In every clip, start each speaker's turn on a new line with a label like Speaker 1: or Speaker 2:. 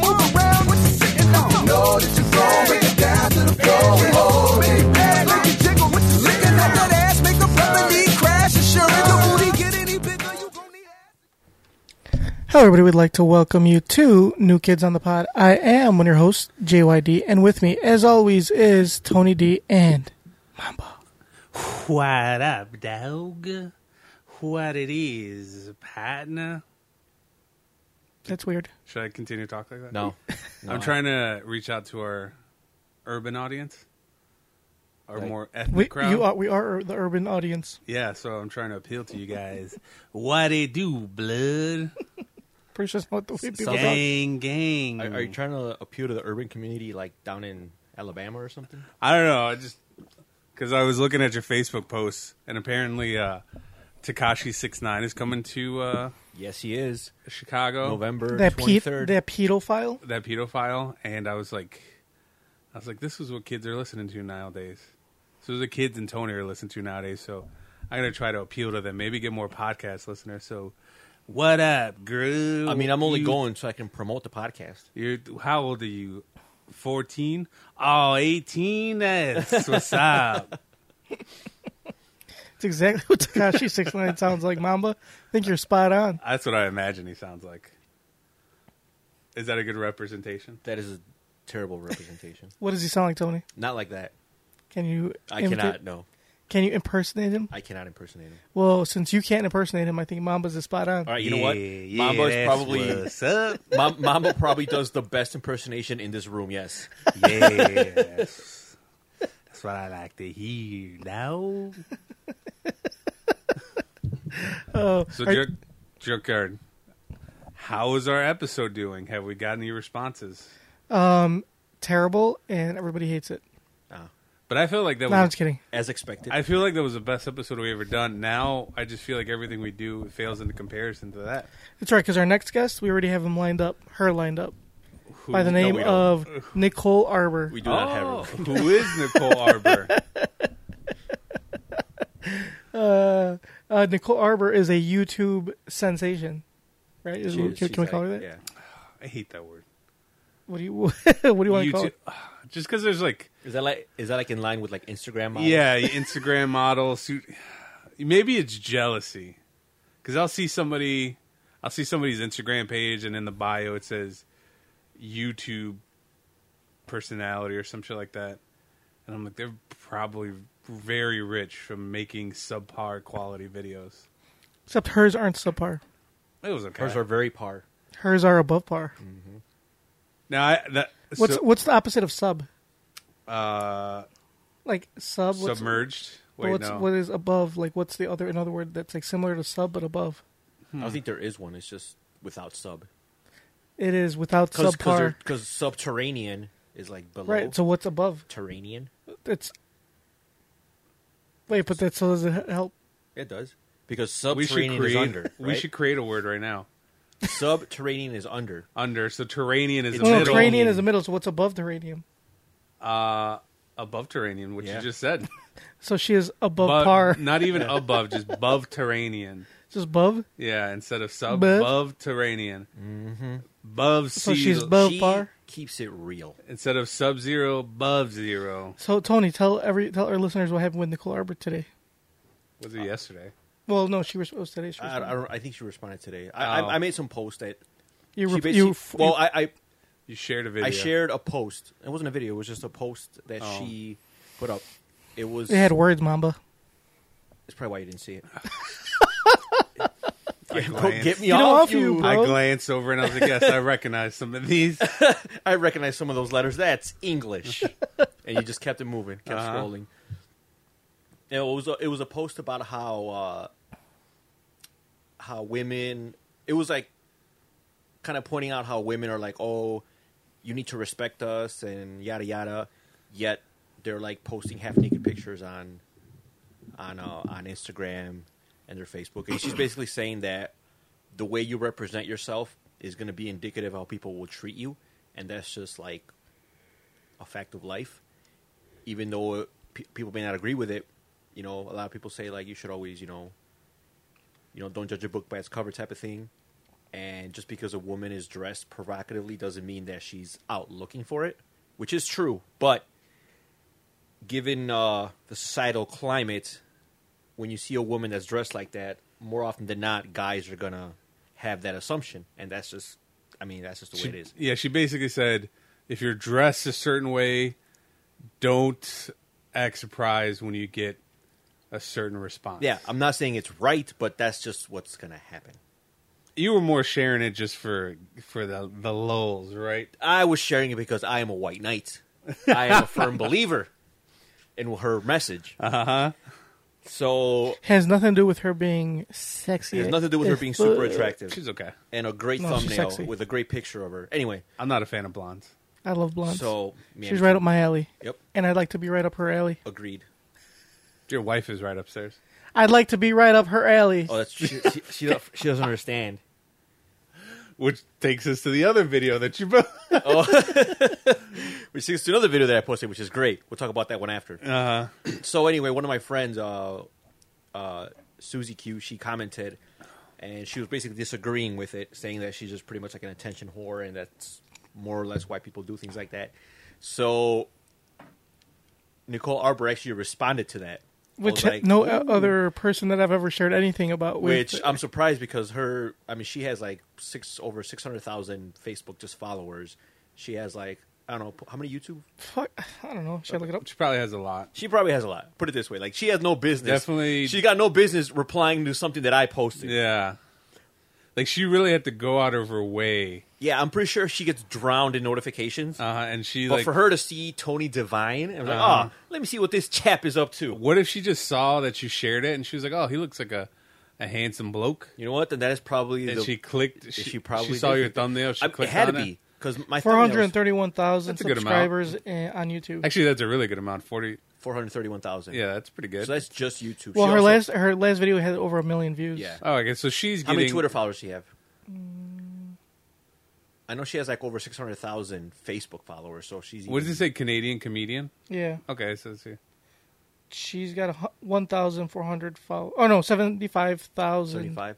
Speaker 1: move around, what you sitting on? You know that you're grown, break it down to the floor. Oh, Make it bounce, make it jiggle, what you licking on? That ass make a felony crash, assuring the booty get any bigger, you gon' need ass.
Speaker 2: Hello, everybody. We'd like to welcome you to New Kids on the Pod. I am one of your hosts, JYD, and with me, as always, is Tony D and Mamba.
Speaker 3: What up, dog? What it is, partner?
Speaker 2: That's weird.
Speaker 3: Should I continue to talk like that?
Speaker 4: No.
Speaker 3: I'm trying to reach out to our urban audience, our
Speaker 4: Right.
Speaker 3: more ethnic
Speaker 2: We,
Speaker 3: crowd.
Speaker 2: you are, we are the urban audience.
Speaker 3: yeah, so I'm trying to appeal to you guys. what it do, blood?
Speaker 2: Pretty sure that's not the way people
Speaker 4: Sounds
Speaker 2: talk.
Speaker 4: like-
Speaker 3: Gang, gang.
Speaker 4: Are, are you trying to appeal to the urban community, like down in Alabama or something?
Speaker 3: I don't know. I just because I was looking at your Facebook posts, and apparently uh, Takashi Six Nine is coming to uh,
Speaker 4: Yes, he is.
Speaker 3: Chicago.
Speaker 4: November
Speaker 2: That, pe-
Speaker 4: twenty third.
Speaker 2: that pedophile?
Speaker 3: that pedophile, and I was like, I was like, this is what kids are listening to nowadays. So the kids and Tony are listening to nowadays. So I'm gonna try to appeal to them. Maybe get more podcast listeners. So what up, girl?
Speaker 4: I mean, I'm only
Speaker 3: You-
Speaker 4: going so I can promote the podcast.
Speaker 3: You're how old are you? 14? Oh, 18? That's what's up.
Speaker 2: It's exactly what Takashi 69 sounds like, Mamba. I think you're spot on.
Speaker 3: That's what I imagine he sounds like. Is that a good representation?
Speaker 4: That is a terrible representation.
Speaker 2: What does he sound like, Tony?
Speaker 4: Not like that.
Speaker 2: Can you
Speaker 4: I
Speaker 2: imitate-
Speaker 4: cannot. No,
Speaker 2: Can you impersonate him?
Speaker 4: I cannot impersonate him.
Speaker 2: Well, since you can't impersonate him, I think Mamba's is spot on.
Speaker 4: All right, you know what?
Speaker 3: Yeah, yeah,
Speaker 4: Mambo is
Speaker 3: that's
Speaker 4: probably
Speaker 3: what's up.
Speaker 4: Mam- Mambo probably does the best impersonation in this room. Yes,
Speaker 3: Yes. That's what I like to hear now.
Speaker 2: Oh,
Speaker 3: So,
Speaker 2: are-
Speaker 3: Jerk, Jerkard, how is our episode doing? Have we got any responses?
Speaker 2: terrible, and everybody hates it.
Speaker 3: But I feel like that
Speaker 2: No, I'm
Speaker 3: was.
Speaker 2: just kidding.
Speaker 4: as expected.
Speaker 3: I feel like that was the best episode we ever done. Now I just feel like everything we do fails in comparison to that.
Speaker 2: That's right, because our next guest, we already have him lined up, her lined up,
Speaker 3: Who,
Speaker 2: by the name
Speaker 4: we don't.
Speaker 2: of Nicole Arbor.
Speaker 4: we do not
Speaker 3: Oh,
Speaker 4: have. him.
Speaker 3: who is Nicole Arbor?
Speaker 2: Uh, Nicole Arbor is a YouTube sensation, right? Is-
Speaker 4: She
Speaker 2: can
Speaker 4: is-
Speaker 2: can
Speaker 4: she's
Speaker 2: we call
Speaker 4: like-
Speaker 2: her that?
Speaker 4: Yeah.
Speaker 3: I hate that word.
Speaker 2: What do you What do you want to call
Speaker 3: YouTube.
Speaker 2: it?
Speaker 3: Just because there's like
Speaker 4: Is that like is that like in line with like Instagram? models?
Speaker 3: Yeah, Instagram model. Suit. Maybe it's jealousy, because I'll see somebody, I'll see somebody's Instagram page, and in the bio it says YouTube personality or some shit like that, and I'm like, they're probably very rich from making subpar quality videos.
Speaker 2: Except hers aren't subpar.
Speaker 3: It was okay.
Speaker 4: hers are very par.
Speaker 2: Hers are above par.
Speaker 3: now I, that
Speaker 2: What's
Speaker 3: so-
Speaker 2: What's the opposite of sub?
Speaker 3: uh,
Speaker 2: Like sub. What's,
Speaker 3: submerged?
Speaker 2: but
Speaker 3: Wait,
Speaker 2: what's
Speaker 3: no.
Speaker 2: what is above? Like what's the other another word that's like similar to sub but above?
Speaker 4: I
Speaker 2: Hmm.
Speaker 4: don't think there is one. It's just without sub.
Speaker 2: It is without
Speaker 4: Because
Speaker 2: subpar.
Speaker 4: because subterranean is like below.
Speaker 2: Right. So what's above?
Speaker 4: Terranian.
Speaker 2: It's. Wait, but that so does it help?
Speaker 4: It does because
Speaker 3: we should
Speaker 4: subterranean is
Speaker 3: create.
Speaker 4: under.
Speaker 3: We
Speaker 4: right?
Speaker 3: should create a word right now.
Speaker 4: subterranean is under.
Speaker 3: Under so terranean is
Speaker 4: It's
Speaker 3: the
Speaker 2: Well,
Speaker 3: middle.
Speaker 2: Oh, terranium is the middle. So what's above terranium?
Speaker 3: above terranean, which you
Speaker 4: Yeah.
Speaker 3: just said.
Speaker 2: So she is above
Speaker 3: Bu-
Speaker 2: par.
Speaker 3: Not even above, just above terranean.
Speaker 2: Just above.
Speaker 3: Yeah, instead of sub,
Speaker 2: Above?
Speaker 3: above terranean.
Speaker 4: Mm-hmm.
Speaker 3: Above sea.
Speaker 2: So she's above
Speaker 4: she
Speaker 2: par.
Speaker 4: keeps it real.
Speaker 3: Instead of sub zero, above zero.
Speaker 2: So Tony, tell every tell our listeners what happened with Nicole Arbor today.
Speaker 3: Was it yesterday?
Speaker 2: Well, no, she was it was today. She was
Speaker 4: I, I, don't, I think she responded today. I,
Speaker 3: Oh.
Speaker 4: I, I made some post that
Speaker 2: you
Speaker 4: she
Speaker 2: re-
Speaker 4: basically.
Speaker 2: you f-
Speaker 4: well, I I,
Speaker 3: You shared a video.
Speaker 4: I shared a post. It wasn't a video. It was just a post that
Speaker 3: Oh.
Speaker 4: she put up. It was.
Speaker 2: it had words, Mamba.
Speaker 4: It's probably why you didn't see it.
Speaker 3: I
Speaker 4: Go
Speaker 3: glanced,
Speaker 4: get me
Speaker 2: Get
Speaker 4: off,
Speaker 2: off you,
Speaker 3: I
Speaker 2: bro.
Speaker 3: glanced over and I was like, yes, I recognize some of these.
Speaker 4: I recognize some of those letters. That's English. and you just kept it moving, kept
Speaker 3: Uh-huh.
Speaker 4: scrolling. It was a, it was a post about how uh, how women. It was like kind of pointing out how women are like, oh, you need to respect us and yada yada. Yet they're like posting half naked pictures on on uh, on Instagram and their Facebook, and she's basically saying that the way you represent yourself is going to be indicative of how people will treat you, and that's just like a fact of life, even though uh, pe- people may not agree with it. You know, a lot of people say like you should always, you know, you know, don't judge a book by its cover type of thing. And just because a woman is dressed provocatively doesn't mean that she's out looking for it, which is true. But given uh, the societal climate, when you see a woman that's dressed like that, more often than not, guys are gonna have that assumption, and that's just, I mean, that's just the
Speaker 3: She-
Speaker 4: way it is.
Speaker 3: Yeah, she basically said, if you're dressed a certain way, don't act surprised when you get a certain response.
Speaker 4: Yeah, I'm not saying it's right, but that's just what's gonna happen.
Speaker 3: you were more sharing it just for for the the lulls, right?
Speaker 4: I was sharing it because I am a white knight. I am a firm believer in her message. Uh huh.
Speaker 2: Uh-huh.
Speaker 4: So
Speaker 2: Has nothing to do with her being sexy.
Speaker 4: it has nothing to do with her
Speaker 2: as
Speaker 4: being super
Speaker 2: fuck.
Speaker 4: attractive
Speaker 3: She's okay.
Speaker 4: and a great
Speaker 2: No, she's
Speaker 4: thumbnail
Speaker 2: sexy.
Speaker 4: with a great picture of her. Anyway,
Speaker 3: I'm not a fan of blondes.
Speaker 2: I love blondes.
Speaker 4: so man,
Speaker 2: She's right up my alley.
Speaker 4: Yep,
Speaker 2: And I'd like to be right up her alley.
Speaker 4: agreed.
Speaker 3: Your wife is right upstairs.
Speaker 2: I'd like to be right up her alley.
Speaker 4: Oh, that's she. She, she, don't- she doesn't understand.
Speaker 3: Which takes us to the other video that you both.
Speaker 4: Which leads to another video that I posted, which is great. We'll talk about that one after. Uh-huh. so anyway, one of my friends, uh, uh, Susie Q, she commented, and she was basically disagreeing with it, saying that she's just pretty much like an attention whore, and that's more or less why people do things like that. So Nicole Arbor actually responded to that, I was
Speaker 2: Which
Speaker 4: like,
Speaker 2: no uh, o- other person that I've ever shared anything about with.
Speaker 4: which uh, I'm surprised because her, I mean, she has like six over six hundred thousand Facebook just followers. She has like I don't know how many YouTube
Speaker 2: fuck, I don't know. Should I look it up?
Speaker 3: She probably has a lot.
Speaker 4: She probably has a lot. Put it this way, like she has no business.
Speaker 3: Definitely-
Speaker 4: she got no business replying to something that I posted. Yeah,
Speaker 3: Yeah, like she really had to go out of her way,
Speaker 4: I'm pretty sure she gets drowned in notifications.
Speaker 3: uh, and she
Speaker 4: but
Speaker 3: like.
Speaker 4: for her to see Tony Divine, and like,
Speaker 3: Uh-huh.
Speaker 4: oh, let me see what this chap is up to.
Speaker 3: what if she just saw that you shared it and she was like, "Oh, he looks like a, a handsome bloke,"
Speaker 4: You know what? Then that is probably
Speaker 3: and
Speaker 4: the.
Speaker 3: she clicked. She,
Speaker 4: she probably
Speaker 3: she saw
Speaker 4: did.
Speaker 3: your thumbnail. She
Speaker 4: I, it
Speaker 3: clicked
Speaker 4: had to
Speaker 3: on it.
Speaker 4: be because my
Speaker 2: Four
Speaker 4: thumbnail was
Speaker 2: hundred thirty-one thousand
Speaker 3: That's a good amount.
Speaker 2: subscribers eh, on YouTube.
Speaker 3: Actually, that's a really good amount. Forty.
Speaker 4: 431,000.
Speaker 3: Yeah, that's pretty good.
Speaker 4: So that's just YouTube.
Speaker 2: well,
Speaker 4: She
Speaker 2: her
Speaker 4: also-
Speaker 2: last her last video had over a million views.
Speaker 4: Yeah.
Speaker 3: oh, okay. So she's
Speaker 4: How
Speaker 3: getting
Speaker 4: many Twitter followers do you have? I know she has like over 600,000 Facebook followers, so she's.
Speaker 3: What does
Speaker 4: even-
Speaker 3: it say? Canadian comedian.
Speaker 2: yeah.
Speaker 3: Okay, so let's see.
Speaker 2: She's got a one thousand four hundred follow. Oh no, seventy-five thousand.
Speaker 4: 75?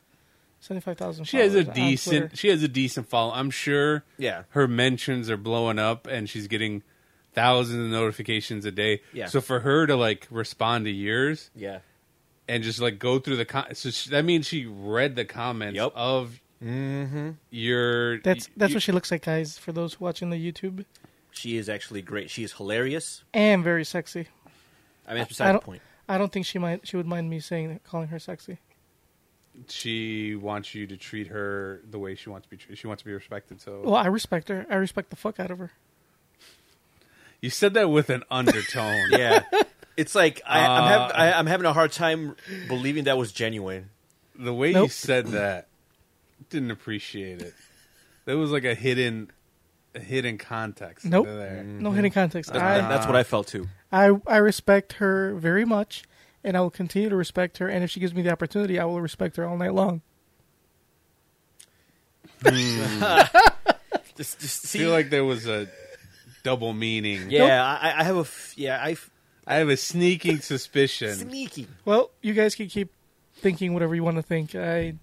Speaker 2: Seventy-five thousand.
Speaker 3: She has a
Speaker 2: followers on Twitter.
Speaker 3: decent. She has a decent follow. I'm sure.
Speaker 4: Yeah.
Speaker 3: Her mentions are blowing up, and she's getting thousands of notifications a day.
Speaker 4: Yeah.
Speaker 3: So for her to like respond to yours
Speaker 4: Yeah.
Speaker 3: and just like go through the com- so she, that means she read the comments
Speaker 4: Yep.
Speaker 3: of
Speaker 4: Mm-hmm.
Speaker 3: your.
Speaker 2: That's that's
Speaker 3: you-
Speaker 2: what she looks like, guys. For those watching the YouTube,
Speaker 4: She is actually great. She is hilarious.
Speaker 2: and very sexy.
Speaker 4: I mean, that's
Speaker 2: I
Speaker 4: beside the
Speaker 2: don't-
Speaker 4: point.
Speaker 2: I don't think she might she would mind me saying calling her sexy.
Speaker 3: she wants you to treat her the way she wants to be treated. She wants to be respected. So
Speaker 2: Well, I respect her. I respect the fuck out of her.
Speaker 3: you said that with an undertone.
Speaker 4: Yeah, it's like I, I'm, hav- I, I'm having a hard time believing that was genuine.
Speaker 3: The way you
Speaker 2: Nope.
Speaker 3: said that, didn't appreciate it. There was like a hidden, a hidden context.
Speaker 2: Nope.
Speaker 3: under There.
Speaker 2: No hidden context. I,
Speaker 4: That- That's what I felt too.
Speaker 2: I I respect her very much, and I will continue to respect her. And if she gives me the opportunity, I will respect her all night long.
Speaker 4: Just,
Speaker 3: I
Speaker 4: just see,
Speaker 3: feel like there was a double meaning.
Speaker 4: yeah, I, I have a f- yeah, I f-
Speaker 3: I have a sneaking suspicion.
Speaker 4: sneaky.
Speaker 2: Well, you guys can keep thinking whatever you want to think. I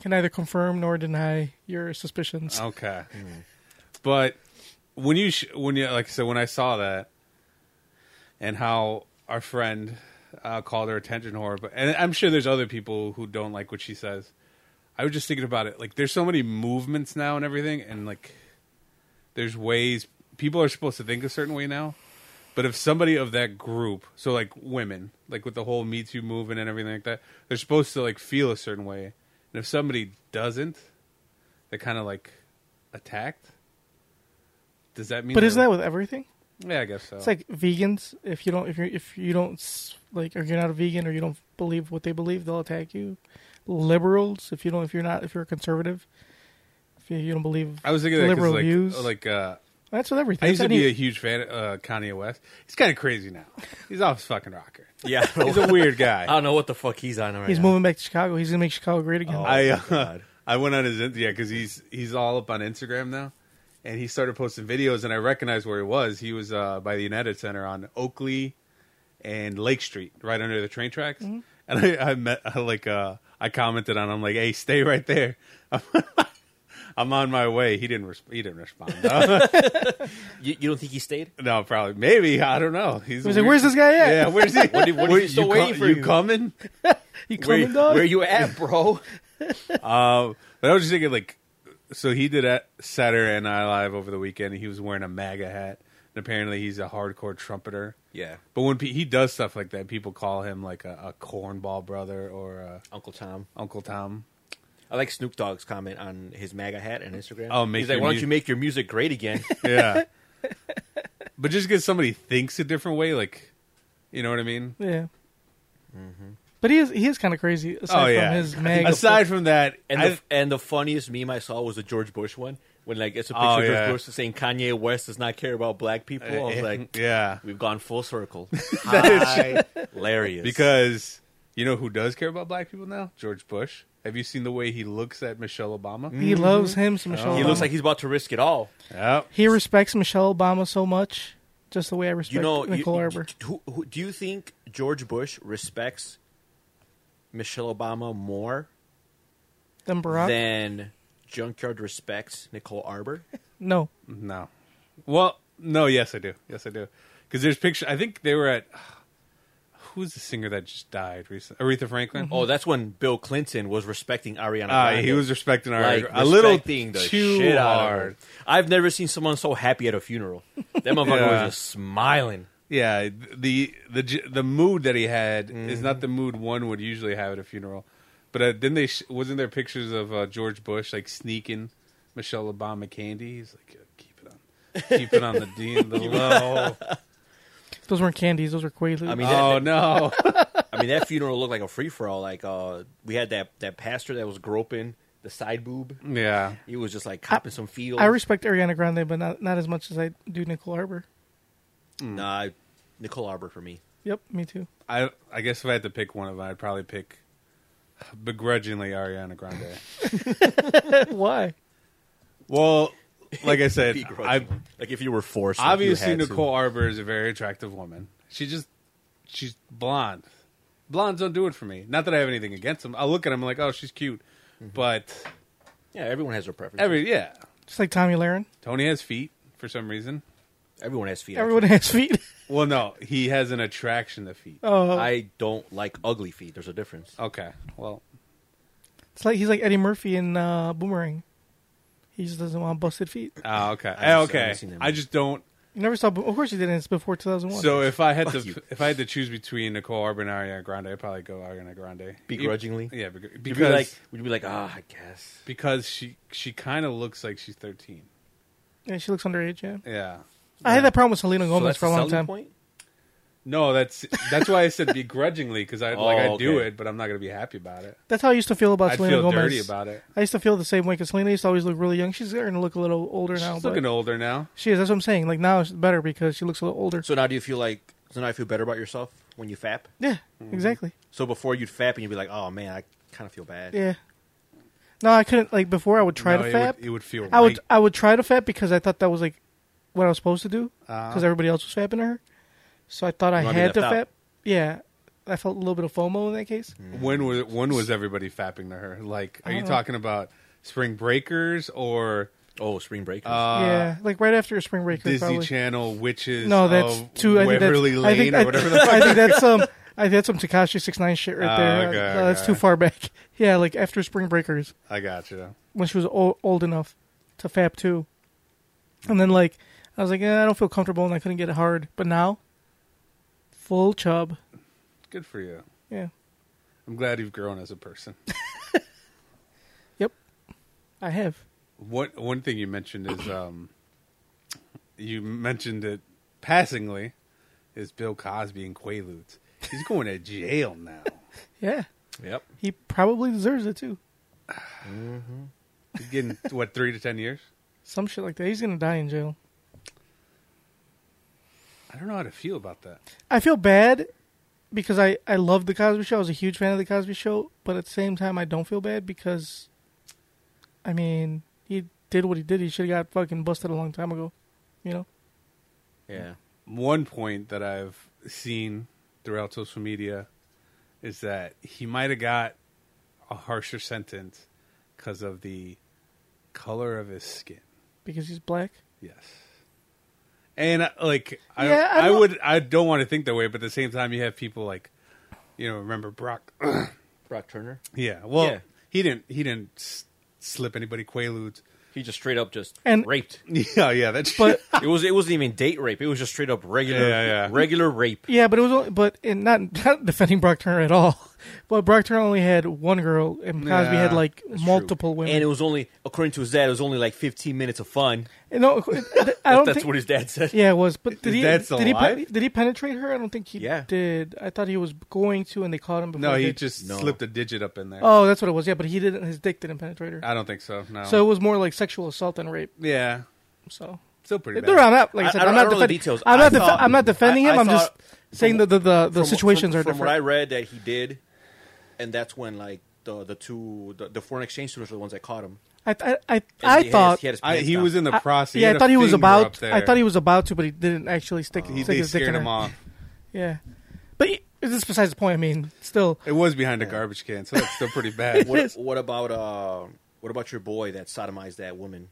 Speaker 2: can neither confirm nor deny your suspicions.
Speaker 3: Okay, but when you sh- when you like so when I saw that, and how our friend uh, called her attention whore, but and I'm sure there's other people who don't like what she says. I was just thinking about it. Like, there's so many movements now and everything, and like, there's ways people are supposed to think a certain way now. But if somebody of that group, so like women, like with the whole Me Too movement and everything like that, they're supposed to like feel a certain way. And if somebody doesn't, they're kind of like attacked. Does that mean?
Speaker 2: But isn't
Speaker 3: they're-
Speaker 2: that with everything?
Speaker 3: yeah, I guess so.
Speaker 2: It's like vegans. If you don't, if you if you don't s- like, or you're not a vegan, or you don't believe what they believe, they'll attack you. Liberals, if you don't, if you're not, if you're a conservative, if you, you don't believe
Speaker 3: I was thinking of that 'cause,
Speaker 2: liberal
Speaker 3: like,
Speaker 2: views,
Speaker 3: like uh,
Speaker 2: that's with everything.
Speaker 3: I used to
Speaker 2: That's any-
Speaker 3: be a huge fan of uh, Kanye West. He's kind of crazy now. He's off his fucking rocker.
Speaker 4: Yeah, I
Speaker 3: He's a
Speaker 4: don't,
Speaker 3: weird guy.
Speaker 4: know what the fuck he's on right
Speaker 2: he's
Speaker 4: now.
Speaker 2: moving back to Chicago. He's gonna make Chicago great again.
Speaker 4: Oh,
Speaker 3: I
Speaker 4: God.
Speaker 3: uh, I went on his in- yeah because he's he's all up on Instagram now, and he started posting videos, and I recognized where he was. He was uh, by the United Center on Oakley and Lake Street, right under the train tracks.
Speaker 2: Mm-hmm.
Speaker 3: And I, I met, I like, uh, I commented on him, like, "Hey, stay right there. I'm on my way." He didn't. Resp- he didn't respond.
Speaker 4: You, you don't think he stayed?
Speaker 3: no, probably, maybe. I don't know. He's
Speaker 2: He was like, "Where's this guy at?
Speaker 3: Yeah, where's he?
Speaker 4: What if- what if
Speaker 3: Where-
Speaker 4: he's still
Speaker 3: you
Speaker 4: waiting for
Speaker 3: You
Speaker 4: you?
Speaker 3: coming?
Speaker 2: You
Speaker 4: Where,
Speaker 2: coming, dog?
Speaker 4: where you at, bro?
Speaker 3: Um, but I was just thinking, like, so he did at Saturday Night Live over the weekend. And he was wearing a MAGA hat, and apparently he's a hardcore trumpeter.
Speaker 4: yeah,
Speaker 3: But when pe- he does stuff like that, people call him like a, a cornball brother or a
Speaker 4: Uncle Tom.
Speaker 3: Uncle Tom.
Speaker 4: I like Snoop Dogg's comment on his MAGA hat on Instagram.
Speaker 3: Oh, make
Speaker 4: He's like,
Speaker 3: your
Speaker 4: why
Speaker 3: mu-
Speaker 4: don't you make your music great again?
Speaker 3: Yeah. but just because somebody thinks a different way, like, you know what I mean?
Speaker 2: Yeah.
Speaker 4: Mm-hmm.
Speaker 2: But he is he is kind of crazy. Aside
Speaker 3: oh yeah.
Speaker 2: from his mag.
Speaker 3: Aside from that,
Speaker 4: And
Speaker 3: I-
Speaker 4: the, and the funniest meme I saw was the George Bush one when like it's a picture
Speaker 3: Oh,
Speaker 4: of George
Speaker 3: yeah. Eh,
Speaker 4: Bush saying Kanye West does not care about black people. I was like,
Speaker 3: yeah,
Speaker 4: we've gone full circle.
Speaker 3: That
Speaker 4: Hilarious.
Speaker 3: because you know who does care about black people now? George Bush. Have you seen the way he looks at Michelle Obama?
Speaker 4: Mm.
Speaker 2: he loves him some
Speaker 3: Oh.
Speaker 2: Michelle.
Speaker 4: he
Speaker 2: Obama.
Speaker 4: looks like he's about to risk it all.
Speaker 3: Yep.
Speaker 2: he respects Michelle Obama so much, just the way I respect
Speaker 4: You know, you-
Speaker 2: Nicole
Speaker 4: you,
Speaker 2: Arbor.
Speaker 4: who, who, do you think George Bush respects Michelle Obama more
Speaker 2: Then Barack.
Speaker 4: than Junkyard respects Nicole Arbor?
Speaker 2: no,
Speaker 3: No. Well, no, yes I do. Yes I do. Cuz there's picture I think they were at Who's the singer that just died recently? Aretha Franklin.
Speaker 4: Oh, that's when Bill Clinton was respecting Ariana.
Speaker 3: Ah,
Speaker 4: Grande.
Speaker 3: he was respecting our
Speaker 4: like
Speaker 3: a little
Speaker 4: respecting the
Speaker 3: too
Speaker 4: shit out of her.
Speaker 3: hard.
Speaker 4: I've never seen someone so happy at a funeral. That motherfucker
Speaker 3: Yeah.
Speaker 4: was just smiling.
Speaker 3: Yeah, th- the the j- the mood that he had is not the mood one would usually have at a funeral. But uh, then they sh- wasn't there pictures of uh, George Bush like sneaking Michelle Obama candy. He's like, "Yeah, keep it on, keep it on the D and the low.
Speaker 2: those weren't candies. Those were Quaaludes.
Speaker 4: I mean, that,
Speaker 3: Oh no,
Speaker 4: I mean, that funeral looked like a free for all. Like, uh, we had that that pastor that was groping the side boob.
Speaker 3: yeah.
Speaker 4: He was just like copping some fields.
Speaker 2: I respect Ariana Grande, but not not as much as I do Nicole Arbor.
Speaker 4: Nah, Nicole Arbor for me.
Speaker 2: Yep, me too.
Speaker 3: I I guess if I had to pick one of them, I'd probably pick begrudgingly Ariana Grande.
Speaker 2: Why?
Speaker 3: well, like I said, I
Speaker 4: Begrudgingly. like if you were forced. like, you
Speaker 3: obviously
Speaker 4: had to.
Speaker 3: Nicole Arbor is a very attractive woman. She just she's blonde. Blondes don't do it for me. Not that I have anything against them. I look at them like, oh, she's cute,
Speaker 4: Mm-hmm.
Speaker 3: but
Speaker 4: Yeah, everyone has their preference.
Speaker 3: every yeah,
Speaker 2: Just like Tommy Lahren.
Speaker 3: Tony has feet for some reason.
Speaker 4: everyone has feet.
Speaker 2: Everyone has feet.
Speaker 3: Well, no, he has an attraction to feet.
Speaker 2: Oh,
Speaker 4: actually. I don't like ugly feet. There's a difference.
Speaker 3: Okay, well,
Speaker 2: it's like he's like Eddie Murphy in uh, Boomerang. He just doesn't want busted feet.
Speaker 3: ah, okay,
Speaker 4: I haven't- I
Speaker 3: okay.
Speaker 4: haven't seen that
Speaker 3: I just don't.
Speaker 2: You never saw. Bo- Of course, you didn't. It's before two thousand one.
Speaker 3: So if I had
Speaker 4: Fuck
Speaker 3: to,
Speaker 4: you.
Speaker 3: if I had to choose between Nicole Arbor and Ariana Grande, I'd probably go Ariana Grande.
Speaker 4: Begrudgingly?
Speaker 3: yeah, begr-
Speaker 4: You'd
Speaker 3: because
Speaker 4: be like, would you be like, ah, I guess.
Speaker 3: because she she kind of looks like she's thirteen.
Speaker 2: yeah, she looks underage. Yeah.
Speaker 3: Yeah.
Speaker 2: I had that problem with Selena
Speaker 4: So
Speaker 2: Gomez
Speaker 4: that's
Speaker 2: for a
Speaker 4: the
Speaker 2: long time.
Speaker 4: selling Point?
Speaker 3: No, that's that's why I said begrudgingly because I like I
Speaker 4: Oh,
Speaker 3: do
Speaker 4: okay.
Speaker 3: it, but I'm not gonna be happy about it.
Speaker 2: That's how I used to feel about
Speaker 3: I
Speaker 2: Selena
Speaker 3: feel
Speaker 2: Gomez.
Speaker 3: dirty about it.
Speaker 2: I used to feel the same way because Selena used to always look really young. She's starting to look a little older now.
Speaker 3: She's
Speaker 2: but
Speaker 3: looking older now.
Speaker 2: She is. That's what I'm saying. Like now, she's better because she looks a little older.
Speaker 4: So now do you feel like? So now you feel better about yourself when you fap.
Speaker 2: yeah,
Speaker 3: Mm-hmm.
Speaker 2: exactly.
Speaker 4: So before you'd fap and you'd be like, oh man, I kind of feel bad.
Speaker 2: Yeah. No, I couldn't. Like before, I would try
Speaker 3: No,
Speaker 2: to
Speaker 3: it
Speaker 2: fap.
Speaker 3: Would, it would feel.
Speaker 2: I would.
Speaker 3: right.
Speaker 2: I would try to fap because I thought that was like what I was supposed to do
Speaker 3: Uh-huh.
Speaker 2: because everybody else was fapping her. So I thought I
Speaker 4: wanna be
Speaker 2: had to
Speaker 4: left
Speaker 2: fap.
Speaker 4: out.
Speaker 2: Yeah, I felt a little bit of FOMO in that case.
Speaker 3: When was when was everybody fapping to her? Like,
Speaker 2: Oh.
Speaker 3: are you talking about Spring Breakers or
Speaker 4: Oh, spring break.
Speaker 2: yeah, like right after spring break.
Speaker 3: Uh, Disney
Speaker 2: probably.
Speaker 3: Channel witches?
Speaker 2: No, that's
Speaker 3: of
Speaker 2: too. I think that's,
Speaker 3: uh, Waverly
Speaker 2: I think,
Speaker 3: Lane
Speaker 2: I-
Speaker 3: or whatever. the fuck?
Speaker 2: I think that's some. I think that's some Takashi six nine shit right
Speaker 3: Oh,
Speaker 2: there.
Speaker 3: okay,
Speaker 2: Uh, no, That's
Speaker 3: okay.
Speaker 2: too far back. Yeah, like after Spring Breakers
Speaker 3: I got you.
Speaker 2: when she was old, old enough to fap too, and then like I was like, eh, I don't feel comfortable, and I couldn't get it hard. But now, full chub.
Speaker 3: Good for you.
Speaker 2: Yeah.
Speaker 3: I'm glad you've grown as a person.
Speaker 2: Yep. I have.
Speaker 3: What one thing you mentioned is um, you mentioned it passingly is Bill Cosby and Quaaludes. He's going to jail now.
Speaker 2: Yeah.
Speaker 4: yep.
Speaker 2: He probably deserves it too.
Speaker 3: He's getting what three to ten years?
Speaker 2: Some shit like that. He's gonna die in jail.
Speaker 3: I don't know how to feel about that.
Speaker 2: I feel bad because I I loved the Cosby Show. I was a huge fan of the Cosby Show, but at the same time, I don't feel bad because, I mean, he did what he did, he should have got fucking busted a long time ago. You know?
Speaker 4: Yeah.
Speaker 3: one point that I've seen throughout social media is that he might have got a harsher sentence because of the color of his skin.
Speaker 2: Because he's black.
Speaker 3: Yes. And uh, like I,
Speaker 2: Yeah, I
Speaker 3: I,
Speaker 2: don't-
Speaker 3: would I don't want to think that way, but at the same time you have people like you know remember Brock
Speaker 4: Brock Turner.
Speaker 3: Yeah. Well,
Speaker 5: Yeah.
Speaker 3: he didn't he didn't s- slip anybody quaaludes.
Speaker 5: He just straight up just
Speaker 2: And-
Speaker 5: raped.
Speaker 3: Yeah, yeah, that's
Speaker 2: But
Speaker 5: It was it wasn't even date rape. It was just straight up regular
Speaker 3: Yeah, yeah.
Speaker 5: regular rape.
Speaker 2: yeah, but it was only, but in not not defending Brock Turner at all. But Brock Turner only had one girl, and Cosby
Speaker 3: Nah,
Speaker 2: had like multiple women.
Speaker 4: And it was only, according to his dad, it was only like 15 minutes of fun.
Speaker 2: And no, I don't
Speaker 4: That's
Speaker 2: think,
Speaker 4: what his dad said.
Speaker 2: Yeah, it was. But did he?
Speaker 3: that
Speaker 2: did he? pen-
Speaker 3: alive?
Speaker 2: Did he penetrate her? I don't think he
Speaker 4: Yeah.
Speaker 2: did. I thought he was going to, and they caught him. Before
Speaker 3: no, he
Speaker 2: did.
Speaker 3: just
Speaker 4: No.
Speaker 3: slipped a digit up in there.
Speaker 2: Oh, that's what it was. Yeah, but he didn't. His dick didn't penetrate her.
Speaker 3: I don't think so. No.
Speaker 2: so it was more like sexual assault and rape.
Speaker 3: yeah,
Speaker 2: So
Speaker 3: still pretty.
Speaker 2: no,
Speaker 3: bad.
Speaker 2: I'm not. Like I
Speaker 4: I-
Speaker 2: said,
Speaker 4: I
Speaker 2: am
Speaker 4: don't-
Speaker 2: not
Speaker 4: I don't know the
Speaker 2: defending.
Speaker 4: details.
Speaker 2: I'm
Speaker 4: I
Speaker 2: not. defe-
Speaker 4: thought-
Speaker 2: I'm not defending
Speaker 4: I-
Speaker 2: him.
Speaker 4: I
Speaker 2: I'm just
Speaker 4: thought
Speaker 2: saying that the the, the situations
Speaker 4: from,
Speaker 2: are
Speaker 4: from
Speaker 2: different.
Speaker 4: what I read, that he did, and that's when like the the two the, the foreign exchange students were the ones that caught him.
Speaker 2: I I I,
Speaker 4: And
Speaker 2: I
Speaker 4: he had his-
Speaker 2: thought.
Speaker 4: he, had his
Speaker 3: I,
Speaker 4: pants
Speaker 3: he
Speaker 4: down.
Speaker 3: was in the
Speaker 2: I-
Speaker 3: process.
Speaker 2: yeah,
Speaker 3: had
Speaker 2: I
Speaker 3: a
Speaker 2: thought he was
Speaker 3: finger up
Speaker 2: about.
Speaker 3: there. Oh,
Speaker 2: I thought he was about to, but he didn't actually stick.
Speaker 3: He,
Speaker 2: stick
Speaker 3: they
Speaker 2: his dick in
Speaker 3: scared him
Speaker 2: her.
Speaker 3: off.
Speaker 2: Yeah, but he- this is besides the point. I mean, still,
Speaker 3: It was behind a garbage can, so that's still pretty bad.
Speaker 4: What, what about uh? What about your boy that sodomized that woman?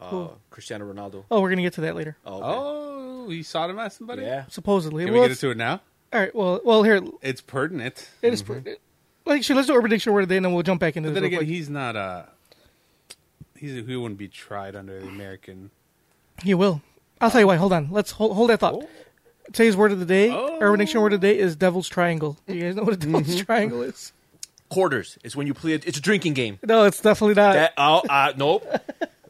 Speaker 4: Uh,
Speaker 2: Who?
Speaker 4: Cristiano Ronaldo.
Speaker 2: oh, we're gonna get to that later.
Speaker 4: Oh, okay.
Speaker 3: oh, he sodomized somebody.
Speaker 4: yeah.
Speaker 2: Supposedly,
Speaker 3: Can
Speaker 2: Well,
Speaker 3: we get
Speaker 2: it's-
Speaker 3: into it now?
Speaker 2: All right. Well, well, here
Speaker 3: It's pertinent.
Speaker 2: it is- Like, sure, let's do urban dictionary word of the day, and then we'll jump back into
Speaker 3: But
Speaker 2: this.
Speaker 3: then
Speaker 2: real
Speaker 3: again,
Speaker 2: quick.
Speaker 3: he's not a. He's he wouldn't be tried under the American.
Speaker 2: he will. I'll tell you why. Hold on. Let's hold, hold that thought. Today's word of the day, urban dictionary word of the day, is devil's triangle. You guys know what a devil's triangle is?
Speaker 4: Quarters is when you play. It's a drinking game.
Speaker 2: No, it's definitely not.
Speaker 4: That oh, uh, nope,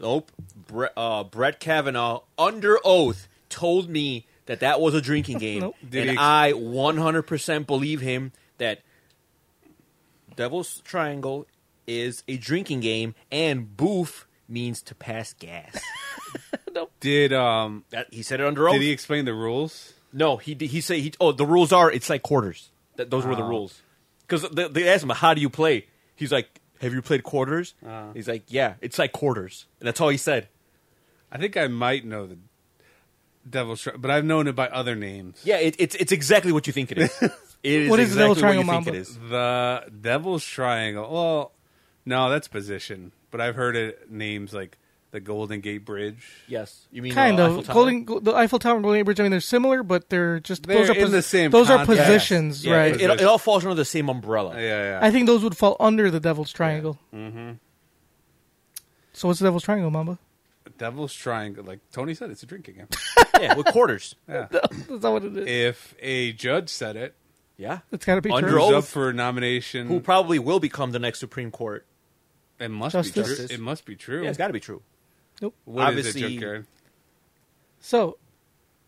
Speaker 4: nope. Bre- uh, Brett Kavanaugh, under oath, told me that that was a drinking game,
Speaker 2: Nope.
Speaker 3: Did
Speaker 4: and
Speaker 3: he ex-
Speaker 4: I 100 percent believe him that Devil's Triangle is a drinking game, and boof means to pass gas.
Speaker 3: Did um
Speaker 4: that, he said it under oath.
Speaker 3: did he explain the rules?
Speaker 4: No, he did- he say he. Oh, the rules are it's like quarters. That those were the rules. Because they, they asked him how do you play. He's like, have you played quarters? He's like, yeah, it's like quarters, and that's all he said.
Speaker 3: I think I might know the Devil's, Tri- but I've known it by other names.
Speaker 4: Yeah, it, it's it's exactly what you think it is. It is
Speaker 2: What is the
Speaker 4: exactly
Speaker 2: Devil
Speaker 4: what you
Speaker 2: Triangle
Speaker 4: think it
Speaker 2: Mamba?
Speaker 4: is.
Speaker 3: The Devil's Triangle. Well, no, that's position. But I've heard it names like the Golden Gate Bridge.
Speaker 4: Yes, you mean
Speaker 2: kind
Speaker 4: uh, Eiffel
Speaker 2: of.
Speaker 4: Tower?
Speaker 2: Golden, Go- the Eiffel Tower and Golden Gate Bridge. I mean, they're similar, but they're just
Speaker 3: They're
Speaker 2: those are
Speaker 3: in
Speaker 2: posi-
Speaker 3: the same
Speaker 2: Those are
Speaker 3: context.
Speaker 2: positions,
Speaker 4: Yeah,
Speaker 2: right?
Speaker 4: It, it, it all falls under the same umbrella.
Speaker 3: Yeah, yeah.
Speaker 2: I think those would fall under the devil's triangle. Mm-hmm. So what's the devil's triangle, Mamba?
Speaker 3: Devil's Triangle. Like Tony said, it's a drinking game.
Speaker 4: yeah, with quarters.
Speaker 2: That's not what it is.
Speaker 3: if a judge said it,
Speaker 4: Yeah,
Speaker 2: It's got to be
Speaker 4: Under
Speaker 2: true.
Speaker 3: who's
Speaker 4: oath.
Speaker 3: up for nomination?
Speaker 4: who probably will become the next Supreme Court?
Speaker 3: it must be
Speaker 2: Justice.
Speaker 3: true.
Speaker 4: Justice.
Speaker 3: It must be true.
Speaker 4: Yeah, it's got to be true.
Speaker 2: Nope.
Speaker 3: What is it,
Speaker 4: Obviously-
Speaker 3: Jim Karen?
Speaker 2: So,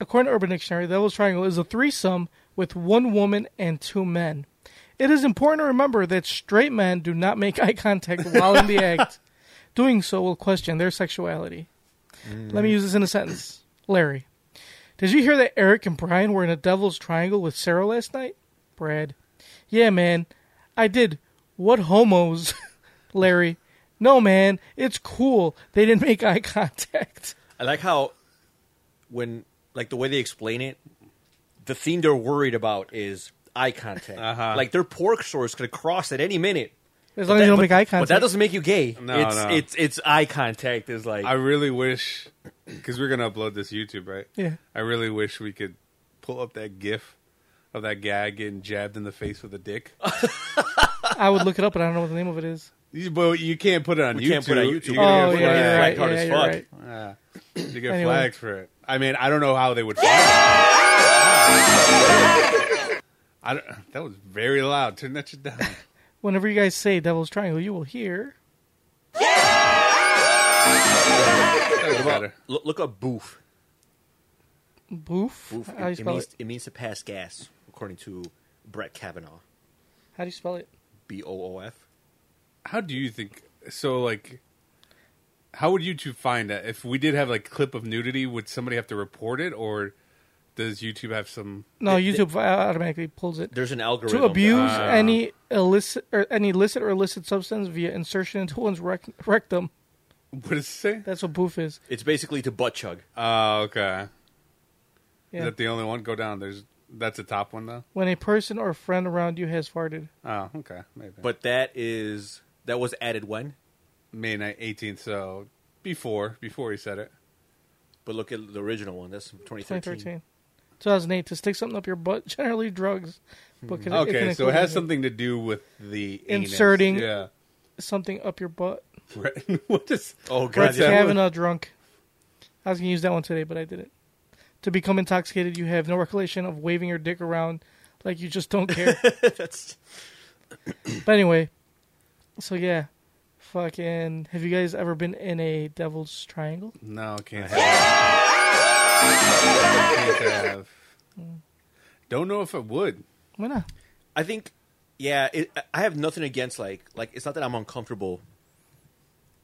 Speaker 2: according to Urban Dictionary, the Devil's Triangle is a threesome with one woman and two men. It is important to remember that straight men do not make eye contact while in the act. Doing so will question their sexuality. Let
Speaker 4: Mm.
Speaker 2: me use this in a sentence. Larry, did you hear that Eric and Brian were in a Devil's Triangle with Sarah last night? Brad, yeah, man, I did. What homos? Larry, no, man, it's cool. They didn't make eye contact.
Speaker 4: I like how when like the way they explain it, the thing they're worried about is eye contact.
Speaker 3: Uh-huh.
Speaker 4: Like their pork source could cross at any minute.
Speaker 2: As
Speaker 4: But
Speaker 2: long as
Speaker 4: that-
Speaker 2: you don't
Speaker 4: but-
Speaker 2: make eye contact.
Speaker 4: But that doesn't make you gay.
Speaker 3: No,
Speaker 4: it's,
Speaker 3: no.
Speaker 4: it's it's eye contact is like
Speaker 3: I really wish because we're gonna upload this YouTube, right?
Speaker 2: Yeah.
Speaker 3: I really wish we could pull up that GIF of that guy getting jabbed in the face with a dick.
Speaker 2: I would look it up, but I don't know what the name of it is.
Speaker 3: You- but you can't put it on
Speaker 4: we
Speaker 3: YouTube.
Speaker 4: can't put it on YouTube.
Speaker 3: You're gonna
Speaker 2: Oh,
Speaker 3: get
Speaker 2: yeah,
Speaker 3: flagged.
Speaker 2: you're right.
Speaker 4: hard
Speaker 2: yeah,
Speaker 4: as
Speaker 2: you're
Speaker 4: fuck.
Speaker 2: right.
Speaker 3: Ah, You get
Speaker 2: Anyway.
Speaker 3: flagged for it. I mean, I don't know how they would. flag it. I don't, that was very loud. Turn that shit down.
Speaker 2: Whenever you guys say Devil's Triangle, you will hear.
Speaker 3: That was better.
Speaker 4: look, look up boof.
Speaker 2: Boof.
Speaker 4: Boof.
Speaker 2: How do you
Speaker 4: It, it
Speaker 2: spell
Speaker 4: means
Speaker 2: it?
Speaker 4: it means to pass gas, according to Brett Kavanaugh.
Speaker 2: How do you spell it?
Speaker 4: B O O F.
Speaker 3: How do you think? So, like, how would YouTube find that? If we did have like clip of nudity, would somebody have to report it, or does YouTube have some?
Speaker 2: No, YouTube automatically pulls it.
Speaker 4: There's an algorithm
Speaker 2: To abuse
Speaker 3: Ah.
Speaker 2: any illicit or any illicit or illicit substance via insertion into one's rec- rectum.
Speaker 3: What does it say?
Speaker 2: That's what poof is.
Speaker 4: It's basically to butt chug.
Speaker 3: Oh, okay.
Speaker 2: Yeah.
Speaker 3: Is that the only one? Go down. There's that's the top one though.
Speaker 2: when a person or friend around you has farted.
Speaker 3: Oh, okay, maybe.
Speaker 4: But that is that was added when.
Speaker 3: May 18th, so before before he said it.
Speaker 4: But look at the original one. That's from 2013.
Speaker 2: 2013. 2008. To stick something up your butt, generally drugs. But can, it
Speaker 3: Hmm. Okay,
Speaker 2: can
Speaker 3: so it
Speaker 2: include
Speaker 3: has something to do with the anus.
Speaker 2: Inserting-
Speaker 3: Yeah.
Speaker 2: something up your butt.
Speaker 3: Brett- what is?
Speaker 4: Oh
Speaker 2: Brett
Speaker 4: god,
Speaker 3: that
Speaker 4: yeah.
Speaker 3: Kavanaugh.
Speaker 2: Kavanaugh drunk. I was going to use that one today, but I didn't. To become intoxicated, you have no recollection of waving your dick around like you just don't care.
Speaker 4: that's
Speaker 2: but anyway, so yeah. Fucking. Have you guys ever been in a devil's triangle?
Speaker 3: No, can't have. can't have. Don't know if it would.
Speaker 2: Why not?
Speaker 4: I think, yeah, it, I have nothing against like like it's not that I'm uncomfortable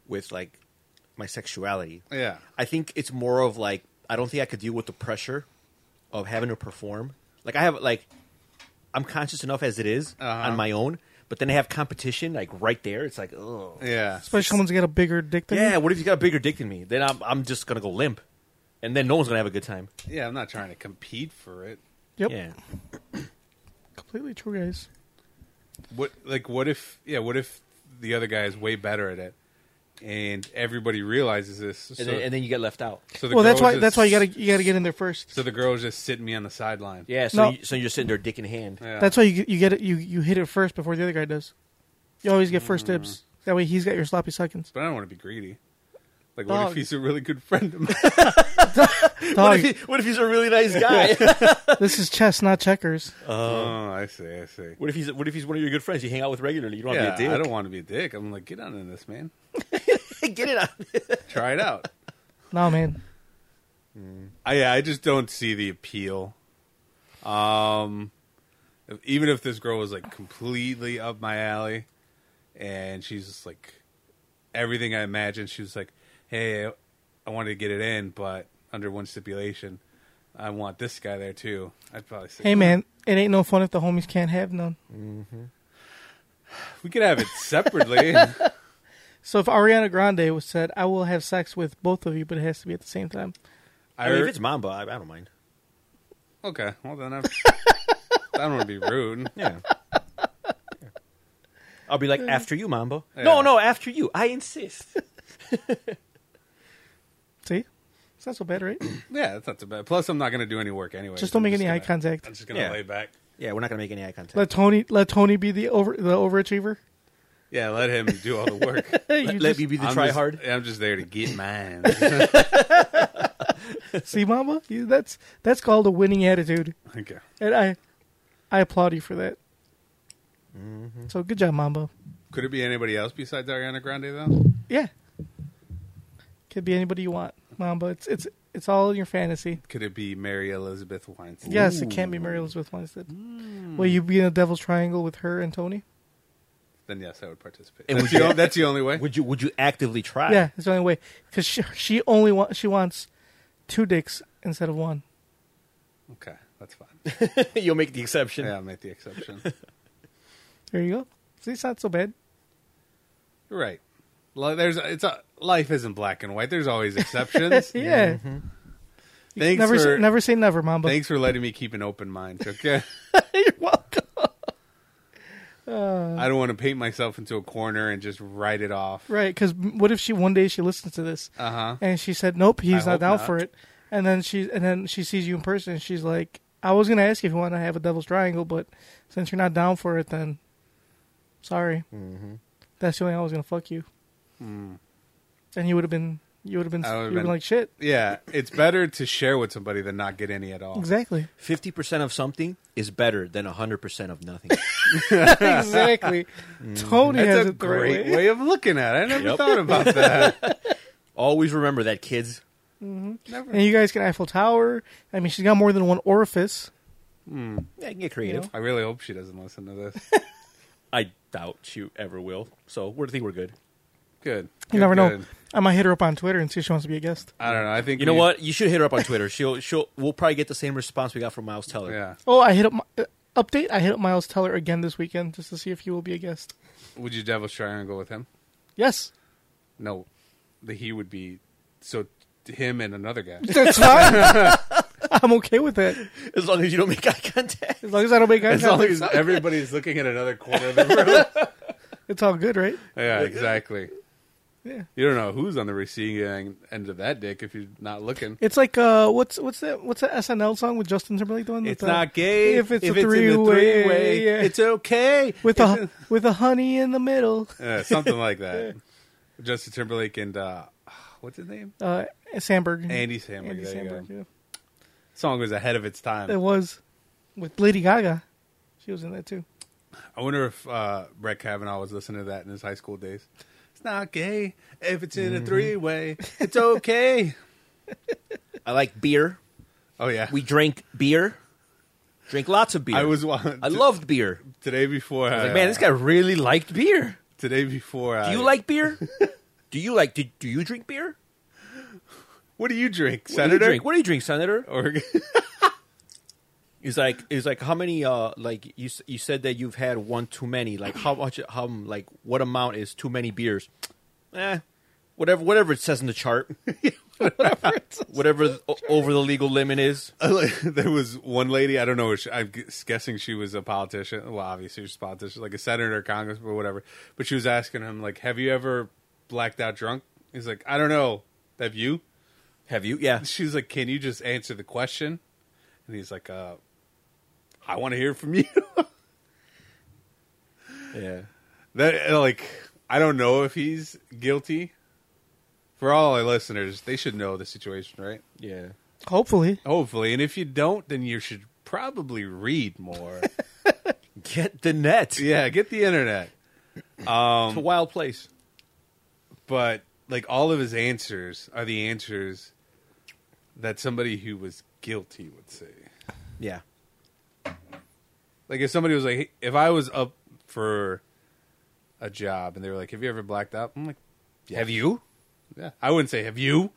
Speaker 4: with like my sexuality.
Speaker 3: Yeah.
Speaker 4: I think it's more of like I don't think I could deal with the pressure of having to perform. Like I have like I'm conscious enough as it is
Speaker 3: Uh-huh.
Speaker 4: on my own, but then I have competition like right there. It's like oh
Speaker 3: Yeah.
Speaker 2: Especially someone's got a bigger dick than you.
Speaker 4: yeah, what if you got a bigger dick than me? Then I'm I'm just gonna go limp, and then no one's gonna have a good time.
Speaker 3: Yeah, I'm not trying to compete for it.
Speaker 2: Yep.
Speaker 4: Yeah,
Speaker 2: Completely true, guys.
Speaker 3: What like what if yeah, what if the other guy is way better at it and everybody realizes this so,
Speaker 4: and, then, and then you get left out.
Speaker 3: so the
Speaker 2: Well, that's
Speaker 3: girl
Speaker 2: why.
Speaker 3: just-
Speaker 2: That's why you gotta you gotta get in there first.
Speaker 3: So the girl's just sitting me on the sideline.
Speaker 4: Yeah, so
Speaker 2: No.
Speaker 4: you, so you're sitting there dick in hand.
Speaker 3: Yeah.
Speaker 2: That's why you you get it you you hit it first before the other guy does. You always get
Speaker 3: Mm.
Speaker 2: first dibs. That way he's got your sloppy seconds.
Speaker 3: But I don't want to be greedy. Like, what
Speaker 2: Dog.
Speaker 3: if he's a really good friend of mine?
Speaker 2: Dog,
Speaker 4: What if he's a really nice guy?
Speaker 2: this is chess, not checkers.
Speaker 3: oh, I see, I see.
Speaker 4: What if he's what if he's one of your good friends you hang out with regularly? You don't
Speaker 3: Yeah,
Speaker 4: want to be a dick.
Speaker 3: I don't want to be a dick. I'm like, get on in this, man.
Speaker 4: get it out.
Speaker 3: Try it out.
Speaker 2: No man,
Speaker 3: I, yeah, I just don't see the appeal. Um, even if this girl was like completely up my alley, and she's just like everything I imagined, she was like, "Hey, I wanted to get it in, but under one stipulation, I want this guy there too." I'd probably say,
Speaker 2: hey man, it ain't no fun if the homies can't have none.
Speaker 3: we could have it separately."
Speaker 2: So if Ariana Grande was said, "I will have sex with both of you, but it has to be at the same time,"
Speaker 4: I mean, if
Speaker 3: heard-
Speaker 4: it's Mamba, I, I don't mind.
Speaker 3: Okay, well then I'm. I don't want to be rude.
Speaker 4: Yeah. I'll be like after you, Mamba.
Speaker 3: Yeah.
Speaker 4: No, no, after you. I insist.
Speaker 2: see, it's not so bad, right?
Speaker 3: Yeah, that's not too bad. Plus, I'm not going to do any work anyway.
Speaker 2: Just don't make any eye
Speaker 3: gonna-
Speaker 2: contact.
Speaker 3: I'm just going to
Speaker 4: Yeah.
Speaker 3: lay back.
Speaker 4: yeah, we're not gonna make any eye contact.
Speaker 2: Let Tony let Tony be the over the overachiever.
Speaker 3: Yeah, let him do all the work.
Speaker 2: Hey,
Speaker 4: Let-
Speaker 2: you
Speaker 4: let
Speaker 2: just-
Speaker 4: me be the
Speaker 3: I'm
Speaker 4: try
Speaker 3: just-
Speaker 4: hard.
Speaker 3: I'm just there to get mine.
Speaker 2: see, Mama, You- that's that's called a winning attitude,
Speaker 3: okay.
Speaker 2: and I I applaud you for that.
Speaker 4: Mm-hmm.
Speaker 2: So good job, Mambo.
Speaker 3: Could it be anybody else besides Ariana Grande though?
Speaker 2: Yeah. Could be anybody you want, Mom, but it's it's it's all in your fantasy.
Speaker 3: Could it be Mary Elizabeth Weinstein?
Speaker 2: Yes, it can be Mary Elizabeth Winstead.
Speaker 4: Mm.
Speaker 2: Will you be in a devil's triangle with her and Tony?
Speaker 3: Then yes, I would participate.
Speaker 4: And
Speaker 3: That's
Speaker 4: would
Speaker 3: the,
Speaker 4: you-
Speaker 3: o- that's the only way.
Speaker 4: Would you would you actively try?
Speaker 2: Yeah, it's the only way because she she only wants she wants two dicks instead of one.
Speaker 3: Okay, that's fine.
Speaker 4: You'll make the exception.
Speaker 3: Yeah, I'll make the exception.
Speaker 2: There you go. See, it's not so bad.
Speaker 3: You're right. Li- There's it's a, life isn't black and white. There's always exceptions.
Speaker 2: Yeah,
Speaker 3: Mm-hmm. Thanks
Speaker 2: never
Speaker 3: for
Speaker 2: say, never say never, Mamba.
Speaker 3: thanks for letting me keep an open mind. Okay.
Speaker 2: You're welcome.
Speaker 4: Uh.
Speaker 3: I don't want to paint myself into a corner and just write it off.
Speaker 2: Right? Because what if she one day she listens to this
Speaker 3: Uh huh.
Speaker 2: and she said nope, he's not
Speaker 3: I hope
Speaker 2: down
Speaker 3: not.
Speaker 2: for it, and then she and then she sees you in person and she's like, I was gonna ask you if you want to have a devil's triangle, but since you're not down for it, then sorry.
Speaker 3: Mm-hmm.
Speaker 2: That's the only way I was gonna fuck you. And you would have been you would have been
Speaker 3: Mm. I
Speaker 2: you would have
Speaker 3: would've been-
Speaker 2: been like shit.
Speaker 3: Yeah, it's better to share with somebody than not get any at all.
Speaker 2: Exactly.
Speaker 4: Fifty percent of something is better than hundred percent of nothing.
Speaker 2: exactly. Tony
Speaker 3: Mm. That's
Speaker 2: has
Speaker 3: a
Speaker 2: it the right
Speaker 3: great
Speaker 2: way.
Speaker 3: way of looking at it. I never
Speaker 4: Yep.
Speaker 3: thought about that.
Speaker 4: Always remember that, kids.
Speaker 2: And
Speaker 3: never.
Speaker 2: you guys can Eiffel Tower. I mean, she's got more than one orifice.
Speaker 4: Yeah, you can get creative.
Speaker 2: You know?
Speaker 3: I really hope she doesn't listen to this.
Speaker 4: I doubt you ever will. So we think we're good.
Speaker 3: Good.
Speaker 2: You
Speaker 3: Good,
Speaker 2: never know.
Speaker 3: good.
Speaker 2: I might hit her up on Twitter and see if she wants to be a guest.
Speaker 3: I don't know. I think
Speaker 4: You know
Speaker 3: we-
Speaker 4: what? You should hit her up on Twitter. She'll she'll we'll probably get the same response we got from Miles Teller.
Speaker 3: Yeah.
Speaker 2: Oh, I hit up my, uh, update. I hit up Miles Teller again this weekend just to see if he will be a guest.
Speaker 3: Would you devil's triangle with him?
Speaker 2: Yes.
Speaker 3: No. that he would be so him and another guy.
Speaker 2: That's fine. I'm okay with that.
Speaker 4: As long as you don't make eye contact.
Speaker 2: As long as I don't make eye
Speaker 3: As long
Speaker 2: contact,
Speaker 3: as everybody's looking at another corner of the room.
Speaker 2: it's all good, right?
Speaker 3: Yeah, exactly.
Speaker 2: Yeah.
Speaker 3: You don't know who's on the receiving end of that dick if you're not looking.
Speaker 2: It's like uh, what's what's that? What's that SNL song with Justin Timberlake? The one with
Speaker 3: It's
Speaker 2: the-
Speaker 3: not gay
Speaker 2: If it's a
Speaker 3: in the
Speaker 2: three-way,
Speaker 3: three-way,
Speaker 2: yeah.
Speaker 3: It's okay
Speaker 2: with
Speaker 3: If
Speaker 2: a with a honey in the middle.
Speaker 3: it- uh, something like that. Justin Timberlake and uh, what's his name?
Speaker 2: Uh, Sandberg.
Speaker 3: Andy Samberg.
Speaker 2: Andy
Speaker 3: there you
Speaker 2: Samberg,
Speaker 3: go.
Speaker 2: yeah.
Speaker 3: Song was ahead of its time.
Speaker 2: It was with Lady Gaga. She was in that too.
Speaker 3: I wonder if uh, Brett Kavanaugh was listening to that in his high school days. It's not gay if it's in a
Speaker 2: Mm-hmm.
Speaker 3: three way. It's okay.
Speaker 4: I like beer.
Speaker 3: oh yeah,
Speaker 4: We drank beer. Drank lots of beer.
Speaker 3: I was Uh, wa-
Speaker 4: I loved beer.
Speaker 3: today before.
Speaker 5: Like, man, this guy really liked beer.
Speaker 3: Today before.
Speaker 4: Do you like beer? do you like? Do, do you drink beer?
Speaker 3: What do you drink,
Speaker 4: What do you
Speaker 3: Senator?
Speaker 4: drink? What do you drink, Senator?
Speaker 3: Or
Speaker 4: He's like, he's like, how many? Uh, like you, s- you said that you've had one too many. Like how much? How m- like what amount is too many beers? Eh, whatever, whatever it says in the chart. whatever the- o- over the legal limit is.
Speaker 3: there was one lady. I don't know. She, I'm gu- guessing she was a politician. Well, obviously she's a politician, like a senator, Congress, or whatever. But she was asking him, like, "Have you ever blacked out drunk?" He's like, "I don't know. Have you?"
Speaker 4: Have you? Yeah.
Speaker 3: She's like, "Can you just answer the question?" And he's like, "Uh, I want to hear from you."
Speaker 4: Yeah.
Speaker 3: that like, I don't know if he's guilty. For all our listeners, they should know the situation, right?
Speaker 4: Yeah.
Speaker 2: Hopefully,
Speaker 3: Hopefully, and if you don't, then you should probably read more.
Speaker 4: Get the net.
Speaker 3: yeah, get the internet. Um,
Speaker 4: It's a wild place.
Speaker 3: But like all of his answers are the answers that somebody who was guilty would say.
Speaker 4: Yeah.
Speaker 3: Like if somebody was like, hey, if I was up for a job and they were like, "Have you ever blacked out?" I'm like, "Have you?" Yeah, I wouldn't say, "Have you?"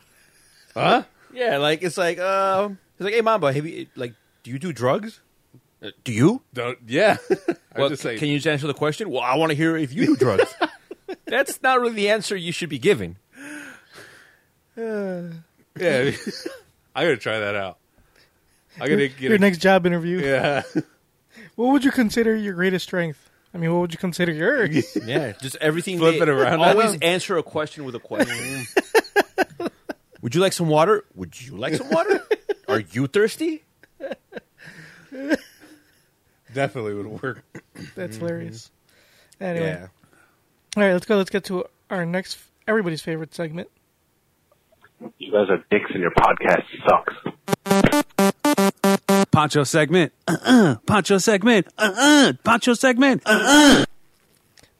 Speaker 3: Huh?
Speaker 4: Yeah, like it's like um, it's like, hey, Mamba, have you like, do you do drugs? Uh, do you?
Speaker 3: Don't, yeah. I
Speaker 4: Well,
Speaker 3: just say,
Speaker 4: can you just answer the question? Well, I want to hear if you do drugs. That's not really the answer you should be giving.
Speaker 3: Yeah, I gotta try that out. I gotta get
Speaker 2: your
Speaker 3: a-
Speaker 2: next job interview.
Speaker 3: Yeah.
Speaker 2: What would you consider your greatest strength? I mean, what would you consider yours?
Speaker 4: Yeah, just everything.
Speaker 3: Flip
Speaker 4: they-
Speaker 3: it around.
Speaker 4: Always answer a question with a question. Would you like some water? Would you like some water? Are you thirsty?
Speaker 3: Definitely would work.
Speaker 2: That's
Speaker 3: Mm-hmm.
Speaker 2: hilarious. Anyway, all right, let's go. Let's get to our next everybody's favorite segment.
Speaker 6: You guys are dicks and your podcast sucks.
Speaker 3: Poncho segment. Uh-uh. Poncho segment. Uh-uh. Poncho segment.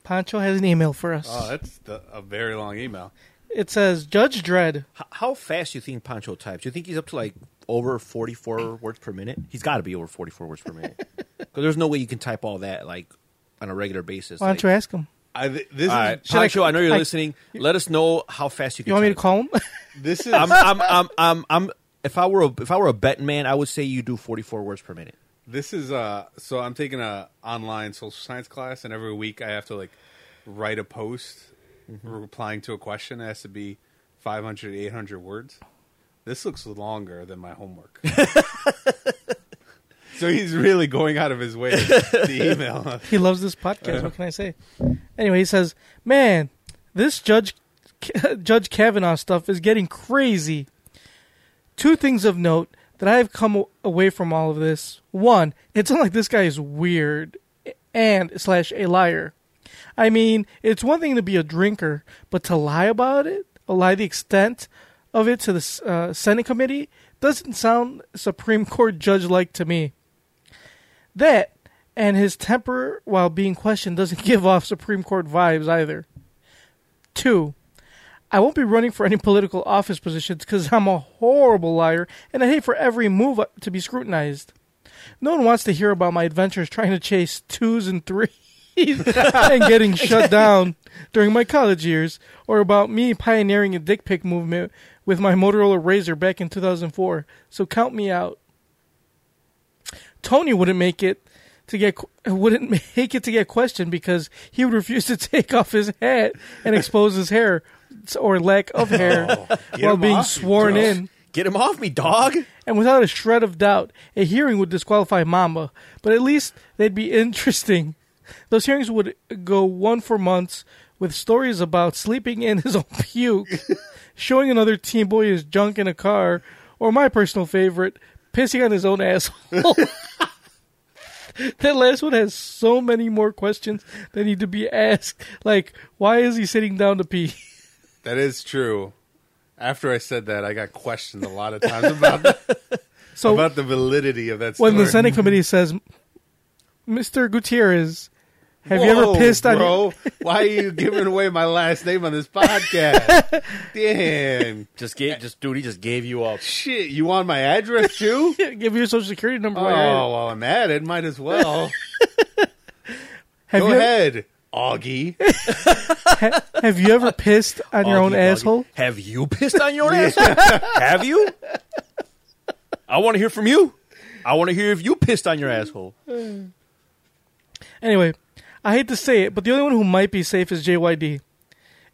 Speaker 2: Pancho has an email for us.
Speaker 3: Oh, that's the, a very long email.
Speaker 2: it says Judge Dredd.
Speaker 4: H- how fast do you think Pancho types? Do you think he's up to like over forty-four words per minute? He's got to be over forty-four words per minute because there's no way you can type all that like on a regular basis.
Speaker 2: Why don't
Speaker 4: like-
Speaker 2: you ask him?
Speaker 3: I th- this is
Speaker 4: All right,
Speaker 2: Should I-
Speaker 4: Pancho, I know you're
Speaker 2: I-
Speaker 4: listening. Let us know how fast you can.
Speaker 2: You want me to
Speaker 4: type.
Speaker 2: call him?
Speaker 3: this is
Speaker 4: I'm, I'm, I'm, I'm, I'm, if I were a, if I were a betting man, I would say you do 44 words per minute.
Speaker 3: this is uh so I'm taking a online social science class and every week I have to like write a post
Speaker 2: Mm-hmm.
Speaker 3: replying to a question. It has to be 500 800 words. This looks longer than my homework. so he's really going out of his way to email.
Speaker 2: he loves this podcast. What can I say? Anyway, he says, "Man, this Judge Judge Kavanaugh stuff is getting crazy." Two things of note that I have come a- away from all of this: one, it's not like this guy is weird and slash a liar. I mean, it's one thing to be a drinker, but to lie about it, or lie the extent of it to the s- uh, Senate committee, doesn't sound Supreme Court judge like to me. That and his temper while being questioned doesn't give off Supreme Court vibes either. Two, I won't be running for any political office positions because I'm a horrible liar and I hate for every move to be scrutinized. No one wants to hear about my adventures trying to chase twos and threes and getting shut down during my college years, or about me pioneering a dick pic movement with my Motorola Razor back in 2004. So count me out. Tony wouldn't make it to get wouldn't make it to get questioned because he would refuse to take off his hat and expose his hair, heads or lack of hair while
Speaker 4: him
Speaker 2: being
Speaker 4: off, you
Speaker 2: sworn
Speaker 4: gross.
Speaker 2: in.
Speaker 4: Get him off me, dog.
Speaker 2: And without a shred of doubt, a hearing would disqualify Mamba, but at least they'd be interesting. Those hearings would go one for months with stories about sleeping in his own puke, showing another teen boy his junk in a car, or my personal favorite, pissing on his own asshole. that last one has so many more questions that need to be asked, like why is he sitting down to pee?
Speaker 3: That is true. After I said that, I got questioned a lot of times about the,
Speaker 2: So
Speaker 3: about the validity of that story.
Speaker 2: Oh. when the Senate committee says, "Mr. Gutierrez, have you ever
Speaker 3: Whoa,
Speaker 2: pissed on?" your-"
Speaker 3: bro? Why are you giving away my last name on this podcast? Damn.
Speaker 4: Just gave, just dude, he just gave you up.
Speaker 3: Shit, you want my address too?
Speaker 2: Give your social security number.
Speaker 3: Oh,
Speaker 2: while you're at it.
Speaker 3: well, I'm at it. Might as well.
Speaker 2: have
Speaker 3: Go
Speaker 2: you
Speaker 3: ahead, Augie.
Speaker 2: have you ever pissed on your own asshole?
Speaker 4: Have you pissed on your asshole? Have you? I want to hear from you. I want to hear if you pissed on your asshole.
Speaker 2: Anyway, I hate to say it, but the only one who might be safe is JYD.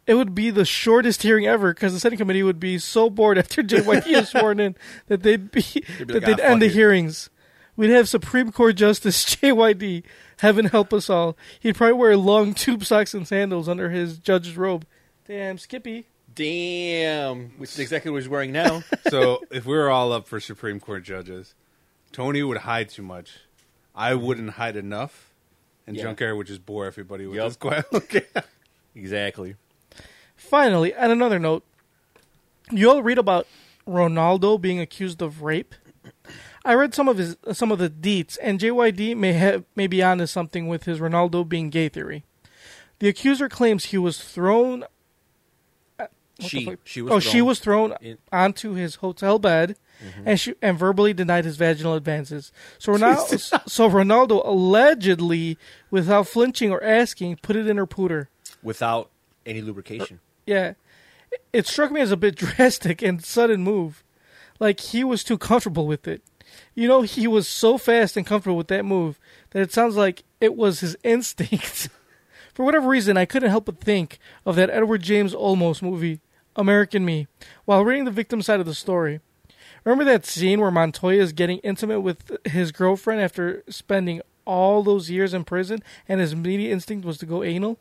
Speaker 2: It would be the shortest hearing ever because the Senate committee would be so bored after JYD is sworn in that they'd be,
Speaker 4: be
Speaker 2: that
Speaker 4: like,
Speaker 2: they'd
Speaker 4: "Ah,
Speaker 2: end
Speaker 4: fuck
Speaker 2: the
Speaker 4: it."
Speaker 2: hearings. We'd have Supreme Court Justice JYD. Heaven help us all. He'd probably wear long tube socks and sandals under his judge's robe. Damn, Skippy.
Speaker 4: Damn, which is exactly what he's wearing now.
Speaker 3: So if we were all up for Supreme Court judges, Tony would hide too much. I wouldn't hide enough, and
Speaker 4: Mm-hmm. Yeah.
Speaker 3: Junker would just bore everybody with
Speaker 4: Yup.
Speaker 3: his quite okay.
Speaker 4: exactly.
Speaker 2: Finally, on another note, you all read about Ronaldo being accused of rape. I read some of his some of the deets, and JYD may have may be onto something with his Ronaldo being gay theory. The accuser claims he was thrown.
Speaker 4: She, she was.
Speaker 2: oh, she
Speaker 4: thrown.
Speaker 2: was thrown
Speaker 4: in- Mm-hmm.
Speaker 2: onto his hotel bed, and she and verbally denied his vaginal advances. So Ronaldo, so Ronaldo allegedly, without flinching or asking, put it in her pooter.
Speaker 4: without any lubrication.
Speaker 2: Yeah. It struck me as a bit drastic and sudden move. Like he was too comfortable with it. You know, he was so fast and comfortable with that move that it sounds like it was his instinct. For whatever reason, I couldn't help but think of that Edward James Olmos movie, American Me, while reading the victim side of the story. Remember that scene where Montoya is getting intimate with his girlfriend after spending all those years in prison and his immediate instinct was to go anal?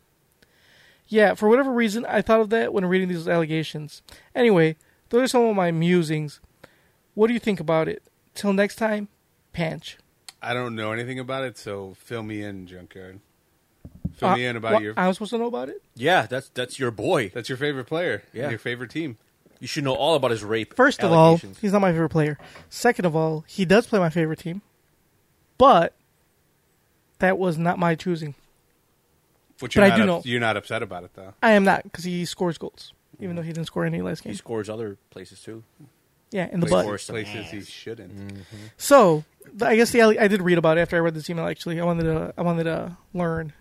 Speaker 2: Yeah, for whatever reason, I thought of that when reading these allegations. Anyway, those are some of my musings. What do you think about it? Till next time, Panch.
Speaker 3: I don't know anything about it, so fill me in, Junkyard. Fill me in
Speaker 2: Uh,
Speaker 3: about
Speaker 2: what-
Speaker 3: your.
Speaker 2: I'm supposed to know about it?
Speaker 4: Yeah, that's that's your boy.
Speaker 3: that's your favorite player. and
Speaker 4: Yeah.
Speaker 3: Your favorite team.
Speaker 4: You should know all about his rape.
Speaker 2: First of all,
Speaker 4: allegations.
Speaker 2: he's not my favorite player. Second of all, he does play my favorite team. But that was not my choosing.
Speaker 3: But, you're
Speaker 2: I
Speaker 3: not
Speaker 2: do
Speaker 3: up-
Speaker 2: know-
Speaker 3: You're not upset about it, though.
Speaker 2: I am not, because he scores goals, even though he didn't score any last
Speaker 4: he
Speaker 2: game.
Speaker 4: scores other places too.
Speaker 2: Yeah, in the
Speaker 3: Place-
Speaker 2: butt.
Speaker 4: scores some
Speaker 3: places
Speaker 4: ass.
Speaker 3: he shouldn't.
Speaker 4: Mm.
Speaker 2: So th- I guess the alle- I did read about it after I read this email. Actually, I wanted to I wanted to learn.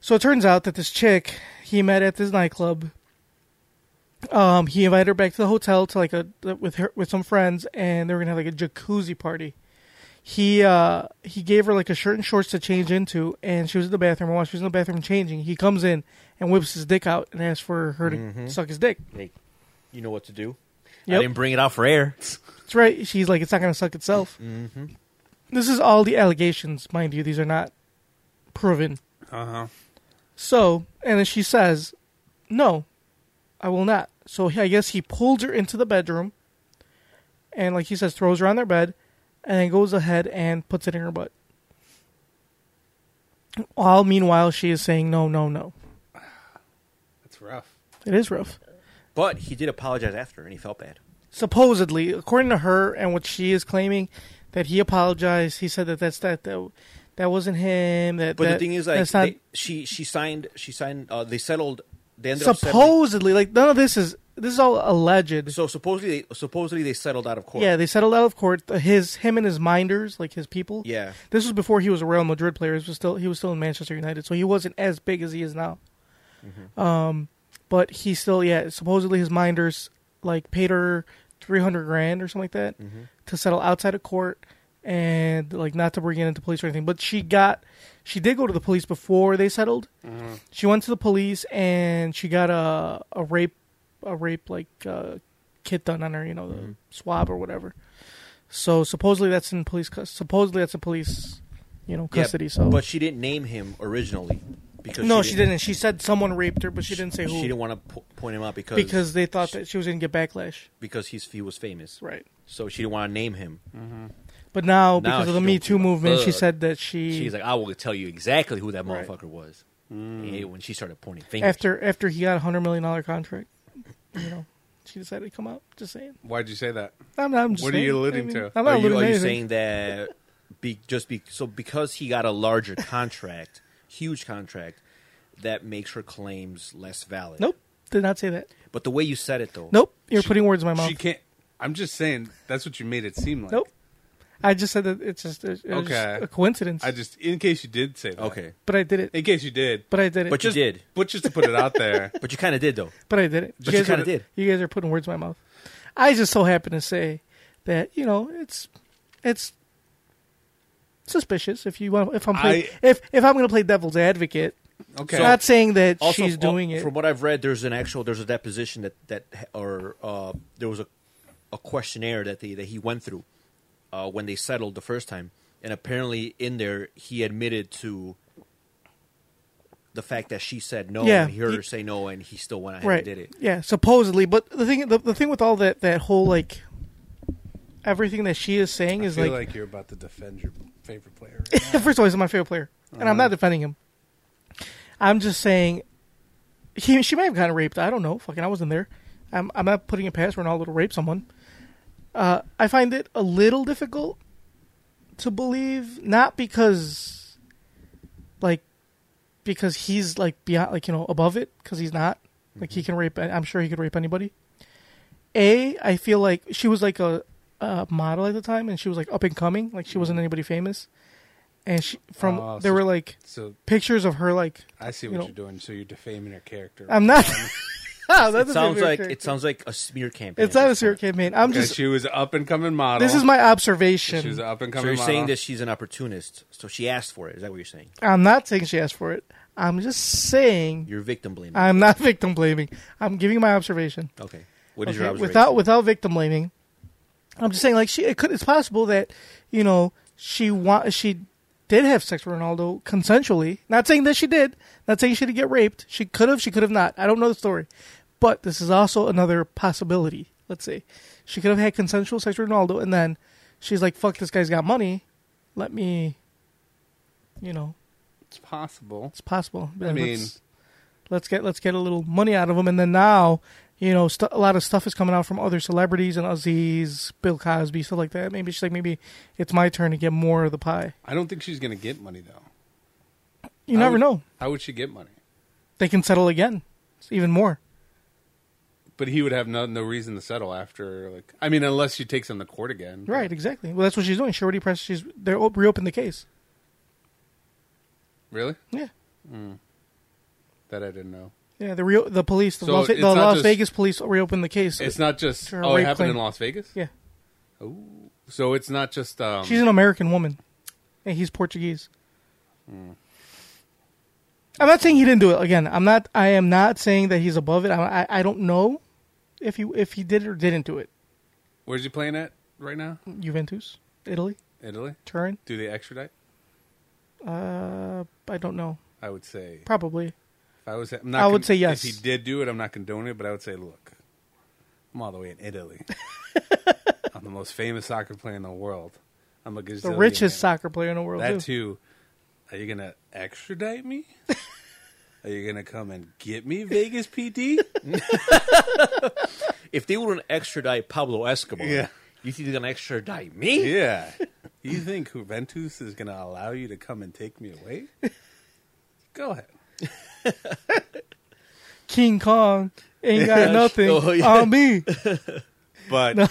Speaker 2: So it turns out that this chick he met at this nightclub. Um, he invited her back to the hotel to like a with her with some friends, and they were gonna have like a jacuzzi party. He uh he gave her like a shirt and shorts to change into, and she was in the bathroom. And while she was in the bathroom changing, he comes in and whips his dick out and asks for her to suck his dick.
Speaker 4: Hey, you know what to do.
Speaker 2: Yep.
Speaker 4: I didn't bring it out for air.
Speaker 2: That's right. She's like, it's not going to suck itself. Mm-hmm. This is all the allegations, mind you. These are not proven.
Speaker 3: Uh huh.
Speaker 2: So, and then she says, no, I will not. So he- I guess he pulls her into the bedroom and, like he says, throws her on their bed and then goes ahead and puts it in her butt. All meanwhile, she is saying, no, no, no.
Speaker 3: That's rough.
Speaker 2: It is rough.
Speaker 4: But he did apologize after, and he felt bad.
Speaker 2: supposedly, according to her and what she is claiming, that he apologized. He said that that's that that, that wasn't him. That
Speaker 4: But
Speaker 2: that,
Speaker 4: the thing is, like,
Speaker 2: that's not
Speaker 4: they- she she signed she signed. Uh, they settled. They ended up settling-
Speaker 2: supposedly like none of this is this is all alleged.
Speaker 4: so supposedly they, supposedly they settled out of court.
Speaker 2: yeah, they settled out of court. The- His him and his minders, like his people.
Speaker 4: Yeah.
Speaker 2: this was before he was a Real Madrid player. He was still he was still in Manchester United, so he wasn't as big as he is now. Um,
Speaker 4: Mm-hmm.
Speaker 2: but he still yeah. Supposedly his
Speaker 4: Mm-hmm.
Speaker 2: minders like paid her three hundred grand or something like that to settle outside of court, and like not to bring it into police or anything, but she got she did go to the police before they settled.
Speaker 4: Mm-hmm.
Speaker 2: She went to the police and she got a a rape a rape like uh, kit done on her, you know,
Speaker 4: Mm-hmm.
Speaker 2: the swab or whatever. So supposedly that's in police cus- supposedly that's in police, you know, custody. so
Speaker 4: but she didn't name him originally because
Speaker 2: no, she didn't. She said someone raped her, but she didn't say who
Speaker 4: She didn't want to po- point him out because because
Speaker 2: because they thought that she was going to get backlash.
Speaker 4: because he's he was famous,
Speaker 2: Right.
Speaker 4: So she didn't want to name him.
Speaker 2: But now,
Speaker 4: Now
Speaker 2: because of the
Speaker 4: she
Speaker 2: Me
Speaker 4: don't
Speaker 2: Too
Speaker 4: give a
Speaker 2: movement, she
Speaker 4: fuck.
Speaker 2: said that she
Speaker 4: She's like, I will tell you exactly who that
Speaker 2: Right. Mm.
Speaker 4: motherfucker was. And when she started pointing fingers,
Speaker 2: after after he got a hundred million dollar contract, you know, she decided to come out. Just saying.
Speaker 3: Why'd you say that?
Speaker 2: I'm, I'm just
Speaker 3: What are you
Speaker 2: saying.
Speaker 3: alluding
Speaker 2: I mean,
Speaker 3: to?
Speaker 2: I'm not
Speaker 4: are
Speaker 2: alluding to
Speaker 4: you, are you
Speaker 2: anything.
Speaker 4: saying that be, just be so because he got a larger contract, huge contract, that makes her claims less valid?
Speaker 2: Nope, did not say that.
Speaker 4: But the way you said it though,
Speaker 2: Nope, you're putting words in my mouth.
Speaker 3: She can't. I'm just saying that's what you made it seem like.
Speaker 2: nope, I just said that it's just, it's just
Speaker 3: Okay.
Speaker 2: a coincidence.
Speaker 3: I just, in case you did say that.
Speaker 4: Okay,
Speaker 2: but I did it.
Speaker 3: In case you did.
Speaker 2: But I did it.
Speaker 4: but you
Speaker 3: just,
Speaker 4: did.
Speaker 3: But just to put it out there.
Speaker 4: But you kind of did though.
Speaker 2: But I did it.
Speaker 4: But you
Speaker 2: guys
Speaker 4: kinda
Speaker 2: are-
Speaker 4: did.
Speaker 2: You guys are putting words in my mouth. I just so happen to say that you know it's it's suspicious if you want if I'm play, if if I'm going to play devil's advocate.
Speaker 3: Okay.
Speaker 2: not saying that
Speaker 4: Also,
Speaker 2: she's
Speaker 4: uh,
Speaker 2: doing it.
Speaker 4: From what I've read, there's an actual there's a deposition that that or uh, there was a a questionnaire that they that he went through uh, when they settled the first time, and apparently in there he admitted to the fact that she said no
Speaker 2: Yeah,
Speaker 4: and he heard
Speaker 2: he-
Speaker 4: her say no, and he still went ahead
Speaker 2: right?
Speaker 4: and did it.
Speaker 2: Yeah, supposedly. But the thing the, the thing with all that that whole like everything that she is saying
Speaker 3: I
Speaker 2: is
Speaker 3: feel
Speaker 2: like,
Speaker 3: like, you're about to defend your favorite player.
Speaker 2: first of all, he's my favorite player, and I'm not defending him. I'm just saying he she may have gotten raped. I don't know. Fucking, I wasn't there. I'm I'm not putting it past Ronaldo to rape someone. Uh, I find it a little difficult to believe, not because like because he's like beyond like you know above it because he's not like
Speaker 3: Mm-hmm.
Speaker 2: he can rape. I'm sure he could rape anybody. A, I feel like she was like a, a model at the time, and she was like up and coming. Like she wasn't anybody famous, and she from
Speaker 3: Mm-hmm. Oh,
Speaker 2: there
Speaker 3: so-
Speaker 2: were like
Speaker 3: So
Speaker 2: pictures of her like
Speaker 3: I see
Speaker 2: You
Speaker 3: what
Speaker 2: know-
Speaker 3: you are doing. Mm-hmm. So you're defaming her character.
Speaker 2: I'm not. Ah, that
Speaker 4: It
Speaker 2: doesn't
Speaker 4: sounds
Speaker 2: even
Speaker 4: like
Speaker 2: occur.
Speaker 4: it sounds like a smear campaign.
Speaker 2: it's not
Speaker 4: at
Speaker 2: a
Speaker 4: this
Speaker 2: serious
Speaker 4: point.
Speaker 2: campaign. I'm
Speaker 3: Okay,
Speaker 2: just.
Speaker 3: she was an up and coming model.
Speaker 2: This is my
Speaker 3: She was
Speaker 2: observation.
Speaker 3: an up and
Speaker 4: So
Speaker 3: coming.
Speaker 4: you're
Speaker 3: model.
Speaker 4: saying that she's an opportunist, so she asked for it. Is that what you're saying?
Speaker 2: I'm not saying she asked for it. I'm just saying.
Speaker 4: You're victim blaming.
Speaker 2: I'm not victim blaming. I'm giving my observation.
Speaker 4: okay. What is
Speaker 2: Okay,
Speaker 4: your observation?
Speaker 2: without without victim blaming. I'm just saying, like she, it could, it's possible that you know she want she did have sex with Ronaldo consensually. Not saying that she did. Not saying she did get raped. She could have. She could have not. I don't know the story, but this is also another possibility. Let's say she could have had consensual sex with Ronaldo, and then she's like, "Fuck, this guy's got money. Let me." You know,
Speaker 3: it's possible.
Speaker 2: it's possible.
Speaker 3: I mean,
Speaker 2: Let's- let's get let's get a little money out of them and then now you know stu a lot of stuff is coming out from other celebrities and Aziz, Bill Cosby, stuff like that. Maybe she's like, maybe it's my turn to get more of the pie.
Speaker 3: I don't think she's going to get money though.
Speaker 2: You
Speaker 3: How
Speaker 2: never
Speaker 3: would-
Speaker 2: know.
Speaker 3: How would she get money?
Speaker 2: They can settle again, It's even more.
Speaker 3: But he would have no no reason to settle after. Like, I mean, unless she takes him to court again.
Speaker 2: Right? Exactly. Well, that's what she's doing. She already pressed. She's they are reopened the case.
Speaker 3: Really?
Speaker 2: Yeah,
Speaker 3: That I didn't know.
Speaker 2: yeah. The re- the police, the
Speaker 3: So
Speaker 2: Las, Ve-
Speaker 3: it's
Speaker 2: the
Speaker 3: not
Speaker 2: Las
Speaker 3: just-
Speaker 2: Vegas police reopened the case.
Speaker 3: It's not just.
Speaker 2: Sure,
Speaker 3: oh, it
Speaker 2: rape
Speaker 3: happened
Speaker 2: claim.
Speaker 3: in Las Vegas.
Speaker 2: yeah,
Speaker 3: So it's not just. Um,
Speaker 2: she's an American woman, and he's Portuguese. I'm not saying he didn't do it. Again, I'm not. I am not saying that he's above it. I, I, I don't know if he if he did or didn't do it.
Speaker 3: where's he playing at right now?
Speaker 2: Juventus, Italy,
Speaker 3: Italy.
Speaker 2: Turin. Uh,
Speaker 3: Do they extradite?
Speaker 2: I don't know.
Speaker 3: I would say.
Speaker 2: Probably.
Speaker 3: If I was, I'm not
Speaker 2: I would
Speaker 3: con-
Speaker 2: say yes.
Speaker 3: If he did do it, I'm not condoning it, but I would say, look, I'm all the way in Italy. I'm the most famous soccer player in the world. I'm a
Speaker 2: The richest soccer player in the world.
Speaker 3: That
Speaker 2: too.
Speaker 3: too. Are you gonna extradite me? Are you gonna come and get me, Vegas PD?
Speaker 4: if they wouldn't extradite Pablo Escobar,
Speaker 3: Yeah.
Speaker 4: you think they're gonna extradite me?
Speaker 3: yeah. You think Juventus is gonna allow you to come and take me away? Go ahead.
Speaker 2: King Kong ain't got nothing
Speaker 4: Oh, yeah.
Speaker 2: on me.
Speaker 3: But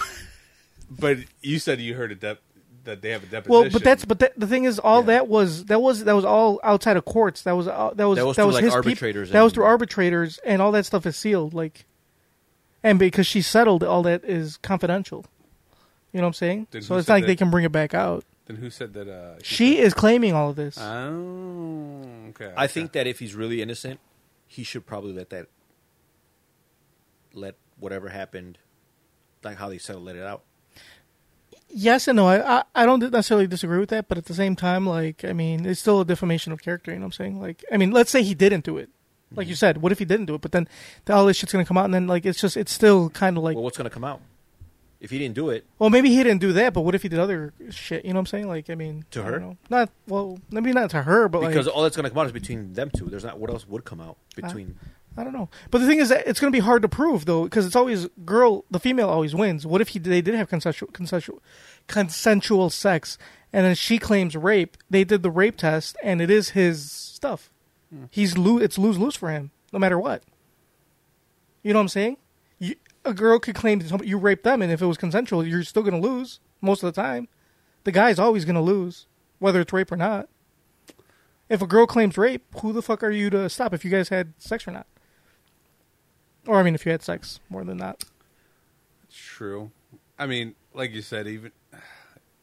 Speaker 3: but you said you heard a dep that they have a deposition.
Speaker 2: Well, but that's but that, the thing is, all
Speaker 4: Yeah.
Speaker 2: that was that was that was all outside of courts. That was uh, that was
Speaker 4: That was through,
Speaker 2: was
Speaker 4: like,
Speaker 2: his peop-
Speaker 4: arbitrators
Speaker 2: that was
Speaker 4: and-
Speaker 2: through arbitrators, and all that stuff is sealed. Like, and because she settled, all that is confidential. You know what I'm saying?
Speaker 3: Did-
Speaker 2: so
Speaker 3: who
Speaker 2: it's
Speaker 3: said
Speaker 2: not like
Speaker 3: that?
Speaker 2: they can bring it back out.
Speaker 3: Then who said that? Uh-huh. Uh, he-
Speaker 2: She is claiming all of this.
Speaker 3: Oh, okay.
Speaker 4: I
Speaker 3: okay.
Speaker 4: think that if he's really innocent, he should probably let that let whatever happened, like how they settled, let it out.
Speaker 2: yes and no. I, I I don't necessarily disagree with that, but at the same time, like I mean, it's still a defamation of character. You know what I'm saying? Like I mean, let's say he didn't do it. Like you said, what if he didn't do it? But then the, all this shit's gonna come out, and then like it's just it's still kind of like
Speaker 4: Well, what's going to come out if he didn't do it?
Speaker 2: Well, maybe he didn't do that, but what if he did other shit? You know what I'm saying? Like, I mean,
Speaker 4: To
Speaker 2: I
Speaker 4: her?
Speaker 2: don't know. not well, maybe not to her, but
Speaker 4: Because
Speaker 2: like,
Speaker 4: all that's going to come out is between them two. There's not what else would come out between.
Speaker 2: I don't know. But the thing is, that it's going to be hard to prove though, because it's always girl, the female always wins. What if he they did have consensual, consensual, consensual sex, and then she claims rape? They did the rape test, and it is his stuff. He's lo- it's lose lose for him, no matter what. You know what I'm saying? You, a girl could claim that somebody- you raped them, and if it was consensual, you're still going to lose most of the time. The guy's always going to lose, whether it's rape or not. If a girl claims rape, who the fuck are you to stop if you guys had sex or not? Or, I mean, if you had sex more than not.
Speaker 3: It's true. I mean, like you said, even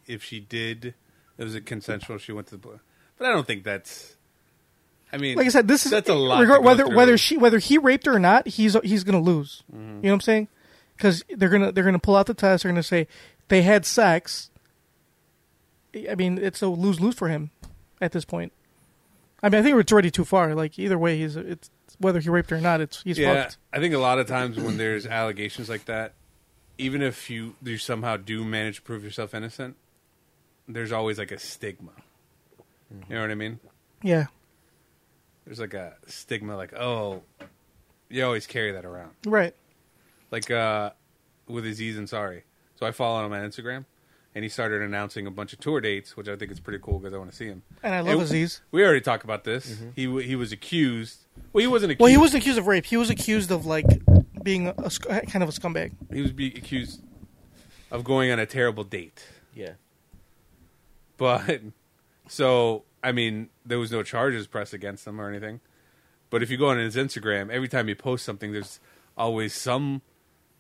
Speaker 3: if she did, it was a consensual. She went to the, pl- but I don't think that's. I mean,
Speaker 2: Like I said, this is
Speaker 3: that's a lot.
Speaker 2: regard-
Speaker 3: to go
Speaker 2: whether
Speaker 3: through. Mm-hmm.
Speaker 2: whether she whether he raped her or not, he's he's gonna lose. You know what I'm saying? Because they're gonna they're gonna pull out the test. They're gonna say they had sex. I mean, it's a lose lose for him at this point. I mean, I think it's already too far. Like either way, he's it's whether he raped her or not. It's he's
Speaker 3: yeah,
Speaker 2: fucked.
Speaker 3: I think a lot of times when there's allegations like that, even if you you somehow do manage to prove yourself innocent, there's always like a stigma. You know what I mean?
Speaker 2: Yeah,
Speaker 3: There's like a stigma, like oh, you always carry that around.
Speaker 2: right.
Speaker 3: like uh with Aziz Ansari. So I follow him on Instagram, and he started announcing a bunch of tour dates, which I think is pretty cool because I want to see him.
Speaker 2: And I love Aziz.
Speaker 3: We already talked about this. He w- he was accused. Well, he wasn't accused.
Speaker 2: Well, he wasn't accused of rape. He was accused of like being a, sc- kind of a scumbag.
Speaker 3: He was be accused of going on a terrible date.
Speaker 4: Yeah.
Speaker 3: But so I mean, there was no charges pressed against him or anything. But if you go on his Instagram, every time he posts something, there's always some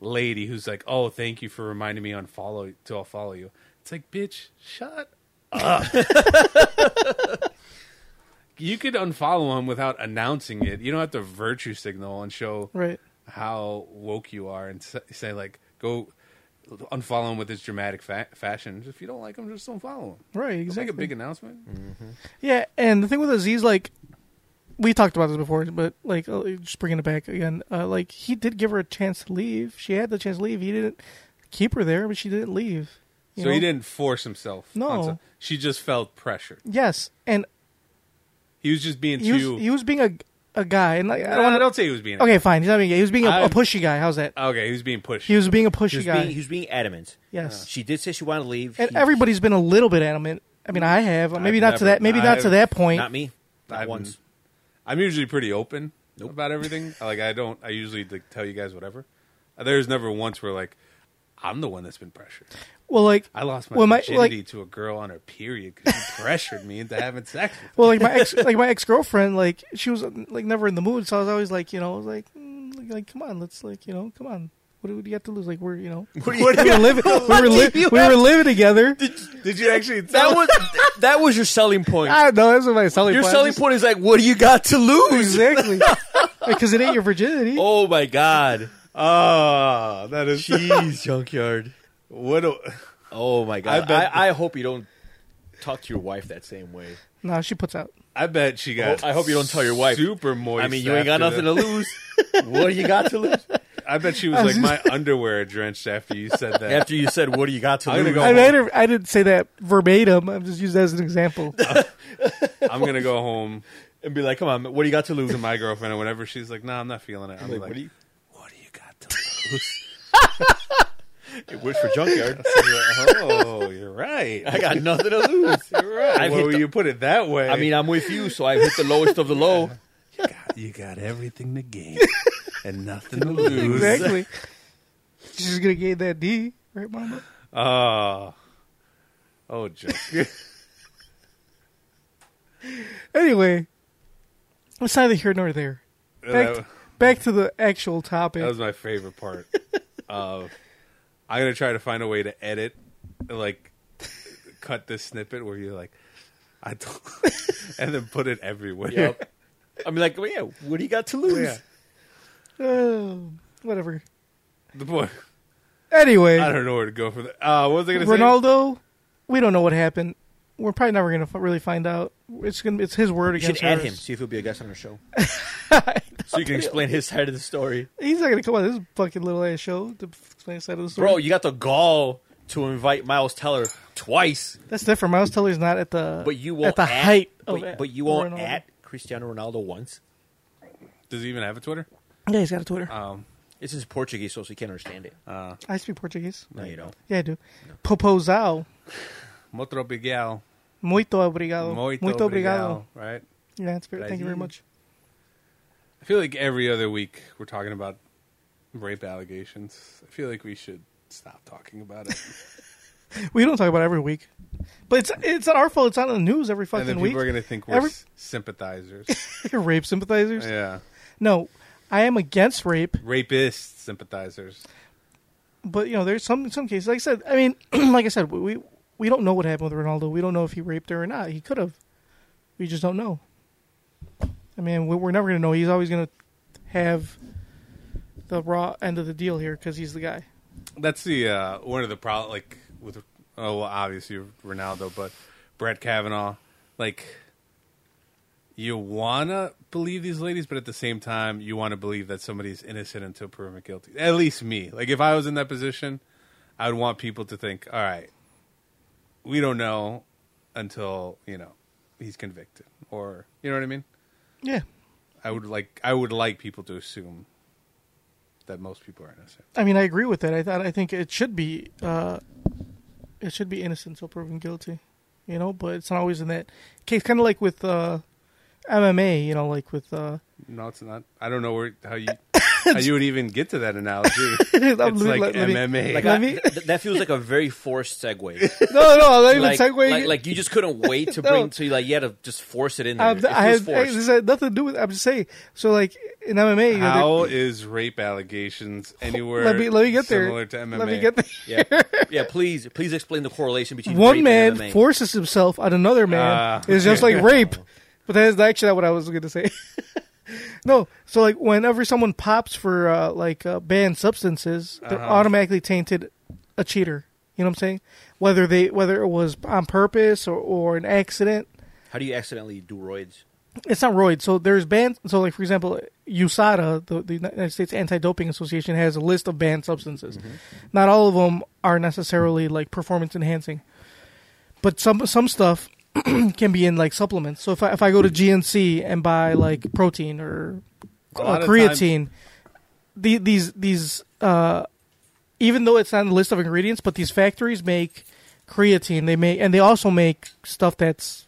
Speaker 3: lady who's like, "Oh, thank you for reminding me on follow to I'll follow you." It's like, bitch, shut up. you could unfollow him without announcing it. You don't have to virtue signal and show
Speaker 2: Right.
Speaker 3: how woke you are and s- say like, go unfollow him with this dramatic fa- fashion. If you don't like him, just don't follow him.
Speaker 2: Right.
Speaker 3: Don't
Speaker 2: Exactly. Mm.
Speaker 3: Make a big announcement.
Speaker 2: Yeah, and the thing with Aziz, like, we talked about this before, but like, uh, just bringing it back again, uh, like he did give her a chance to leave. She had the chance to leave. He didn't keep her there, but she didn't leave. you
Speaker 3: So he
Speaker 2: know?
Speaker 3: didn't force himself.
Speaker 2: No.
Speaker 3: on some- she just felt pressure.
Speaker 2: Yes, and
Speaker 3: He was just being
Speaker 2: he
Speaker 3: too.
Speaker 2: was, he was being a a guy, and like, I
Speaker 3: I,
Speaker 2: don't
Speaker 3: don't, I
Speaker 2: want
Speaker 3: don't say he was being.
Speaker 2: to. Okay, fine. He's not being gay. He was being a, a
Speaker 3: I'm-
Speaker 2: pushy guy. How's that?
Speaker 3: Okay, he was being pushed.
Speaker 2: He was being a
Speaker 4: He
Speaker 2: pushy
Speaker 4: was,
Speaker 2: guy,
Speaker 4: being, he was being adamant.
Speaker 2: Yes.
Speaker 4: She did say she wanted to leave.
Speaker 2: and
Speaker 4: He-
Speaker 2: everybody's been a little bit adamant. I mean, I have. Maybe not to
Speaker 3: never-
Speaker 2: that. Maybe not to
Speaker 3: I've-
Speaker 2: that point.
Speaker 4: Not me. Not
Speaker 3: I've-
Speaker 4: once.
Speaker 3: I'm usually pretty open about everything. Like I don't. I usually like, tell you guys whatever. There's never once where like I'm the one that's been pressured.
Speaker 2: Well, like
Speaker 3: I lost my
Speaker 2: well,
Speaker 3: virginity
Speaker 2: like,
Speaker 3: to a girl on her period because she pressured me into having sex. With
Speaker 2: well, like my ex, like my ex girlfriend, like she was like never in the mood, so I was always like, you know, I was like, mm, like, like, come on, let's like, you know, come on, what do you have to lose? Like we're, you know, we were living, we were, li- we were living together.
Speaker 3: her. Did you actually?
Speaker 5: That was that was your selling point.
Speaker 3: ah,
Speaker 2: I don't know that's what my selling
Speaker 5: Your
Speaker 2: point.
Speaker 5: selling point is like, what do you got to lose?
Speaker 2: exactly because it ain't your virginity.
Speaker 5: Oh my god.
Speaker 3: Ah, that is
Speaker 5: Jeez, junkyard.
Speaker 3: what. A,
Speaker 4: Oh my god! I,
Speaker 3: I bet-
Speaker 4: I, hope you don't talk to your wife that same way.
Speaker 2: No, she puts out.
Speaker 3: I bet she got.
Speaker 4: I hope you don't tell your wife.
Speaker 3: Super moist.
Speaker 4: I mean, you ain't got
Speaker 3: after
Speaker 4: nothing
Speaker 3: that.
Speaker 4: to lose. what do you got to lose?
Speaker 3: I bet she was like, my underwear drenched after you said that.
Speaker 4: After you said, "What do you got to
Speaker 3: I'm gonna
Speaker 4: lose?"
Speaker 3: go.
Speaker 2: I, mean, I,
Speaker 3: Home.
Speaker 2: didn't, I didn't say that verbatim. I'm just used that as an example.
Speaker 3: I'm gonna go home
Speaker 4: and be like, "Come on, what do you got to lose?"
Speaker 3: to my girlfriend, and whenever she's like, "No, nah, I'm not feeling it," I'm
Speaker 4: Like,
Speaker 3: like,
Speaker 4: what do you?
Speaker 3: "What do you got to lose?"
Speaker 4: It was for junkyard.
Speaker 3: oh, you're right.
Speaker 4: I got nothing to lose.
Speaker 3: You're right.
Speaker 4: I've hit
Speaker 3: well,
Speaker 4: the-
Speaker 3: you put it that way.
Speaker 4: I mean, I'm with you, so I hit the lowest of the low.
Speaker 3: you got everything to gain and nothing to lose.
Speaker 2: exactly. She's gonna get that D, right, Mama?
Speaker 3: Oh, oh, joke.
Speaker 2: Anyway, it's neither here nor there. Back,
Speaker 3: Uh, that,
Speaker 2: back to the actual topic.
Speaker 3: that was my favorite part. Of I'm gonna try to find a way to edit, like cut this snippet where you're like, I don't, and then put it everywhere.
Speaker 5: Yep. I'm like, well, yeah, what do you got to lose?
Speaker 3: Yeah.
Speaker 2: Oh, whatever.
Speaker 3: The boy,
Speaker 2: Anyway,
Speaker 3: I don't know where to go from that. Uh, what was I going to say?
Speaker 2: Ronaldo, we don't know what happened. We're probably never going to really find out. It's gonna it's his word
Speaker 4: You should
Speaker 2: against
Speaker 4: add
Speaker 2: ours.
Speaker 4: him, see if he'll be a guest on our show. so you can explain his side of the story.
Speaker 2: He's not going to come on this fucking little ass show to explain the side of the story.
Speaker 4: Bro, you got the gall to invite Miles Teller twice,
Speaker 2: That's different. Miles Teller's not at the
Speaker 4: but you won't
Speaker 2: at the
Speaker 4: at-
Speaker 2: height
Speaker 4: but,
Speaker 2: of
Speaker 4: but you won't
Speaker 2: Ronaldo.
Speaker 4: at Cristiano Ronaldo once.
Speaker 3: Does he even have a Twitter?
Speaker 2: Yeah, he's got a Twitter.
Speaker 4: Uh. It's in Portuguese, so he can't understand it.
Speaker 2: I speak Portuguese.
Speaker 4: no, you don't.
Speaker 2: Yeah, I do. Popozao.
Speaker 3: Motro Miguel.
Speaker 2: Muito obrigado.
Speaker 3: Muito, obrigado. Right?
Speaker 2: Yeah, it's very, thank you very
Speaker 3: Brazil.
Speaker 2: much.
Speaker 3: I feel like every other week we're talking about rape allegations. I feel like we should stop talking about it.
Speaker 2: We don't talk about it every week, but it's it's not our fault. It's not on the news every fucking
Speaker 3: and then people
Speaker 2: week.
Speaker 3: are going to think we're
Speaker 2: Every-
Speaker 3: s- sympathizers.
Speaker 2: rape sympathizers.
Speaker 3: yeah.
Speaker 2: No, I am against rape,
Speaker 3: Rapist sympathizers.
Speaker 2: but you know there's some some cases. Like I said, I mean, like I said, we we don't know what happened with Ronaldo. We don't know if he raped her or not. He could have. We just don't know. I mean, we- we're never going to know. He's always going to have the raw end of the deal here because he's the guy.
Speaker 3: That's the uh, one of the problem, like with oh, well, obviously Ronaldo, but Brett Kavanaugh, like you wanna believe these ladies, but at the same time, you want to believe that somebody's innocent until proven guilty. At least me, like if I was in that position, I would want people to think, all right, we don't know until you know he's convicted, or you know what I mean.
Speaker 2: Yeah,
Speaker 3: I would like I would like people to assume that most people are innocent.
Speaker 2: I mean, I agree with that. I thought I think it should be uh, it should be innocent until proven guilty, you know. But it's not always in that case. Kind of like with uh, MMA, you know, like with uh,
Speaker 3: No, it's not. I don't know where how you how you would even get to that analogy. it's
Speaker 2: let
Speaker 3: like
Speaker 2: me- let me-
Speaker 3: MMA.
Speaker 4: Like
Speaker 2: Let
Speaker 4: I-
Speaker 2: me-
Speaker 4: th- that feels like a very forced segue.
Speaker 2: no, no, I'm not even
Speaker 4: like,
Speaker 2: segueing.
Speaker 4: like, like you just couldn't wait to
Speaker 2: No.
Speaker 4: bring to you like you had to just force it in there.
Speaker 2: I'm-
Speaker 4: It
Speaker 2: I
Speaker 4: feels
Speaker 2: have I-
Speaker 4: forced.
Speaker 2: this had nothing to do with. I'm just saying. So, like in MMA, you know,
Speaker 3: how is rape allegations anywhere?
Speaker 2: let me let me get there.
Speaker 3: Similar to MMA.
Speaker 2: Let me get there.
Speaker 4: yeah, yeah. Please, please explain the correlation between rape
Speaker 2: One man
Speaker 4: and MMA.
Speaker 2: forces himself on another man.
Speaker 3: Ah.
Speaker 2: it's just like rape, but that is actually not what I was going to say. no, so like whenever someone pops for uh, like uh, banned substances, they're
Speaker 3: Uh-huh.
Speaker 2: automatically tainted a cheater. You know what I'm saying? Whether they whether it was on purpose or, or an accident,
Speaker 4: How do you accidentally do roids?
Speaker 2: it's not roid. So there's banned. So like for example, USADA, the, the United States Anti-Doping Association, has a list of banned substances.
Speaker 3: Mm-hmm.
Speaker 2: Not all of them are necessarily like performance enhancing, but some some stuff can be in like supplements. So if I if I go to GNC and buy like protein or
Speaker 3: A
Speaker 2: uh,
Speaker 3: lot of
Speaker 2: creatine, the, these these uh, even though it's not on the list of ingredients, but these factories make creatine. They make and they also make stuff that's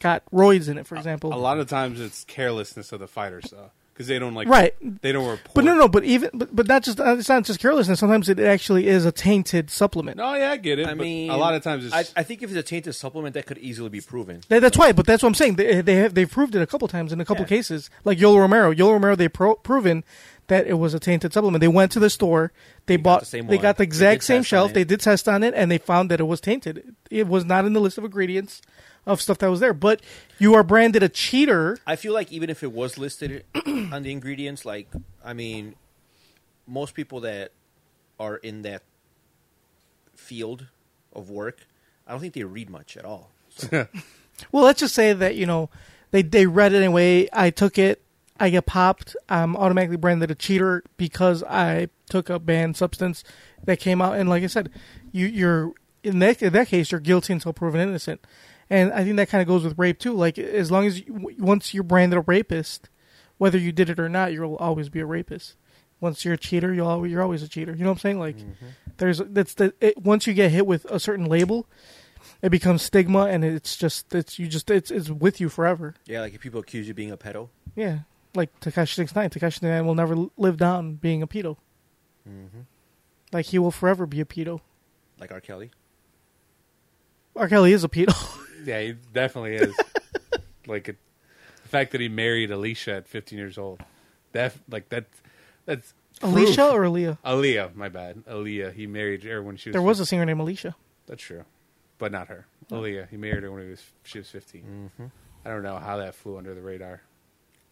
Speaker 2: got roids in it. For example,
Speaker 3: a lot of times it's carelessness of the fighters though, because they don't like
Speaker 2: Right.
Speaker 3: They don't report.
Speaker 2: But no, no. But even but, but not just uh, it's not just carelessness. Sometimes it actually is a tainted supplement.
Speaker 3: No, yeah, I get it.
Speaker 4: I
Speaker 3: but
Speaker 4: mean,
Speaker 3: a lot of times it's
Speaker 4: I, I think if it's a tainted supplement, that could easily be proven.
Speaker 2: That- that's why. But that's what I'm saying. They they have they've proved it a couple times in a couple
Speaker 4: Yeah.
Speaker 2: cases. Like Yolo Romero, Yolo Romero, they pro- proven that it was a tainted supplement. They went to the store, they, bought,
Speaker 4: the same
Speaker 2: they
Speaker 4: one.
Speaker 2: got the
Speaker 4: They
Speaker 2: exact
Speaker 4: did
Speaker 2: same
Speaker 4: test on
Speaker 2: shelf.
Speaker 4: it.
Speaker 2: They did test on it, and they found that it was tainted. It was not in the list of ingredients of stuff that was there. But you are branded a cheater.
Speaker 4: I feel like even if it was listed on the ingredients, like I mean, most people that are in that field of work, I don't think they read much at all.
Speaker 2: Well, let's just say that you know they they read it anyway. I took it. I get popped. I'm automatically branded a cheater because I took a banned substance that came out. And like I said, you you're in that in that case you're guilty until proven innocent. And I think that kind of goes with rape too. Like as long as you, w- once you're branded a rapist, whether you did it or not, you'll always be a rapist. Once you're a cheater, you'll always, you're always a cheater. You know what I'm saying? Like there's that's the it, once you get hit with a certain label, it becomes stigma and it's just it's you just it's it's with you forever.
Speaker 4: Yeah, like if people accuse you of being a pedo,
Speaker 2: Yeah. Like Takashi Six Nine. Takashi Nine will never live down being a pedo. Like he will forever be a pedo.
Speaker 4: like R. Kelly.
Speaker 2: R. Kelly is a pedo.
Speaker 3: yeah, he definitely is. like it, the fact that he married Alicia at 15 years old, that like that that's
Speaker 2: Alicia
Speaker 3: proof.
Speaker 2: or Aaliyah?
Speaker 3: Aaliyah, my bad. Aaliyah, he married her when she was.
Speaker 2: There was a singer named Alicia.
Speaker 3: That's true, but not her.
Speaker 2: Oh.
Speaker 3: Aaliyah. He married her when he was she was 15. Mm-hmm. I don't know how that flew under the radar.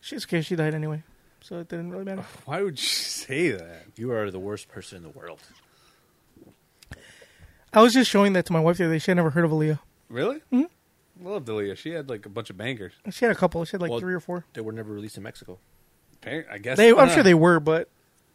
Speaker 2: She's okay. She died anyway, so it didn't really matter.
Speaker 3: Why would you say that?
Speaker 4: You are the worst person in the world.
Speaker 2: I was just showing that to my wife the other day. She had never heard of Aaliyah.
Speaker 3: Really? Mm-hmm. Loved Aaliyah. She had like a bunch of bangers.
Speaker 2: She had a couple. She had like
Speaker 4: Well,
Speaker 2: three or four.
Speaker 4: They were never released in Mexico.
Speaker 3: Appar- I guess
Speaker 2: They, I'm
Speaker 3: uh,
Speaker 2: sure they were, but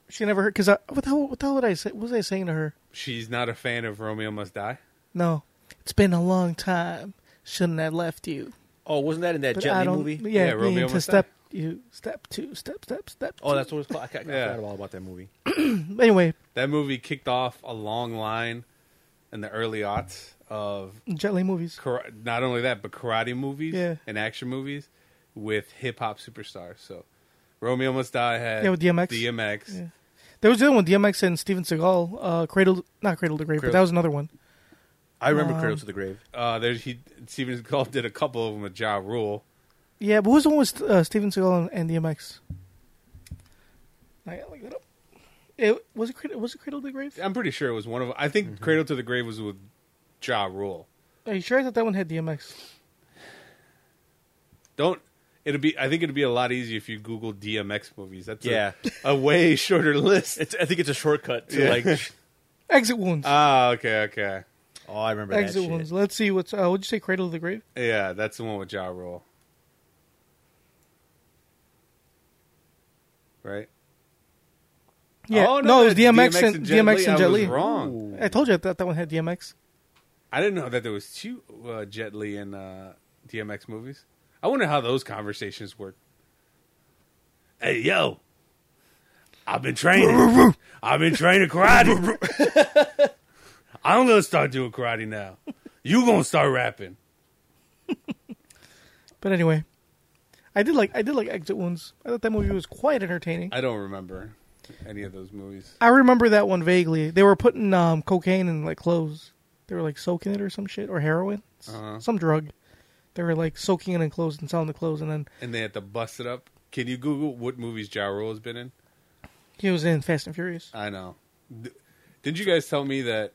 Speaker 2: she never heard. Because what the hell? What the hell did I say? What was I saying to her?
Speaker 3: She's not a fan of Romeo Must Die.
Speaker 2: No, it's been a long time. Shouldn't have left you.
Speaker 4: Oh, wasn't that in that
Speaker 2: But
Speaker 4: Jet
Speaker 2: I
Speaker 4: Li
Speaker 2: don't.
Speaker 4: movie?
Speaker 2: Yeah,
Speaker 3: Yeah,
Speaker 2: me
Speaker 3: Romeo
Speaker 2: to
Speaker 3: Must
Speaker 2: step you step two step step step.
Speaker 4: Oh, that's what it's called. I, I,
Speaker 3: Yeah.
Speaker 4: I forgot all about that movie.
Speaker 2: two. anyway.
Speaker 3: That movie kicked off a long line in the early aughts of
Speaker 2: Jet Li movies.
Speaker 3: kara- not only that, but karate movies
Speaker 2: Yeah.
Speaker 3: and action movies with hip hop superstars. So Romeo Must Die had
Speaker 2: Yeah, with DMX.
Speaker 3: DMX.
Speaker 2: Yeah. There was the other one, DMX and Steven Seagal, uh, Cradle, not Cradle to Grave, but
Speaker 4: Cradle-
Speaker 2: that was another one.
Speaker 4: I
Speaker 3: Um,
Speaker 4: remember Cradle to the Grave.
Speaker 3: Uh, there he Steven Seagal did a couple of them with Ja Rule.
Speaker 2: Yeah, but what was the one with uh, Steven Seagal and, and DMX? I gotta look that up. It was it Cradle, was it Cradle to the Grave?
Speaker 3: I'm pretty sure it was one of. I think
Speaker 2: Mm-hmm.
Speaker 3: Cradle to the Grave was with Ja Rule.
Speaker 2: Are you sure? I thought that one had DMX.
Speaker 3: Don't. It'll be. I think it'll be a lot easier if you Google DMX movies. That's a-
Speaker 4: Yeah.
Speaker 3: a, way shorter list.
Speaker 4: It's, I think it's a shortcut to
Speaker 3: Yeah.
Speaker 4: like.
Speaker 2: Exit wounds.
Speaker 3: Ah, okay, okay.
Speaker 4: Oh, I remember that
Speaker 2: Exit
Speaker 4: shit.
Speaker 2: wounds. Let's see what's. Uh, what'd you say? Cradle to the Grave.
Speaker 3: Yeah, that's the one with Ja Rule. Right?
Speaker 2: Yeah.
Speaker 3: Oh,
Speaker 2: no, it was
Speaker 3: that's
Speaker 2: DMX, and
Speaker 3: Jet
Speaker 2: DMX
Speaker 3: Li.
Speaker 2: and
Speaker 3: I
Speaker 2: Jet
Speaker 3: was
Speaker 2: Li.
Speaker 3: wrong.
Speaker 2: I told you I thought that one had DMX.
Speaker 3: I didn't know that there was two uh, Jet Li and uh, DMX movies. I wonder how those conversations work. Hey, yo. I've been training. I've been training karate. I'm going to start doing karate now. You going to start rapping.
Speaker 2: But anyway, I did like I did like Exit Wounds. I thought that movie was quite entertaining.
Speaker 3: I don't remember any of those movies.
Speaker 2: I remember that one vaguely. They were putting um, cocaine in like clothes. They were like soaking it or some shit or heroin, S-
Speaker 4: Uh-huh.
Speaker 2: some drug. They were like soaking it in clothes and selling the clothes, and then
Speaker 3: and they had to bust it up. Can you Google what movies Ja Rule has been in?
Speaker 2: he was in Fast and Furious.
Speaker 3: I know. D- Didn't you guys tell me that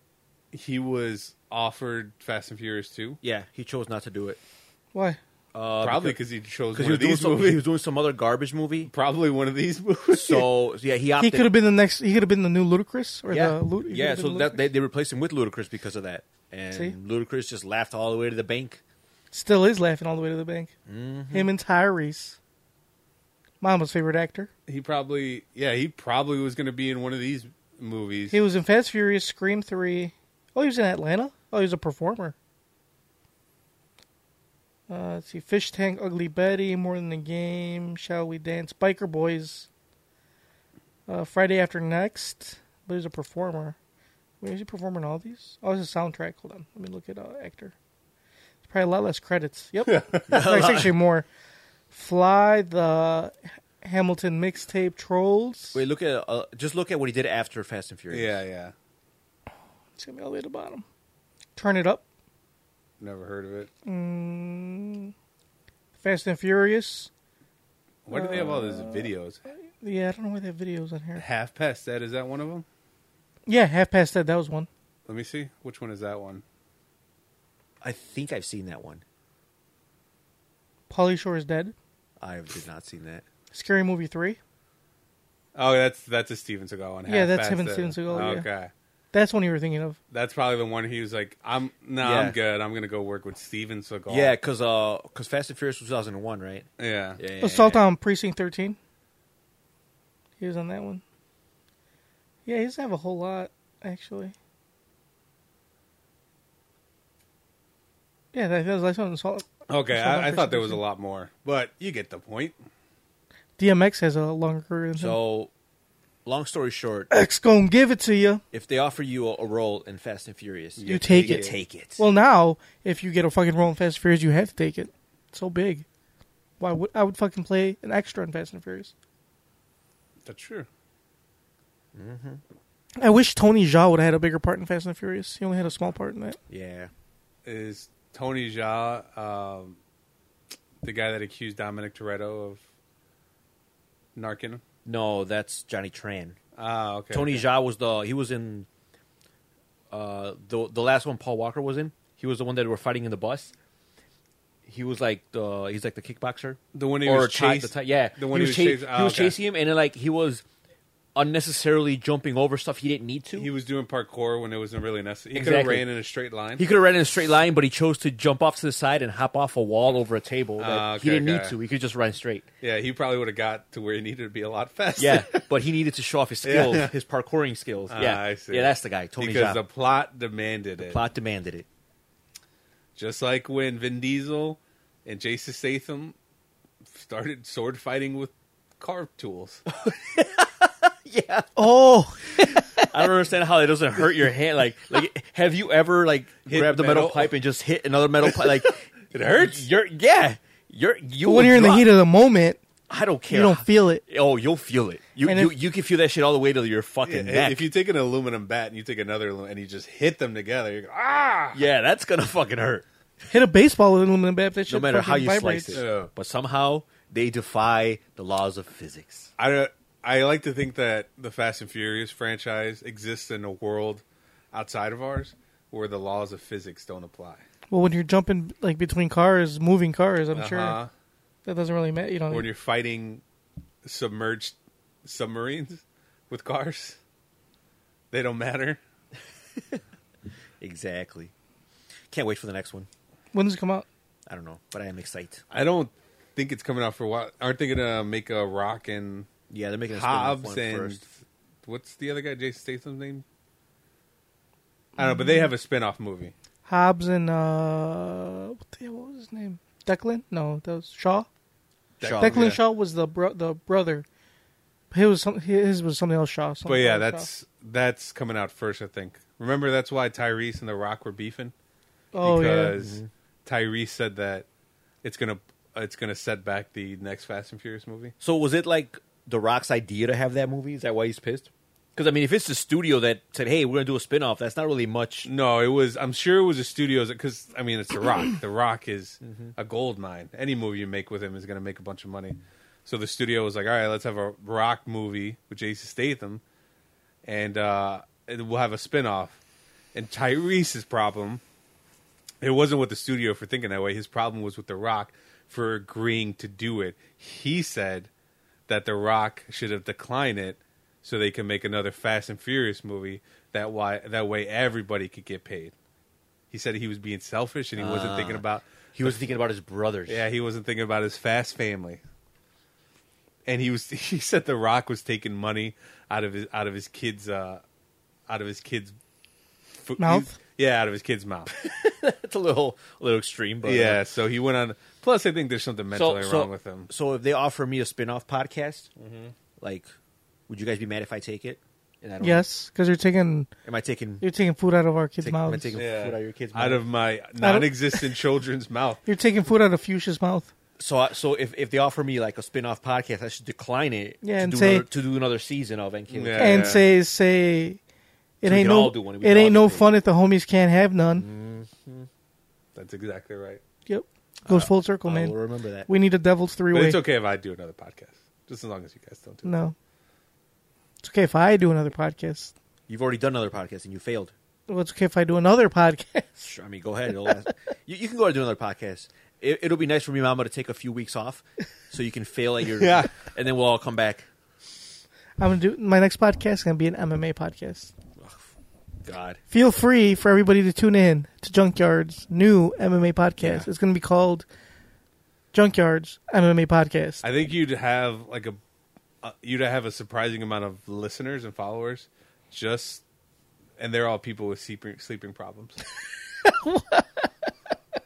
Speaker 3: he was offered Fast and Furious 2?
Speaker 4: Yeah, he chose not to do it
Speaker 2: Why?
Speaker 3: Probably because he chose
Speaker 4: Uh, because
Speaker 3: one of
Speaker 4: he was doing
Speaker 3: these
Speaker 4: some,
Speaker 3: movies.
Speaker 4: he was doing some other garbage movie.
Speaker 3: Probably one of these movies.
Speaker 4: So yeah, he
Speaker 2: He
Speaker 4: opted.
Speaker 2: could have been the next. He could have been the new Ludacris or
Speaker 4: yeah,
Speaker 2: the Lu- he
Speaker 4: yeah.
Speaker 2: could've
Speaker 4: So
Speaker 2: been
Speaker 4: that, they,
Speaker 2: Ludacris.
Speaker 4: they replaced him with Ludacris because of that, and
Speaker 2: See?
Speaker 4: Ludacris just laughed all the way to the bank.
Speaker 2: still is laughing all the way to the bank.
Speaker 4: Mm-hmm.
Speaker 2: Him and Tyrese, Mama's favorite actor.
Speaker 3: he probably, yeah, he probably was going to be in one of these movies.
Speaker 2: He was in Fast and Furious, Scream Three. Oh, he was in Atlanta. Oh, he was a performer. Uh, let's see, Fish Tank, Ugly Betty, More Than a Game, Shall We Dance, Biker Boys. Uh, Friday After Next, but he's a performer. Wait, is he performing all these? Oh, it's a soundtrack. Hold on, let me look at uh, actor. It's probably a lot less credits. Yep, no, it's actually more. Fly the Hamilton mixtape, Trolls.
Speaker 4: Wait, look at uh, just look at what he did after Fast and Furious.
Speaker 3: yeah, yeah.
Speaker 2: It's gonna be all the way at the bottom. Turn it up.
Speaker 3: Never heard of it.
Speaker 2: Fast and Furious.
Speaker 3: Why do they have all
Speaker 4: Uh,
Speaker 3: these videos?
Speaker 2: Yeah, I don't know why they have videos on here.
Speaker 3: Half Past Dead, is that one of them?
Speaker 2: Yeah, half past that. That was one.
Speaker 3: Let me see. Which one is that one?
Speaker 4: I think I've seen that one.
Speaker 2: Polly Shore is dead.
Speaker 4: I did not seen that.
Speaker 2: Scary Movie three.
Speaker 3: Oh, that's that's a Steven Seagal one.
Speaker 2: Yeah,
Speaker 3: Half
Speaker 2: that's
Speaker 3: Past
Speaker 2: him and
Speaker 3: Dead.
Speaker 2: Steven Seagal, yeah.
Speaker 3: Okay.
Speaker 2: That's one you were thinking of.
Speaker 3: That's probably the one he was like, "I'm no,
Speaker 4: Yeah.
Speaker 3: I'm good. I'm gonna go work with Steven Seagal."
Speaker 4: Yeah, because uh, because Fast and Furious was 2001, right?
Speaker 3: yeah.
Speaker 4: Yeah, yeah,
Speaker 2: Assault
Speaker 4: yeah.
Speaker 2: on Precinct thirteen. He was on that one. Yeah, he doesn't have a whole lot actually. Yeah, that, that was the last one. Assault.
Speaker 3: Okay,
Speaker 2: Assault on
Speaker 3: I, I
Speaker 2: Precinct
Speaker 3: thought there was a
Speaker 2: 13.
Speaker 3: lot more, but you get the point.
Speaker 2: DMX has a longer career than him.
Speaker 4: So, long story short,
Speaker 2: X gonna give it to you.
Speaker 4: if they offer you a, a role in Fast and Furious,
Speaker 2: You take
Speaker 4: you
Speaker 2: it.
Speaker 4: Take it.
Speaker 2: Well, now if you get a fucking role in Fast and Furious, you have to take it. It's so big. Why would I would fucking play an extra in Fast and Furious?
Speaker 3: That's true.
Speaker 2: I wish Tony Jaa would have had a bigger part in Fast and the Furious. He only had a small part in that.
Speaker 4: yeah.
Speaker 3: Is Tony Jaa um, the guy that accused Dominic Toretto of narking him?
Speaker 4: No, that's Johnny Tran.
Speaker 3: Ah, okay.
Speaker 4: Tony Jaa was the he was in uh the the last one Paul Walker was in. He was the one that were fighting in the bus. He was like the he's like the kickboxer.
Speaker 3: The one he was
Speaker 4: Ty-
Speaker 3: chased-
Speaker 4: the Ty- yeah,
Speaker 3: the one
Speaker 4: he
Speaker 3: he
Speaker 4: was,
Speaker 3: was
Speaker 4: chas-
Speaker 3: chasing- oh,
Speaker 4: he was
Speaker 3: okay.
Speaker 4: chasing him, and then, like he was unnecessarily jumping over stuff he didn't need to.
Speaker 3: He was doing parkour when it wasn't really necessary. He could have
Speaker 4: Exactly.
Speaker 3: ran in a straight line.
Speaker 4: He could have ran in a straight line, but he chose to jump off to the side and hop off a wall over a table. That
Speaker 3: Ah,
Speaker 4: he
Speaker 3: okay,
Speaker 4: didn't
Speaker 3: okay.
Speaker 4: need to. He could just run straight.
Speaker 3: yeah, he probably would have got to where he needed to be a lot faster.
Speaker 4: Yeah, but he needed to show off his skills, his parkouring skills.
Speaker 3: Ah,
Speaker 4: yeah,
Speaker 3: I see.
Speaker 4: yeah, that's the guy. Tony
Speaker 3: because the
Speaker 4: Jaa.
Speaker 3: plot demanded it.
Speaker 4: plot demanded it.
Speaker 3: Just like when Vin Diesel and Jason Statham started sword fighting with carve tools.
Speaker 4: Oh, I don't understand how it doesn't hurt your hand. Like, like, have you ever like
Speaker 3: Hit
Speaker 4: grabbed a metal,
Speaker 3: metal?
Speaker 4: pipe and just hit another metal pipe? Like,
Speaker 3: It hurts.
Speaker 4: You're yeah. You're you.
Speaker 2: But when
Speaker 4: will
Speaker 2: you're in the
Speaker 4: drop.
Speaker 2: heat of the moment,
Speaker 4: I don't care.
Speaker 2: you don't feel it.
Speaker 4: Oh, you'll feel it. You
Speaker 2: And
Speaker 4: you,
Speaker 2: if-
Speaker 4: you can feel that shit all the way to your
Speaker 3: Yeah,
Speaker 4: fucking neck.
Speaker 3: If you take an aluminum bat and you take another aluminum and you just hit them together, you go, ah!
Speaker 4: yeah, that's gonna fucking hurt.
Speaker 2: Hit a baseball with aluminum bat. That shit
Speaker 4: no matter
Speaker 2: fucking
Speaker 4: how you
Speaker 2: vibrates.
Speaker 4: slice it.
Speaker 3: Yeah.
Speaker 4: But somehow they defy the laws of physics.
Speaker 3: I don't- I like to think that the Fast and Furious franchise exists in a world outside of ours where the laws of physics don't apply.
Speaker 2: Well, when you're jumping like between cars, moving cars, I'm
Speaker 3: Uh-huh.
Speaker 2: sure that doesn't really matter. You don't.
Speaker 3: When you're fighting submerged submarines with cars, they don't matter.
Speaker 4: Exactly. Can't wait for the next one.
Speaker 2: when does it come out?
Speaker 4: I don't know, but I am excited.
Speaker 3: I don't think it's coming out for a while. Aren't they gonna make a Rock and
Speaker 4: Yeah, they're making a spin-off
Speaker 3: Hobbs
Speaker 4: one
Speaker 3: and
Speaker 4: first.
Speaker 3: what's the other guy? Jason Statham's name? I don't know,
Speaker 2: Mm-hmm.
Speaker 3: but they have a spin-off movie.
Speaker 2: Hobbs and uh, what, the, what was his name? Declan? No, that was Shaw.
Speaker 4: Shaw,
Speaker 2: Declan
Speaker 3: yeah.
Speaker 2: Shaw was the bro- the brother. His was some, his was something else. Shaw. something
Speaker 3: But yeah,
Speaker 2: else Shaw.
Speaker 3: that's that's coming out first, I think. Remember that's why Tyrese and The Rock were beefing
Speaker 2: oh yeah.
Speaker 3: because Tyrese said that it's gonna it's gonna set back the next Fast and Furious movie.
Speaker 4: So was it like The Rock's idea to have that movie? Is that why he's pissed? Because I mean, if it's the studio that said, "Hey, we're gonna do a spin-off," that's not really much.
Speaker 3: No, it was. I'm sure it was a studios because I mean it's The Rock. the Rock is a gold mine. Any movie you make with him is going to make a bunch of money. So the studio was like, all right, let's have a Rock movie with Jason Statham, and uh, and we'll have a spinoff. And Tyrese's problem, it wasn't with the studio for thinking that way. His problem was with The Rock for agreeing to do it. He said that The Rock should have declined it so they can make another Fast and Furious movie. That why that way everybody could get paid. He said he was being selfish and he wasn't thinking about
Speaker 4: He was thinking about his brothers.
Speaker 3: yeah he wasn't thinking about his Fast family. And he was he said The Rock was taking money out of his out of his kids uh, out of his kids fo-
Speaker 2: Mouth?
Speaker 3: yeah out of his kids mouth
Speaker 4: it's a little, a little extreme, but uh,
Speaker 3: yeah so he went on. Plus, I think there's something mentally wrong with him. Mm-hmm.
Speaker 4: So if they offer me a spin-off podcast, like, would you guys be mad if I take it? And I don't
Speaker 2: Yes, because you're taking
Speaker 4: Am I taking?
Speaker 2: you're taking food out of our kids'
Speaker 4: Take- am I
Speaker 2: mouths.
Speaker 4: taking- Food out of your kid's
Speaker 3: Out
Speaker 4: mouth.
Speaker 3: of my non-existent children's mouth.
Speaker 2: You're taking food out of Fuchsia's mouth.
Speaker 4: So I, so if, if they offer me like a spin-off podcast, I should decline it.
Speaker 2: Yeah,
Speaker 4: to
Speaker 2: and
Speaker 4: do
Speaker 2: say-
Speaker 4: another, to do another season of and
Speaker 3: Yeah.
Speaker 2: and say say it
Speaker 4: So we
Speaker 2: ain't
Speaker 4: can
Speaker 2: no
Speaker 4: all do one. We
Speaker 2: it
Speaker 4: can all
Speaker 2: ain't no
Speaker 4: do it.
Speaker 2: fun if the homies can't have none.
Speaker 3: Mm-hmm. That's exactly right.
Speaker 2: Yep, goes full circle,
Speaker 4: I
Speaker 2: man.
Speaker 4: will remember that.
Speaker 2: We need a devil's three
Speaker 3: But
Speaker 2: way.
Speaker 3: it's okay if I do another podcast, just as long as you guys don't do. it.
Speaker 2: No, it's okay if I do another podcast.
Speaker 4: You've already done another podcast and you failed.
Speaker 2: Well, it's okay if I do another podcast.
Speaker 4: Sure, I mean, go ahead. It'll last- you, you can go ahead and do another podcast. It, it'll be nice for me, Mama, to take a few weeks off so you can fail at your.
Speaker 3: Yeah.
Speaker 4: And then we'll all come back.
Speaker 2: I'm gonna do my next podcast. is Gonna be an MMA podcast.
Speaker 4: God.
Speaker 2: Feel free for everybody to tune in to Junkyard's new MMA podcast. It's gonna be called Junkyard's MMA podcast.
Speaker 3: I think you'd have like a uh, you'd have a surprising amount of listeners and followers, just and they're all people with sleeping sleeping problems.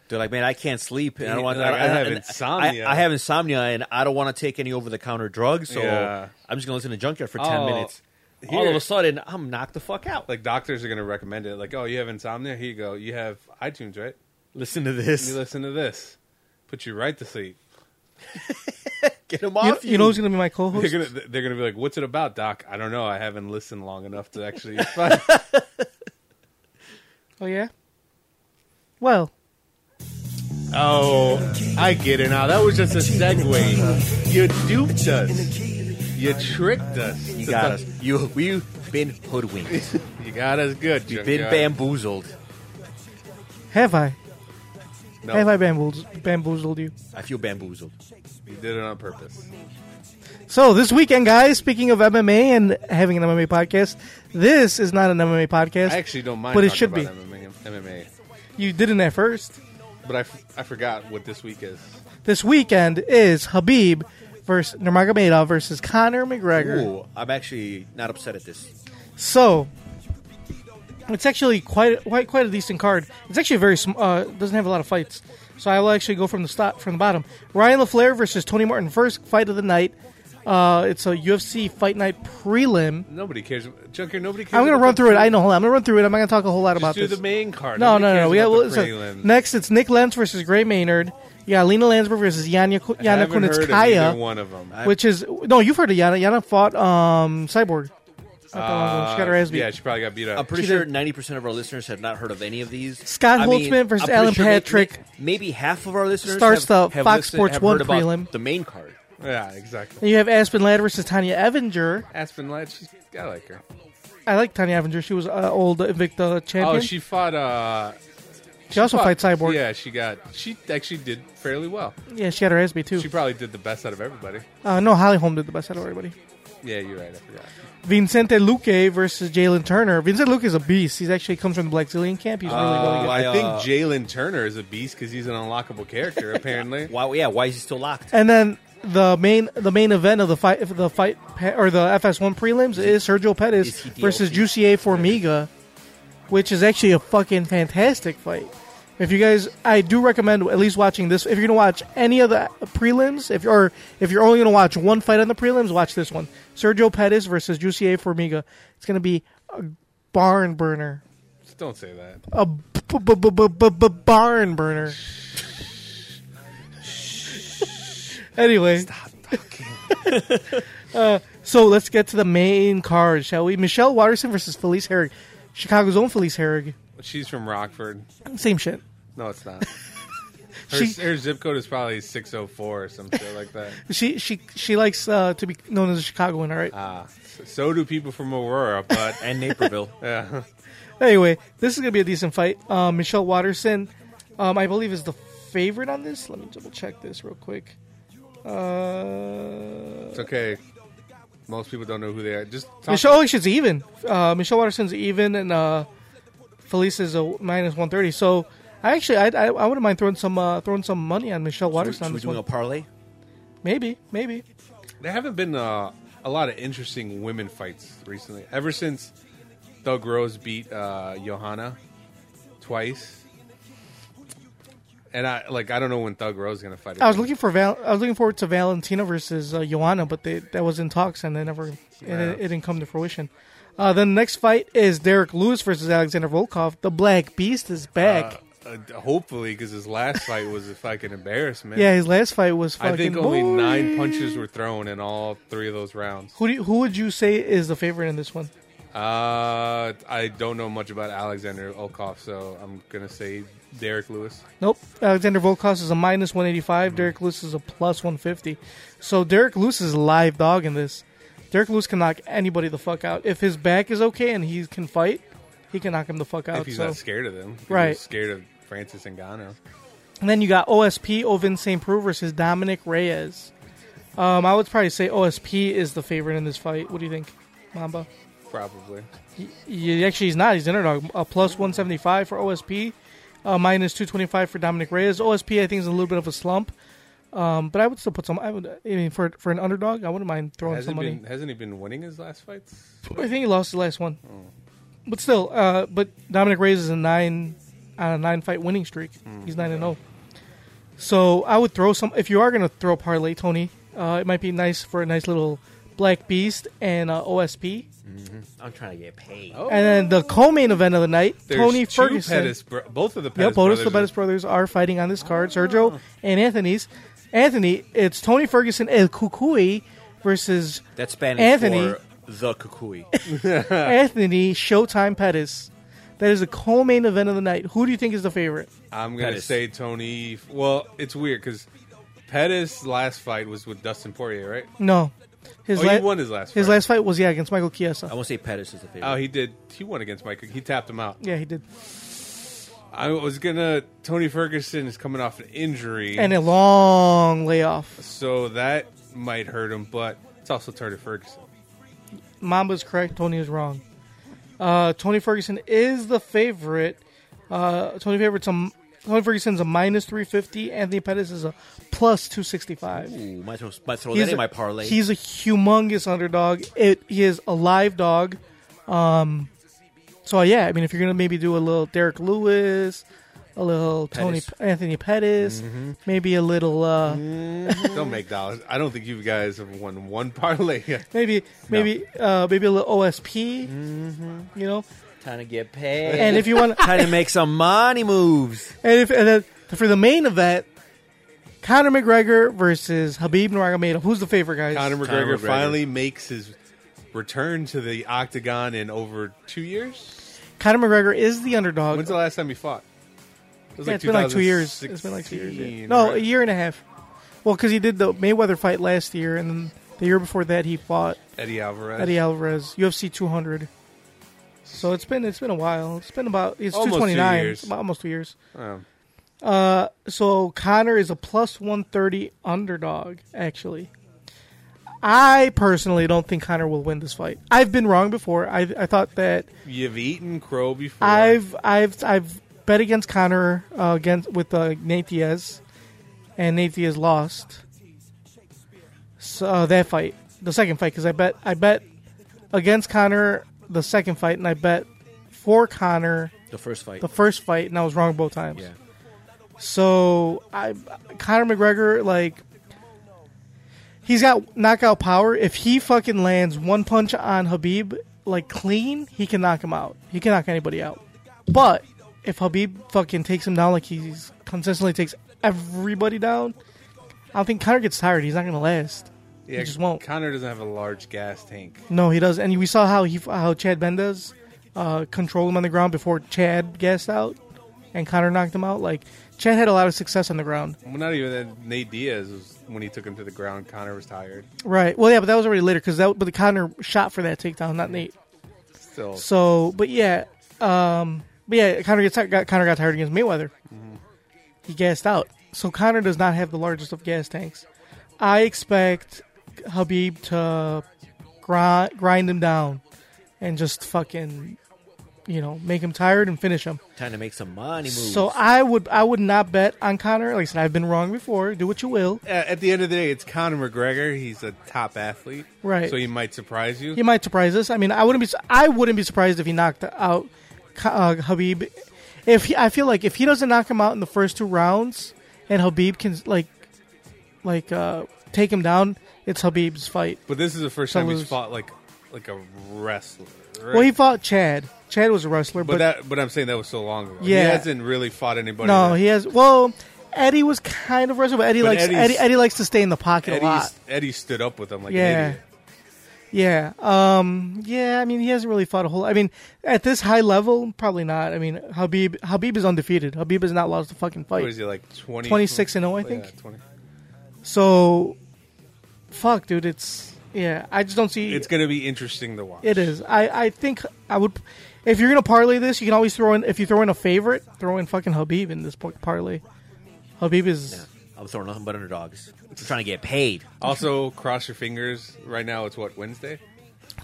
Speaker 4: They're like, man, I can't sleep. And I don't want.
Speaker 3: Like, I
Speaker 4: don't-
Speaker 3: have
Speaker 4: and
Speaker 3: insomnia."
Speaker 4: I, I have insomnia, and I don't want to take any over-the-counter drugs. So
Speaker 3: Yeah.
Speaker 4: I'm just gonna listen to Junkyard for ten
Speaker 3: Oh,
Speaker 4: minutes. All
Speaker 3: here.
Speaker 4: of a sudden, I'm knocked the fuck out. Like,
Speaker 3: Like doctors are going to recommend it. Like, oh, you have insomnia? Here you go. You have iTunes, right?
Speaker 4: listen to
Speaker 3: You
Speaker 4: this.
Speaker 3: listen to this, put you right to sleep.
Speaker 4: Get him
Speaker 2: You,
Speaker 4: off.
Speaker 2: you know who's gonna be my co-host?
Speaker 3: They're gonna they're gonna be like, what's it about, Doc? I don't know. I haven't listened long enough to actually. find
Speaker 2: oh yeah. Well,
Speaker 3: Oh, I get it now. That was just a segue. You duped us. You tricked us.
Speaker 4: You got us. You we've been hoodwinked.
Speaker 3: You got us good.
Speaker 4: We've been
Speaker 3: Junkyard.
Speaker 4: bamboozled.
Speaker 2: Have I?
Speaker 3: No,
Speaker 2: Have I bamboozled, bamboozled you?
Speaker 4: I feel bamboozled.
Speaker 3: you did it on purpose.
Speaker 2: So this weekend, guys. Speaking of MMA and having an MMA podcast, this is not an MMA podcast.
Speaker 3: I actually don't mind.
Speaker 2: But it
Speaker 3: talking
Speaker 2: should
Speaker 3: about MMA, MMA,
Speaker 2: you didn't at first.
Speaker 3: but I, f- I forgot what this week is.
Speaker 2: This weekend is Habib versus Nurmagomedov versus Conor McGregor.
Speaker 4: Ooh, I'm actually not upset at this.
Speaker 2: So it's actually quite quite quite a decent card. It's actually very sm- uh, doesn't have a lot of fights. So I will actually go from the stop from the bottom. Ryan LaFleur versus Tony Martin, first fight of the night. Uh, it's a UFC Fight Night prelim.
Speaker 3: Nobody cares. Junker, nobody cares.
Speaker 2: I'm gonna
Speaker 3: about
Speaker 2: run
Speaker 3: the-
Speaker 2: through it. I know. Hold on. I'm gonna run through it. I'm not gonna talk a whole lot about
Speaker 3: Just do
Speaker 2: this.
Speaker 3: the main card.
Speaker 2: no, no,
Speaker 3: Nobody
Speaker 2: no, no. We
Speaker 3: cares
Speaker 2: got
Speaker 3: about
Speaker 2: well,
Speaker 3: the
Speaker 2: so
Speaker 3: prelim.
Speaker 2: next. It's Nick Lentz versus Gray Maynard. Yeah, Lena Landsberg versus Yana Ku-
Speaker 3: I
Speaker 2: Yana
Speaker 3: haven't heard of either
Speaker 2: Kunitskaya,
Speaker 3: one of them.
Speaker 2: which is no. You've heard of Yana. Yana fought um, Cyborg. Not that long ago. She got her ass beat.
Speaker 3: Uh, yeah, she probably got beat up.
Speaker 4: I'm pretty
Speaker 2: She
Speaker 4: sure
Speaker 2: did-
Speaker 4: 90% of our listeners have not heard of any of these.
Speaker 2: Scott Holtzman versus
Speaker 4: I'm pretty
Speaker 2: Alan
Speaker 4: may-
Speaker 2: Patrick.
Speaker 4: may- Maybe half of our listeners
Speaker 2: Starts
Speaker 4: have,
Speaker 2: the
Speaker 4: have
Speaker 2: Fox
Speaker 4: listened-
Speaker 2: Sports
Speaker 4: have
Speaker 2: 1
Speaker 4: heard about
Speaker 2: prelim.
Speaker 4: the main card.
Speaker 3: yeah, exactly.
Speaker 2: Then you have Aspen Ladd versus Tanya Evinger.
Speaker 3: Aspen Ladd, she's, I like her.
Speaker 2: I like Tanya Evinger. She was uh, old Invicta champion.
Speaker 3: Oh, she fought. uh
Speaker 2: She also
Speaker 3: fought-
Speaker 2: fights Cyborg. Yeah.
Speaker 3: Yeah, she got. She actually did fairly well.
Speaker 2: she got her ass beat too.
Speaker 3: She probably did the best out of everybody.
Speaker 2: uh, no, Holly Holm did the best out of everybody.
Speaker 3: Yeah, you're right. I forgot.
Speaker 2: Vincente Luque versus Jalen Turner. Vincente Luque is a beast. He's actually comes from the Black Zillion camp. He's really, really good.
Speaker 4: why,
Speaker 3: I, think
Speaker 4: uh,
Speaker 3: Jalen Turner is a beast because he's an unlockable character. apparently,
Speaker 4: Wow, yeah, why is he still locked?
Speaker 2: And then the main the main event of the fight the fight pa- or the FS1 prelims is Sergio Pettis
Speaker 4: is he DLC?
Speaker 2: versus Juicy A Formiga, which is actually a fucking fantastic fight. If you guys, I do recommend at least watching this. If you're gonna watch any of the prelims, if you're if you're only gonna watch one fight on the prelims, watch this one: Sergio Pettis versus Juicy A Formiga. It's gonna be a barn burner,
Speaker 3: Just don't say that.
Speaker 2: a b- b- b- b- b- b- barn burner. anyway, Uh, So let's get to the main card, shall we? Michelle Watterson versus Felice Herrig. Chicago's own Felice Herrig.
Speaker 3: She's from Rockford.
Speaker 2: Same shit.
Speaker 3: No, it's not. Her,
Speaker 2: She-
Speaker 3: her zip code is probably 604 or some shit like that.
Speaker 2: She she she likes uh, to be known as a Chicagoan, all right?
Speaker 3: Ah, so do people from Aurora, but
Speaker 4: And Naperville.
Speaker 3: yeah.
Speaker 2: anyway, this is gonna be a decent fight. Uh, Michelle Watterson, um, I believe, is the favorite on this. Let me double check this real quick. Uh,
Speaker 3: it's okay. Most people don't know who they are. Just talk
Speaker 2: Michelle, oh, she's even. Uh, Michelle Watterson's even, and uh, Felice is a minus one thirty. So. I actually, I, I, I wouldn't mind throwing some uh, throwing some money on Michelle
Speaker 4: We're,
Speaker 2: Watterson.
Speaker 4: so
Speaker 2: on
Speaker 4: we're
Speaker 2: this
Speaker 4: doing a
Speaker 2: one.
Speaker 4: parlay?
Speaker 2: Maybe, maybe.
Speaker 3: There haven't been uh, a lot of interesting women fights recently. Ever since Thug Rose beat uh, Johanna twice, and I like I don't know when Thug Rose is gonna fight.
Speaker 2: I was
Speaker 3: again.
Speaker 2: looking for Val- I was looking forward to Valentina versus uh, Joanna, but they, that was in talks and they never it, it, didn't come to fruition. Uh, then the next fight is Derek Lewis versus Alexander Volkov. The Black Beast is back.
Speaker 3: Uh, uh, hopefully, because his last fight was a fucking embarrassment.
Speaker 2: yeah, his last fight was fucking.
Speaker 3: I think only
Speaker 2: boring.
Speaker 3: nine punches were thrown in all three of those rounds.
Speaker 2: Who do you, who would you say is the favorite in this one?
Speaker 3: Uh, I don't know much about Alexander Olkov, so I'm gonna say Derek Lewis.
Speaker 2: Nope. Alexander Volkov is a minus one eighty
Speaker 3: Mm-hmm.
Speaker 2: five. Derek Lewis is a plus one fifty. So Derek Lewis is live dog in this. Derek Lewis can knock anybody the fuck out if his back is okay and he can fight. He can knock him the fuck out.
Speaker 3: If he's
Speaker 2: so.
Speaker 3: not scared of them, If he
Speaker 2: Right.
Speaker 3: was Scared of Francis Ngannou.
Speaker 2: And then you got OSP Ovin St. Preux versus Dominic Reyes. Um, I would probably say OSP is the favorite in this fight. What do you think, Mamba?
Speaker 3: Probably.
Speaker 2: Yeah, actually, he's not. He's the underdog. A plus 175 for OSP, uh, minus 225 for Dominic Reyes. OSP, I think, is a little bit of a slump. Um, but I would still put some. I would. I mean, for for an underdog, I wouldn't mind throwing some
Speaker 3: Hasn't,
Speaker 2: money.
Speaker 3: been, hasn't he been winning his last fights?
Speaker 2: I think he lost the last one,
Speaker 3: Oh.
Speaker 2: but still. Uh, but Dominic Reyes is a nine on a nine fight winning streak.
Speaker 3: Hmm.
Speaker 2: He's nine and zero. So I would throw some. If you are going to throw a parlay, Tony, uh, it might be nice for a nice little Black Beast and uh, OSP,
Speaker 4: I'm trying to get paid.
Speaker 2: and then the co-main event of the night,
Speaker 3: Oh. There's
Speaker 2: Tony
Speaker 3: two
Speaker 2: Ferguson.
Speaker 3: Pettis bro- both of the Pettis
Speaker 2: Yep, both the
Speaker 3: brothers Ah.
Speaker 2: Bettis brothers are fighting on this card. Sergio and Anthony's. Anthony, it's Tony Ferguson El Cucuy versus
Speaker 4: That's Spanish
Speaker 2: Anthony.
Speaker 4: for uh, the Kukui.
Speaker 2: Anthony Showtime Pettis. That is the co-main event of the night. Who do you think is the favorite?
Speaker 3: I'm gonna
Speaker 4: Pettis.
Speaker 3: say Tony. Well, it's weird because Pettis' last fight was with Dustin Poirier, right?
Speaker 2: No, his
Speaker 3: Oh, he
Speaker 2: la-
Speaker 3: won his last
Speaker 2: His
Speaker 3: fight.
Speaker 2: last fight was yeah against Michael
Speaker 4: I
Speaker 2: Chiesa.
Speaker 4: won't say Pettis is the favorite.
Speaker 3: Oh, he did. He won against Mike. He tapped him out.
Speaker 2: Yeah, he did.
Speaker 3: I was gonna. Tony Ferguson is coming off an injury,
Speaker 2: and a long layoff.
Speaker 3: so that might hurt him. But it's also Tony Ferguson.
Speaker 2: Mamba's correct. Tony is wrong. Uh, Tony Ferguson is the favorite. Uh, Tony favorite's a, Tony Ferguson's a minus three fifty. Anthony Pettis is a plus two sixty five.
Speaker 4: Ooh, might throw, might throw that in my parlay.
Speaker 2: He's a humongous underdog. It he is a live dog. Um, so uh, yeah, I mean, if you're gonna maybe do a little Derek Lewis, a little
Speaker 4: Pettis. Mm-hmm.
Speaker 2: Tony Anthony Pettis, maybe a little uh,
Speaker 3: Don't make dollars. I don't think you guys have won one parlay yet.
Speaker 2: maybe
Speaker 4: Mm-hmm.
Speaker 2: maybe uh, maybe a little OSP. You know,
Speaker 4: Time to get paid.
Speaker 2: and if you want,
Speaker 4: Time to make some money moves.
Speaker 2: and if and then for the main event. Conor McGregor versus Habib Nurmagomedov. Who's the favorite, guys?
Speaker 3: Conor McGregor,
Speaker 4: Conor McGregor.
Speaker 3: finally makes his return to the octagon in over two years.
Speaker 2: Conor McGregor is the underdog.
Speaker 3: When's the last time he fought? It was
Speaker 2: Yeah, it's been like two years. It's been like two years. yeah. No, a
Speaker 3: right?
Speaker 2: year and a half. Well, because he did the Mayweather fight last year, and then the year before that he fought
Speaker 3: Eddie Alvarez.
Speaker 2: Eddie Alvarez, UFC 200. So it's been it's been a while. It's been about it's
Speaker 3: Almost two
Speaker 2: 229,
Speaker 3: years.
Speaker 2: about- almost two years. Uh,
Speaker 3: Um,
Speaker 2: So Connor is a plus 130 underdog. Actually, I personally don't think Connor will win this fight. I've been wrong before. I I thought that
Speaker 3: You've eaten crow before.
Speaker 2: I've I've I've bet against Connor uh, against with uh, Nate Diaz, and Nate Diaz lost. So uh, that fight, the second fight, because I bet I bet against Connor the second fight, and I bet for Connor
Speaker 4: The first fight.
Speaker 2: the first fight, and I was wrong both times.
Speaker 4: Yeah.
Speaker 2: So I Conor McGregor like he's got knockout power. If he fucking lands one punch on Habib like clean, he can knock him out. He can knock anybody out. But if Habib fucking takes him down like he's consistently takes everybody down, I don't think Conor gets tired. He's not gonna last.
Speaker 3: yeah,
Speaker 2: just won't.
Speaker 3: Connor doesn't have a large gas tank.
Speaker 2: No, he does. And we saw how he how Chad Mendez uh, controlled him on the ground before Chad gassed out and Conor knocked him out. Like Chad had a lot of success on the ground.
Speaker 3: Well, not even that. Nate Diaz was when he took him to the ground. Connor was tired.
Speaker 2: Right. Well, yeah, but that was already later because that. But the Connor shot for that takedown, not Nate.
Speaker 3: Still,
Speaker 2: So, but yeah, um, but yeah, Connor gets got Connor got tired against Mayweather. He gassed out. So Connor does not have the largest of gas tanks. I expect Habib to grind, grind him down and just fucking, you know, make him tired and finish him.
Speaker 4: Time to make some money moves.
Speaker 2: So I would I would not bet on Connor. Like I said, I've been wrong before. Do what you will.
Speaker 3: at at the end of the day, it's Conor McGregor. He's a top athlete,
Speaker 2: Right.
Speaker 3: So he might surprise you.
Speaker 2: He might surprise us. I mean, I wouldn't be I wouldn't be surprised if he knocked out uh, Habib. If he, I feel like if he doesn't knock him out in the first two rounds, and Habib can like like uh, take him down, it's Habib's fight.
Speaker 3: But this is the first
Speaker 2: So
Speaker 3: time he's
Speaker 2: lose.
Speaker 3: fought like like a wrestler. right?
Speaker 2: Well, he fought Chad. Chad was a wrestler,
Speaker 3: but,
Speaker 2: but,
Speaker 3: that but I'm saying that was so long ago. he
Speaker 2: Yeah.
Speaker 3: hasn't really fought anybody.
Speaker 2: no,
Speaker 3: that-
Speaker 2: he has. Well, Eddie was kind of a wrestler, but Eddie
Speaker 3: But
Speaker 2: likes
Speaker 3: Eddie's-
Speaker 2: Eddie, Eddie likes to stay in the pocket a
Speaker 3: Eddie
Speaker 2: lot.
Speaker 3: Eddie stood up with him like an
Speaker 2: Yeah.
Speaker 3: idiot.
Speaker 2: Yeah. Um, yeah, I mean, he hasn't really fought a whole I mean, at this high level, probably not. I mean, Habib Habib is undefeated. Habib has not lost a fucking
Speaker 3: What is
Speaker 2: fight.
Speaker 3: he like 20,
Speaker 2: 26 and 0, I
Speaker 3: Yeah,
Speaker 2: think.
Speaker 3: 20.
Speaker 2: So fuck, dude, it's yeah, I just don't see
Speaker 3: It's gonna be interesting to watch.
Speaker 2: it is. I I think I would if you're going to parlay this, you can always throw in if you throw in a favorite, throw in fucking Habib in this par- parlay. Habib is
Speaker 4: I'm throwing nothing but underdogs. I'm trying to get paid.
Speaker 3: Also, cross your fingers. Right now, it's what Wednesday.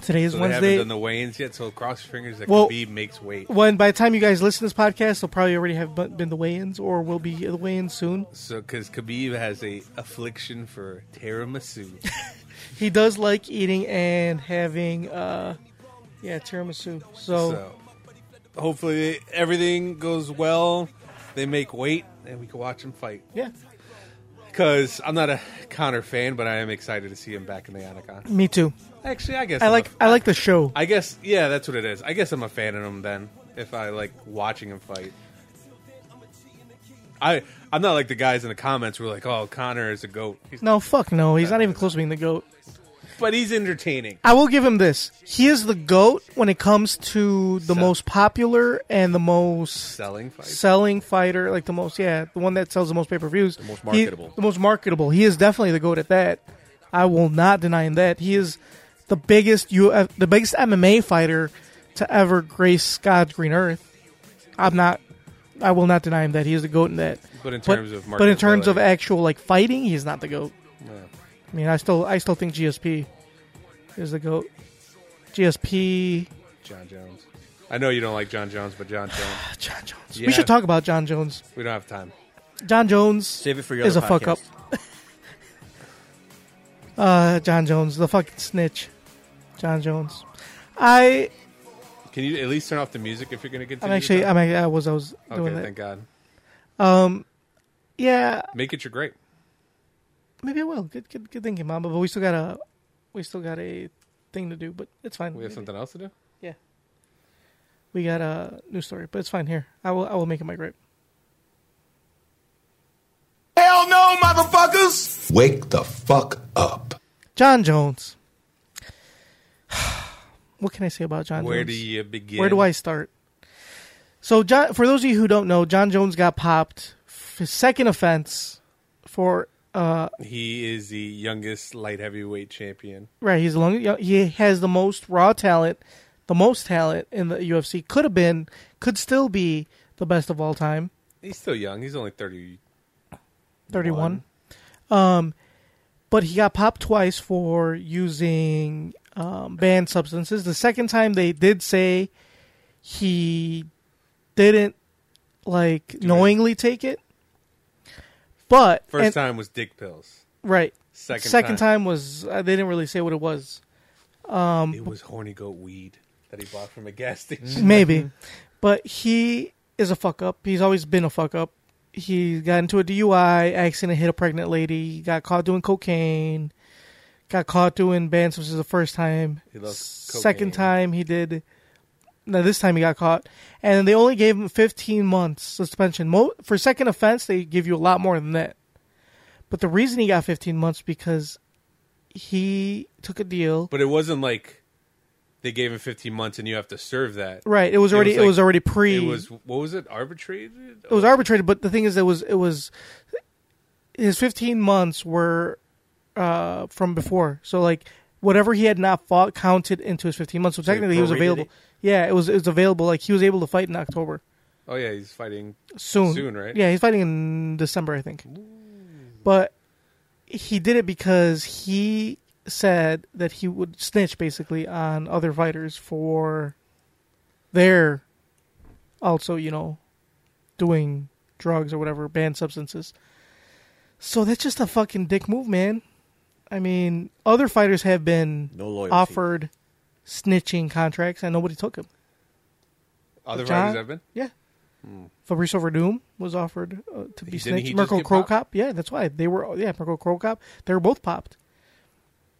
Speaker 2: today is
Speaker 3: So they
Speaker 2: Wednesday.
Speaker 3: haven't done the weigh-ins yet. So cross your fingers that
Speaker 2: Well-
Speaker 3: Khabib makes weight.
Speaker 2: when by the time you guys listen to this podcast, they'll probably already have bu- been the weigh-ins or will be the weigh-in soon.
Speaker 3: So because Khabib has a affliction for tiramisu.
Speaker 2: He does like eating and having, uh, yeah, tiramisu. So,
Speaker 3: so hopefully everything goes well. They make weight and we can watch him fight.
Speaker 2: yeah,
Speaker 3: Because I'm not a Connor fan, but I am excited to see him back in the octagon.
Speaker 2: me too.
Speaker 3: Actually, I guess
Speaker 2: I
Speaker 3: I'm a
Speaker 2: like I like the show.
Speaker 3: I guess yeah, that's what it is. I guess I'm a fan of him then if I like watching him fight. I I'm not like the guys in the comments who are like, "Oh, Connor is a goat." He's,
Speaker 2: No, fuck no, he's not even close to being the goat.
Speaker 3: But he's entertaining.
Speaker 2: I will give him this. He is the goat when it comes to the
Speaker 3: Sell-
Speaker 2: most popular and the most
Speaker 3: Selling fight.
Speaker 2: selling fighter, like the most yeah, the one that sells the most pay per views, the
Speaker 4: most marketable.
Speaker 2: the most marketable. He is definitely the goat at that. I will not deny him that. He is the biggest U, uh, the biggest MMA fighter to ever grace God's green earth. I'm not I will not deny him that he is the goat in that.
Speaker 3: But in terms of
Speaker 2: but in terms of
Speaker 3: marketability.
Speaker 2: actual like fighting, he's not the goat. I mean, I still I still think GSP is the goat. GSP,
Speaker 3: John Jones. I know you don't like John Jones, but John Jones.
Speaker 2: John Jones.
Speaker 3: Yeah.
Speaker 2: We should talk about John Jones.
Speaker 3: We don't have time.
Speaker 2: John Jones
Speaker 4: Save it for your
Speaker 2: is a
Speaker 4: other
Speaker 2: fuck up. uh, John Jones, the fucking snitch. John Jones. I
Speaker 3: Can you at least turn off the music if you're going to continue?
Speaker 2: I'm actually
Speaker 3: John?
Speaker 2: I'm actually, I was I was doing
Speaker 3: okay,
Speaker 2: that.
Speaker 3: thank God.
Speaker 2: Yeah,
Speaker 3: Make it your grape.
Speaker 2: maybe I will. Good good good thinking, Mama. But we still got a we still got a thing to do, but it's fine.
Speaker 3: We have
Speaker 2: Maybe.
Speaker 3: something else to do?
Speaker 2: Yeah. We got a new story, but it's fine here. I will I will make it my grape.
Speaker 1: Hell no, motherfuckers!
Speaker 7: Wake the fuck up.
Speaker 2: John Jones. what can I say about John
Speaker 3: Where
Speaker 2: Jones?
Speaker 3: do you begin?
Speaker 2: Where do I start? So, John, for those of you who don't know, John Jones got popped for his second offense for uh
Speaker 3: He is the youngest light heavyweight champion.
Speaker 2: right. He's the long, he has the most raw talent, the most talent in the UFC. Could have been, could still be the best of all time.
Speaker 3: He's still young. He's only 30.
Speaker 2: 31.
Speaker 3: One.
Speaker 2: Um, but he got popped twice for using um, banned substances. The second time they did say he didn't like knowingly take it. But
Speaker 3: First
Speaker 2: and-
Speaker 3: time was dick pills.
Speaker 2: right.
Speaker 3: Second
Speaker 2: time. was uh, they didn't really say what it was.
Speaker 3: it was horny goat weed that he bought from a
Speaker 2: Mm.
Speaker 3: gas station.
Speaker 2: Maybe. but he is a fuck up. He's always been a fuck up. He got into a DUI, accident, hit a pregnant lady, got caught doing cocaine, got caught doing banned substances the first time.
Speaker 3: He loves
Speaker 2: Second
Speaker 3: cocaine.
Speaker 2: time he did. No, this time he got caught, and they only gave him 15 months suspension. Mo- for second offense, they give you a lot more than that. But the reason he got 15 months because he took a deal.
Speaker 3: But it wasn't like they gave him 15 months and you have to serve that.
Speaker 2: Right. It was already. It was,
Speaker 3: like-
Speaker 2: already pre.
Speaker 3: It was, what was it? Arbitrated?
Speaker 2: it was arbitrated, but the thing is, it was it was his 15 months were uh, from before, so like whatever he had not fought counted into his 15 months. So technically, he was
Speaker 4: prorated
Speaker 2: available.
Speaker 4: it?
Speaker 2: Yeah, it was it was available. Like he was able to fight in October
Speaker 3: Oh, yeah. He's fighting.
Speaker 2: soon.
Speaker 3: Soon, right?
Speaker 2: Yeah, he's fighting in December, I think. But he did it because he said that he would snitch basically on other fighters for their also, you know, doing drugs or whatever, banned substances. So that's just a fucking dick move, man. I mean, other fighters have been
Speaker 4: No loyalty.
Speaker 2: offered snitching contracts and nobody took them.
Speaker 3: Other
Speaker 2: John-
Speaker 3: fighters have been?
Speaker 2: Yeah. Fabrizio Verdum was offered uh, to be
Speaker 3: Didn't he
Speaker 2: snitched.
Speaker 3: just
Speaker 2: Mirko
Speaker 3: get popped?
Speaker 2: Krokop. Yeah, that's why. They were, yeah, Mirko Krokop. They were both popped.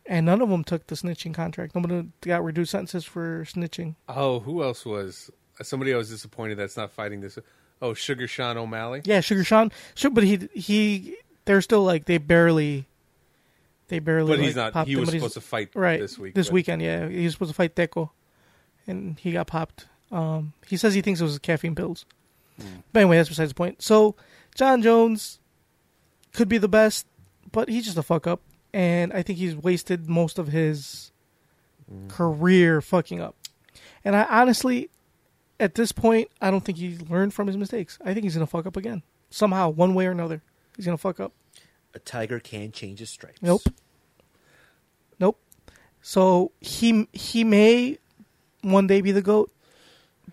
Speaker 2: And none of them took the snitching contract. Nobody got reduced sentences for snitching.
Speaker 3: Oh, who else was? Uh, Somebody I was disappointed that's not fighting this. Oh, Sugar Sean O'Malley.
Speaker 2: Yeah, Sugar Sean. Sure, but he, he, they're still like, they barely, they barely.
Speaker 3: But he's
Speaker 2: like,
Speaker 3: not.
Speaker 2: popped
Speaker 3: He
Speaker 2: him,
Speaker 3: was
Speaker 2: but he's-
Speaker 3: supposed to fight
Speaker 2: right
Speaker 3: this week.
Speaker 2: This
Speaker 3: but-
Speaker 2: weekend, yeah, he was supposed to fight Deco, and he got popped. Um, he says he thinks it was caffeine pills,
Speaker 3: Hmm.
Speaker 2: but anyway, that's besides the point. So, John Jones could be the best, but he's just a fuck up, and I think he's wasted most of his
Speaker 3: Hmm.
Speaker 2: career fucking up. And I honestly, at this point, I don't think he's learned from his mistakes. I think he's gonna fuck up again somehow, one way or another. He's gonna fuck up.
Speaker 4: A tiger can change his stripes.
Speaker 2: Nope. Nope. So he he may one day be the goat,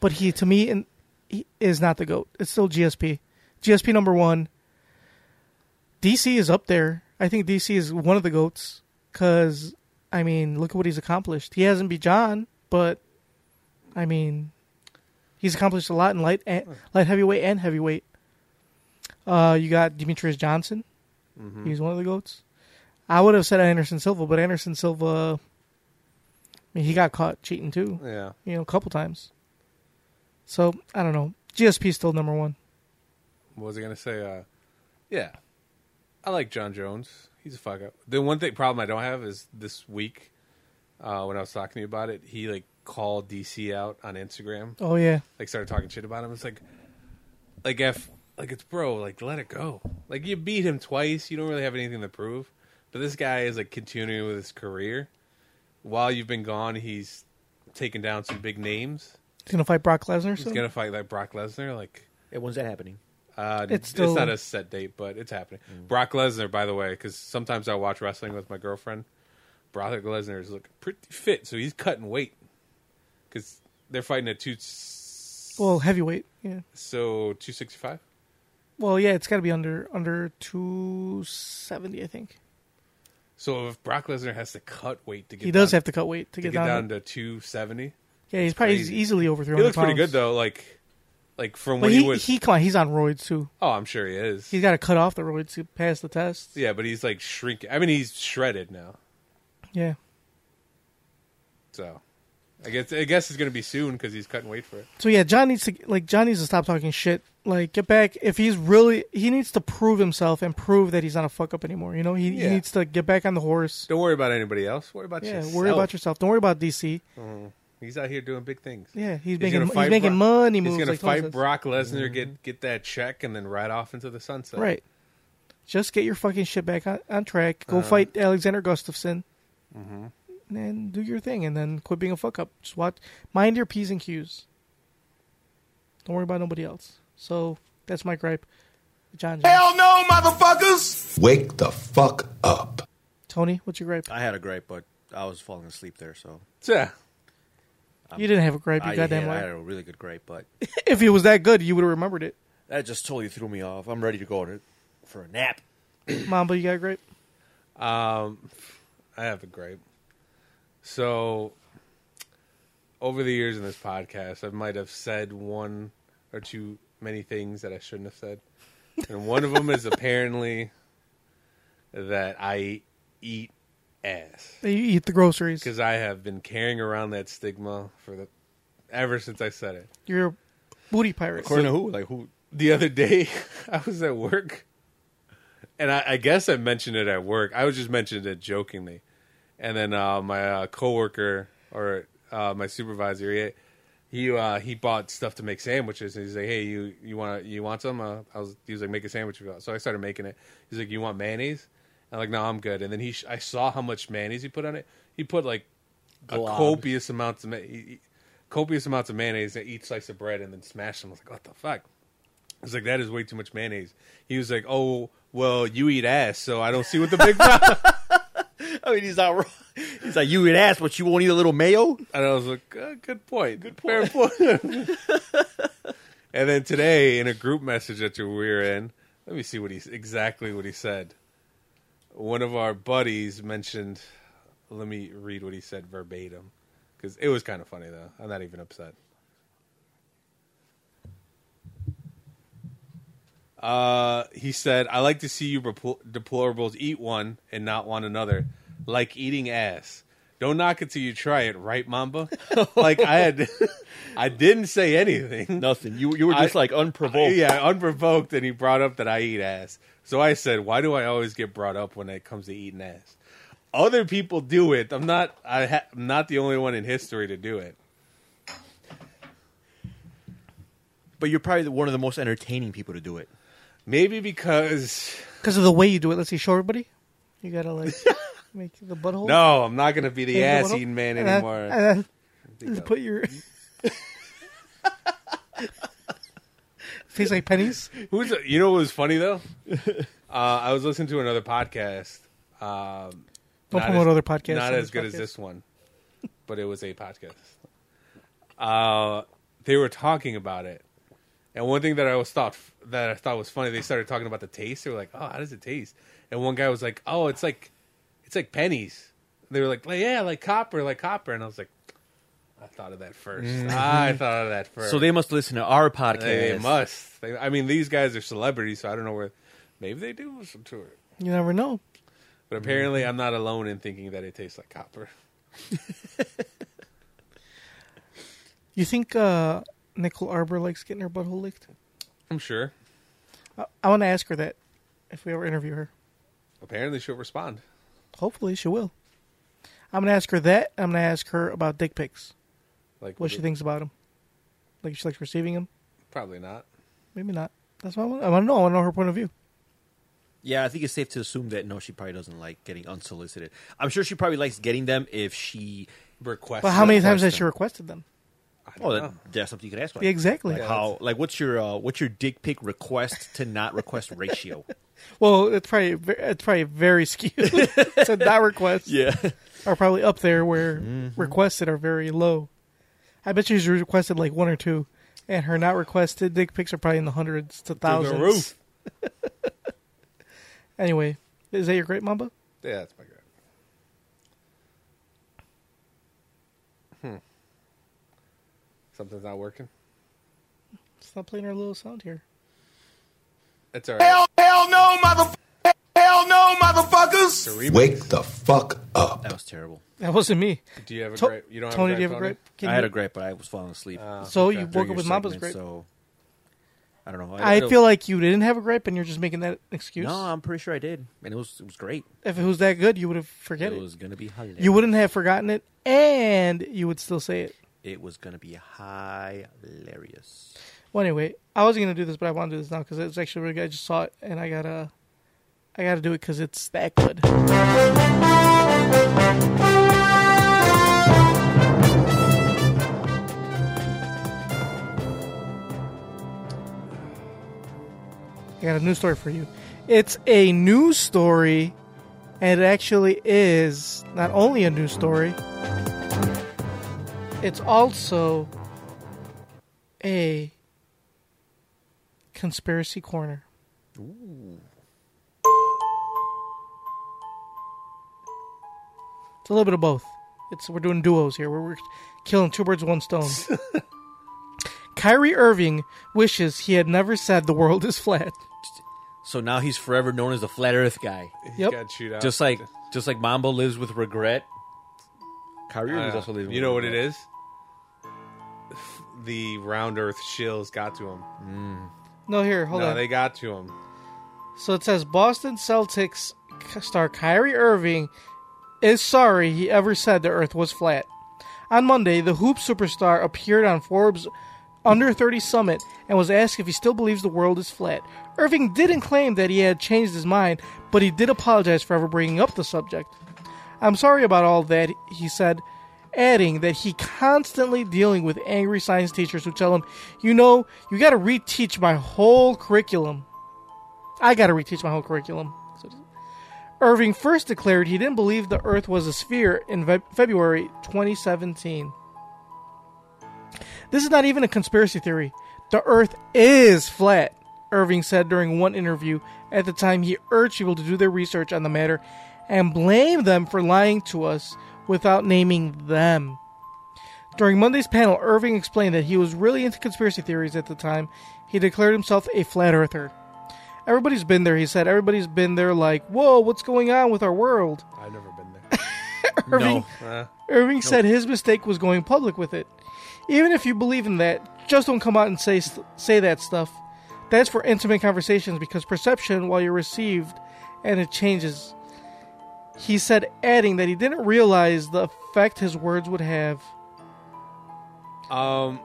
Speaker 2: but he to me and he is not the goat. It's still GSP. GSP number one. DC is up there. I think DC is one of the goats because I mean look at what he's accomplished. He hasn't beat John, but I mean he's accomplished a lot in light and, light heavyweight and heavyweight. Uh, you got Demetrius Johnson.
Speaker 3: Mm-hmm.
Speaker 2: He's one of the goats. I would have said Anderson Silva, but Anderson Silva, I mean, he got caught cheating too,
Speaker 3: Yeah.
Speaker 2: you know, a couple times. So I don't know. GSP's still number one.
Speaker 3: What was I gonna say? Uh, yeah, I like John Jones. He's a fuck up. The one thing problem I don't have is this week uh, when I was talking to you about it, he like called DC out on Instagram.
Speaker 2: Oh yeah,
Speaker 3: Like started talking shit about him. It's like, like if like it's bro, like let it go. Like you beat him twice. You don't really have anything to prove. But this guy is like continuing with his career. While you've been gone, he's taken down some big names.
Speaker 2: he's gonna fight Brock Lesnar.
Speaker 3: He's
Speaker 2: soon?
Speaker 3: gonna fight like Brock Lesnar. Like
Speaker 4: Yeah, when's that happening?
Speaker 3: Uh,
Speaker 2: It's
Speaker 3: it's,
Speaker 2: still-
Speaker 3: not a set date, but it's happening. Brock Lesnar, by the way, because sometimes I watch wrestling with my girlfriend. Brock Lesnar is looking pretty fit, so he's cutting weight because they're fighting at two
Speaker 2: Well, heavyweight. Yeah.
Speaker 3: so two sixty five.
Speaker 2: Well, yeah, it's got to be under under two seventy, I think.
Speaker 3: So if Brock Lesnar has to cut weight to get
Speaker 2: He does
Speaker 3: down,
Speaker 2: have to cut weight to,
Speaker 3: to
Speaker 2: get down.
Speaker 3: to two seventy.
Speaker 2: yeah, he's probably
Speaker 3: crazy.
Speaker 2: easily over three hundred.
Speaker 3: He looks pretty good though, like like from
Speaker 2: But
Speaker 3: when
Speaker 2: he,
Speaker 3: he,
Speaker 2: he,
Speaker 3: was.
Speaker 2: come on, he's on roids too.
Speaker 3: oh, I'm sure he is.
Speaker 2: He's got to cut off the roids to pass the test.
Speaker 3: yeah, but he's like shrinking. I mean, he's shredded now.
Speaker 2: Yeah.
Speaker 3: So I guess I guess it's gonna be soon because he's cutting weight for it.
Speaker 2: So yeah, John needs to like John needs to stop talking shit. Like get back if he's really he needs to prove himself and prove that he's not a fuck up anymore. You know he, he
Speaker 3: Yeah.
Speaker 2: needs to get back on the horse.
Speaker 3: Don't worry about anybody else. Worry about
Speaker 2: Yeah,
Speaker 3: yourself.
Speaker 2: worry about yourself. Don't worry about DC.
Speaker 3: He's out here doing big things.
Speaker 2: Yeah, he's,
Speaker 3: He's
Speaker 2: making
Speaker 3: gonna
Speaker 2: he's
Speaker 3: fight
Speaker 2: making
Speaker 3: Brock-
Speaker 2: money moves.
Speaker 3: He's gonna
Speaker 2: like Tony
Speaker 3: fight
Speaker 2: says. Mm-hmm.
Speaker 3: Brock Lesnar, get get that check, and then ride off into the sunset.
Speaker 2: Right. Just get your fucking shit back on, on track. Go fight Alexander Gustafsson. Mm-hmm. And do your thing, and then quit being a fuck up. Just watch, mind your p's and q's. Don't worry about nobody else. So that's my gripe. John, Jones.
Speaker 1: no, motherfuckers!
Speaker 7: Wake the fuck up.
Speaker 2: Tony, what's your gripe?
Speaker 4: I had a gripe, but I was falling asleep there, so
Speaker 3: Yeah.
Speaker 2: you didn't have a gripe. You
Speaker 4: I had,
Speaker 2: goddamn
Speaker 4: I
Speaker 2: liar.
Speaker 4: had a really good gripe, but
Speaker 2: If it was that good, you would have remembered it.
Speaker 4: that just totally threw me off. I'm ready to go to, for a nap.
Speaker 2: Mamba, you got a gripe?
Speaker 3: I have a gripe. So, over the years in this podcast, I might have said one or two many things that I shouldn't have said, and one of them is apparently that I eat ass.
Speaker 2: You eat the groceries.
Speaker 3: because I have been carrying around that stigma for the ever since I said it.
Speaker 2: You're a booty pirate.
Speaker 4: According to who? Like who?
Speaker 3: The other day, I was at work, and I, I guess I mentioned it at work. I was just mentioning it jokingly, and then uh, my uh, coworker or uh, my supervisor, he he, uh, he bought stuff to make sandwiches, and he's like, "Hey, you you want you want some?" Uh, I was he was like, "Make a sandwich," if you want." so I started making it. He's like, "You want mayonnaise?" I'm like, "No, I'm good." And then he sh- I saw how much mayonnaise he put on it. He put like a
Speaker 4: Glob.
Speaker 3: copious amounts of ma- he- he- copious amounts of mayonnaise at each slice of bread, and then smashed them. I was like, "What the fuck?" I was like, "That is way too much mayonnaise." He was like, "Oh, well, you eat ass, so I don't see what the big problem."
Speaker 4: I mean, he's not wrong. He's like, you eat ass, but you won't eat a little mayo.
Speaker 3: and I was like, uh, "Good point, good point." Fair point. and then today, in a group message that you- we were in, let me see what he exactly what he said. One of our buddies mentioned. Let me read what he said verbatim, because it was kind of funny though. I'm not even upset. Uh, he said, "I like to see you repl- deplorables eat one and not want another, like eating ass. Don't knock it till you try it, right, Mamba? like I had, I didn't say anything.
Speaker 4: Nothing. You you were just
Speaker 3: I-
Speaker 4: like unprovoked.
Speaker 3: Yeah, unprovoked, and he brought up that I eat ass. So I said, "Why do I always get brought up when it comes to eating ass? Other people do it. I'm not. I ha- I'm not the only one in history to do it.
Speaker 4: But you're probably the- one of the most entertaining people to do it.
Speaker 3: Maybe because
Speaker 2: Because of the way you do it. Let's see, show everybody. You gotta like make the butthole.
Speaker 3: no, I'm not gonna be
Speaker 2: make
Speaker 3: the
Speaker 2: the
Speaker 3: ass
Speaker 2: butthole,
Speaker 3: eating man
Speaker 2: and then-
Speaker 3: anymore.
Speaker 2: and then put your
Speaker 3: Mm-hmm.
Speaker 2: face like pennies.
Speaker 3: Who's you know what was funny though? Uh, I was listening to another podcast. Um,
Speaker 2: Don't
Speaker 3: not
Speaker 2: promote
Speaker 3: as-
Speaker 2: other podcasts.
Speaker 3: Not
Speaker 2: on
Speaker 3: as
Speaker 2: this
Speaker 3: good as
Speaker 2: podcast.
Speaker 3: this one, but it was a podcast. Uh, they were talking about it, and one thing that I always thought that I thought was funny, they started talking about the taste. They were like, "Oh, how does it taste?" And one guy was like, "Oh, it's like, it's like pennies." They were like, "Like, "Yeah, like copper, like copper," and I was like, "I thought of that first.
Speaker 2: Mm.
Speaker 3: I thought of that first.
Speaker 4: So they must listen to our podcast.
Speaker 3: They, they must. They, I mean, these guys are celebrities, so I don't know where. Maybe they do listen to it,
Speaker 2: You never know.
Speaker 3: but
Speaker 2: Mm-hmm.
Speaker 3: apparently, I'm not alone in thinking that it tastes like copper.
Speaker 2: You think uh, Nicole Arbor likes getting her butthole licked?
Speaker 3: I'm sure.
Speaker 2: I, I want to ask her that if we ever interview her.
Speaker 3: Apparently, she'll respond.
Speaker 2: Hopefully, she will. I'm gonna ask her that. I'm gonna ask her about dick pics.
Speaker 3: Like
Speaker 2: What she thinks about them. Like if she likes receiving them.
Speaker 3: Probably not.
Speaker 2: Maybe not. That's what I want. I want to know. I want to know her point of view.
Speaker 4: Yeah, I think it's safe to assume that no, she probably doesn't like getting unsolicited. I'm sure she probably likes getting them if she.
Speaker 3: Request.
Speaker 2: But how many times
Speaker 4: request
Speaker 2: has she
Speaker 4: them.
Speaker 2: requested them?
Speaker 4: Oh, that, that's something you could ask. Like,
Speaker 2: Yeah, exactly.
Speaker 4: Like
Speaker 2: Yeah,
Speaker 4: how? Like what's your uh, what's your dick pic request to not request ratio?
Speaker 2: Well, it's probably ve- it's probably very skewed. it's a not request
Speaker 4: yeah,
Speaker 2: are probably up there where requested are very low. I bet she's requested like one or two, and her not requested dick pics are probably in the hundreds to
Speaker 3: the
Speaker 2: thousands.
Speaker 3: roof.
Speaker 2: Anyway, is that your great mamba?
Speaker 8: Yeah, that's my grandma. Hmm. Something's not working.
Speaker 2: Stop playing her little sound here.
Speaker 3: That's all right.
Speaker 1: Hell no, motherfucker! Hell no, motherfuckers!
Speaker 7: Wake the fuck up.
Speaker 4: that was terrible.
Speaker 2: That wasn't me.
Speaker 3: Do you have a
Speaker 2: To-
Speaker 3: grape? You don't
Speaker 2: Tony,
Speaker 3: have a
Speaker 2: do you have
Speaker 3: grape,
Speaker 2: a grape? Can
Speaker 4: I
Speaker 2: you-
Speaker 4: had a grape, but I was falling asleep.
Speaker 2: So you
Speaker 4: during
Speaker 2: woke
Speaker 4: your
Speaker 2: up with Mamba's
Speaker 4: segment,
Speaker 2: grape.
Speaker 4: So I don't know.
Speaker 2: I
Speaker 4: don't-
Speaker 2: feel like you didn't have a grape, and you're just making that excuse.
Speaker 4: no. I'm pretty sure I did, and it was it was great.
Speaker 2: if it was that good, you would have forget
Speaker 4: It
Speaker 2: it.
Speaker 4: was gonna be hilarious.
Speaker 2: You wouldn't have forgotten it, and you would still say it.
Speaker 4: It was gonna be hilarious.
Speaker 2: Well, anyway, I wasn't gonna do this, but I want to do this now because it's actually really good. I just saw it, and I gotta, I gotta do it because it's that good. I got a news story for you. It's a news story, and it actually is not only a news story. It's also a conspiracy corner. It's a little bit of both. It's we're doing duos here. We're, we're killing two birds with one stone. Kyrie Irving wishes he had never said the world is flat.
Speaker 4: So now he's forever known as the flat Earth guy.
Speaker 2: Yep.
Speaker 3: Got chewed out.
Speaker 4: Just like just like Mambo lives with regret. Kyrie
Speaker 3: Uh,
Speaker 4: was also living.
Speaker 3: you know what it is? The round Earth shills got to him.
Speaker 2: No, here, hold
Speaker 3: no,
Speaker 2: on.
Speaker 3: they got to him.
Speaker 2: So it says Boston Celtics star Kyrie Irving is sorry he ever said the earth was flat. On Monday, the hoop superstar appeared on Forbes Under 30 Summit and was asked if he still believes the world is flat. Irving didn't claim that he had changed his mind, but he did apologize for ever bringing up the subject. I'm sorry about all that, he said, adding that he constantly dealing with angry science teachers who tell him, "You know, you got to reteach my whole curriculum." I got to reteach my whole curriculum. So- Irving first declared he didn't believe the Earth was a sphere in Fe- February 2017. This is not even a conspiracy theory. The Earth is flat, Irving said during one interview. At the time, he urged people to do their research on the matter and blame them for lying to us without naming them. During Monday's panel, Irving explained that he was really into conspiracy theories at the time. He declared himself a flat earther. Everybody's been there, he said. Everybody's been there, like, whoa, what's going on with our world?
Speaker 3: I've never been there.
Speaker 4: No,
Speaker 2: Irving said his mistake was going public with it. Even if you believe in that, just don't come out and say say that stuff. That's for intimate conversations because perception while you're received and it changes. He said adding that he didn't realize the effect his words would have.
Speaker 3: um,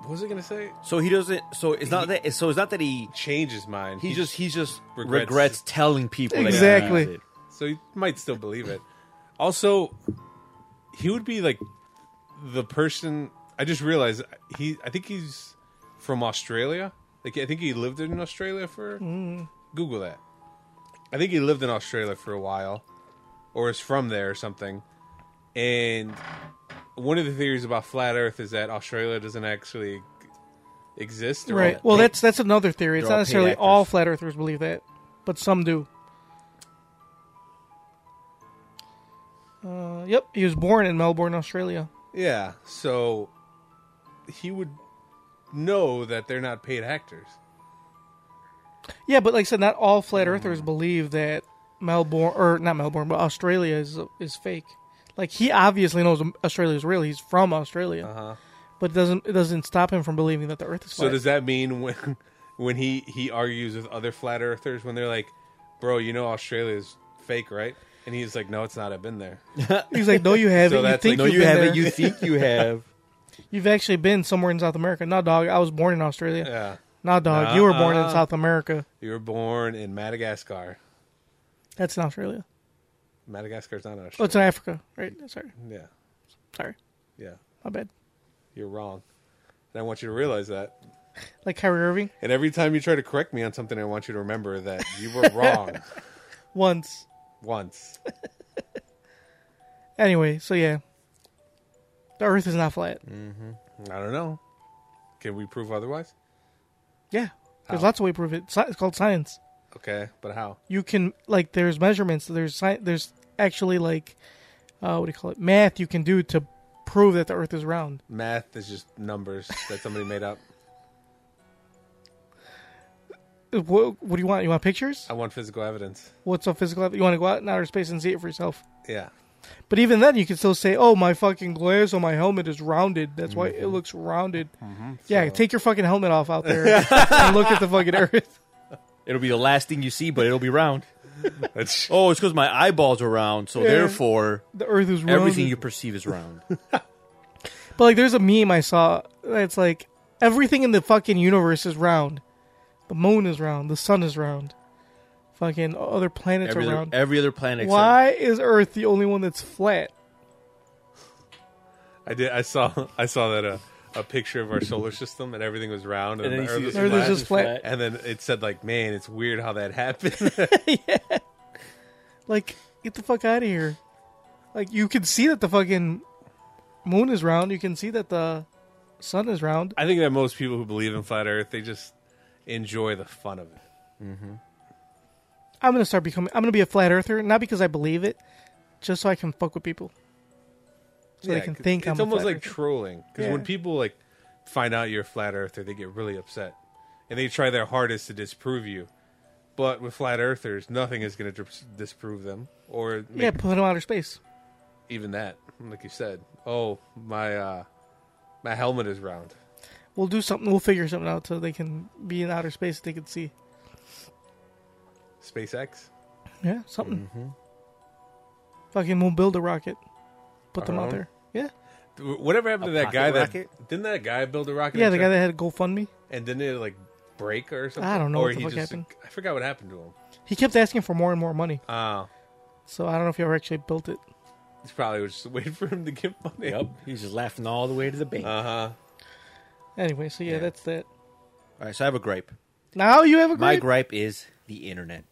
Speaker 3: what was I gonna say?
Speaker 4: so he doesn't. So it's not that. So it's not that he.
Speaker 3: Change his mind.
Speaker 4: He just he just
Speaker 3: regrets-
Speaker 4: regrets, telling people that he
Speaker 2: Exactly.
Speaker 4: believes it.
Speaker 3: so he might still believe it. Also, he would be like the person. I just realized he. I think he's from Australia. Like I think he lived in Australia for. Google that. I think he lived in Australia for a while, or is from there or something. And one of the theories about flat Earth is that Australia doesn't actually exist. Or
Speaker 2: Right. Well, that's that's another theory. It's
Speaker 4: they're
Speaker 2: not
Speaker 4: all
Speaker 2: necessarily
Speaker 4: paid actors.
Speaker 2: all flat earthers believe that, but some do. Uh, yep, he was born in Melbourne, Australia.
Speaker 3: Yeah, so he would know that they're not paid actors.
Speaker 2: Yeah, but like I said, not all flat earthers
Speaker 3: Mm.
Speaker 2: believe that Melbourne or not Melbourne, but Australia is is fake. Like he obviously knows Australia is real. He's from Australia, but it doesn't it doesn't stop him from believing that the Earth is
Speaker 3: Uh-huh. So
Speaker 2: flat.
Speaker 3: does that mean when when he he argues with other flat earthers when they're like, "Bro, you know Australia's fake, right?" And he's like, "No, it's not. I've been there."
Speaker 2: He's like, no, you haven't. you
Speaker 3: that's
Speaker 2: think
Speaker 3: like-
Speaker 2: no,
Speaker 3: no,
Speaker 2: you've
Speaker 3: you
Speaker 2: been
Speaker 4: haven't.
Speaker 2: there.
Speaker 4: You think you have?
Speaker 2: You've actually been somewhere in South America. No, dog. I was born in Australia.
Speaker 3: Yeah,
Speaker 2: Nah, dog. You were born in
Speaker 3: Nuh-uh.
Speaker 2: South America.
Speaker 3: you were born in Madagascar.
Speaker 2: That's in Australia.
Speaker 3: Madagascar's not in
Speaker 2: Oh, it's
Speaker 3: Australia.
Speaker 2: in Africa, right? Sorry,
Speaker 3: yeah,
Speaker 2: sorry,
Speaker 3: yeah.
Speaker 2: my bad.
Speaker 3: You're wrong. And I want you to realize that.
Speaker 2: Like Kyrie Irving
Speaker 3: And every time you try to correct me on something, I want you to remember that you were wrong
Speaker 2: once.
Speaker 3: once.
Speaker 2: Anyway, so yeah, the Earth is not flat.
Speaker 3: Mm. I don't know. Can we prove otherwise?
Speaker 2: Yeah, there's
Speaker 3: How?
Speaker 2: lots of way to prove it. Sci- It's called science.
Speaker 3: Okay, but how?
Speaker 2: You can like there's measurements. There's sci- there's actually like uh, what do you call it? Math you can do to prove that the Earth is round.
Speaker 3: Math is just numbers that somebody made up.
Speaker 2: What, what do you want? You want pictures?
Speaker 3: I want physical evidence.
Speaker 2: What's up, physical? ev- You want to go out in outer space and see it for yourself?
Speaker 3: Yeah.
Speaker 2: But even then, you can still say, "Oh, my fucking glass on my helmet is rounded. That's why
Speaker 4: Mm-hmm.
Speaker 2: it looks rounded." Yeah, take your fucking helmet off out there and look at the fucking Earth.
Speaker 4: It'll be the last thing you see, but it'll be round.
Speaker 3: That's
Speaker 4: Oh, it's because my eyeballs are round, so therefore
Speaker 2: The Earth is round.
Speaker 4: everything you perceive is round.
Speaker 2: But like, there's a meme I saw that's like everything in the fucking universe is round. The moon is round. The sun is round. Fucking other planets
Speaker 4: every,
Speaker 2: are
Speaker 4: other,
Speaker 2: round.
Speaker 4: every other planet. except-
Speaker 2: Why is Earth the only one that's flat?
Speaker 3: I did. I saw. I saw that a, a picture of our solar system and everything was round and,
Speaker 4: And then
Speaker 3: the
Speaker 4: you see
Speaker 3: Earth was
Speaker 4: the
Speaker 2: Earth is
Speaker 3: flat.
Speaker 4: flat.
Speaker 2: just flat.
Speaker 3: And then it said like, "Man, it's weird how that happened."
Speaker 2: Like, get the fuck out of here. Like, you can see that the fucking moon is round. You can see that the sun is round.
Speaker 3: I think that most people who believe in flat Earth, they just enjoy the fun of it.
Speaker 2: I'm gonna start becoming. I'm gonna be a flat earther, not because I believe it, just so I can fuck with people. So they can
Speaker 3: 'cause
Speaker 2: think
Speaker 3: it's
Speaker 2: I'm a
Speaker 3: almost
Speaker 2: flat
Speaker 3: like
Speaker 2: earther.
Speaker 3: trolling because when
Speaker 2: Yeah.
Speaker 3: people like find out you're a flat earther, they get really upset and they try their hardest to disprove you. But with flat earthers, nothing is going to dis- disprove them or make
Speaker 2: Yeah, put them outer space.
Speaker 3: even that. Like you said, oh my, uh, my helmet is round.
Speaker 2: We'll do something. We'll figure something out so they can be in outer space. They can see.
Speaker 3: SpaceX,
Speaker 2: Yeah, something.
Speaker 3: Mm-hmm.
Speaker 2: Fucking, we'll build a rocket. Put them
Speaker 3: Our
Speaker 2: out
Speaker 3: own?
Speaker 2: there. Yeah,
Speaker 3: Th- whatever happened to that
Speaker 4: pocket
Speaker 3: guy
Speaker 4: rocket?
Speaker 3: that didn't that guy build a rocket?
Speaker 2: yeah.
Speaker 3: and
Speaker 2: The
Speaker 3: try-
Speaker 2: guy that had GoFundMe,
Speaker 3: and didn't it like break or something?
Speaker 2: I don't know
Speaker 3: Or
Speaker 2: what the
Speaker 3: he
Speaker 2: fuck
Speaker 3: just
Speaker 2: happened.
Speaker 3: I forgot what happened to him.
Speaker 2: he kept asking for more and more money.
Speaker 3: Oh,
Speaker 2: So I don't know if he ever actually built it.
Speaker 3: it's probably was just waiting for him to give money.
Speaker 4: Yep, he's just laughing all the way to the bank.
Speaker 3: Uh huh.
Speaker 2: Anyway, so yeah, that's that.
Speaker 4: all right, so I have a gripe.
Speaker 2: Now you have a
Speaker 4: My
Speaker 2: great.
Speaker 4: gripe is the internet.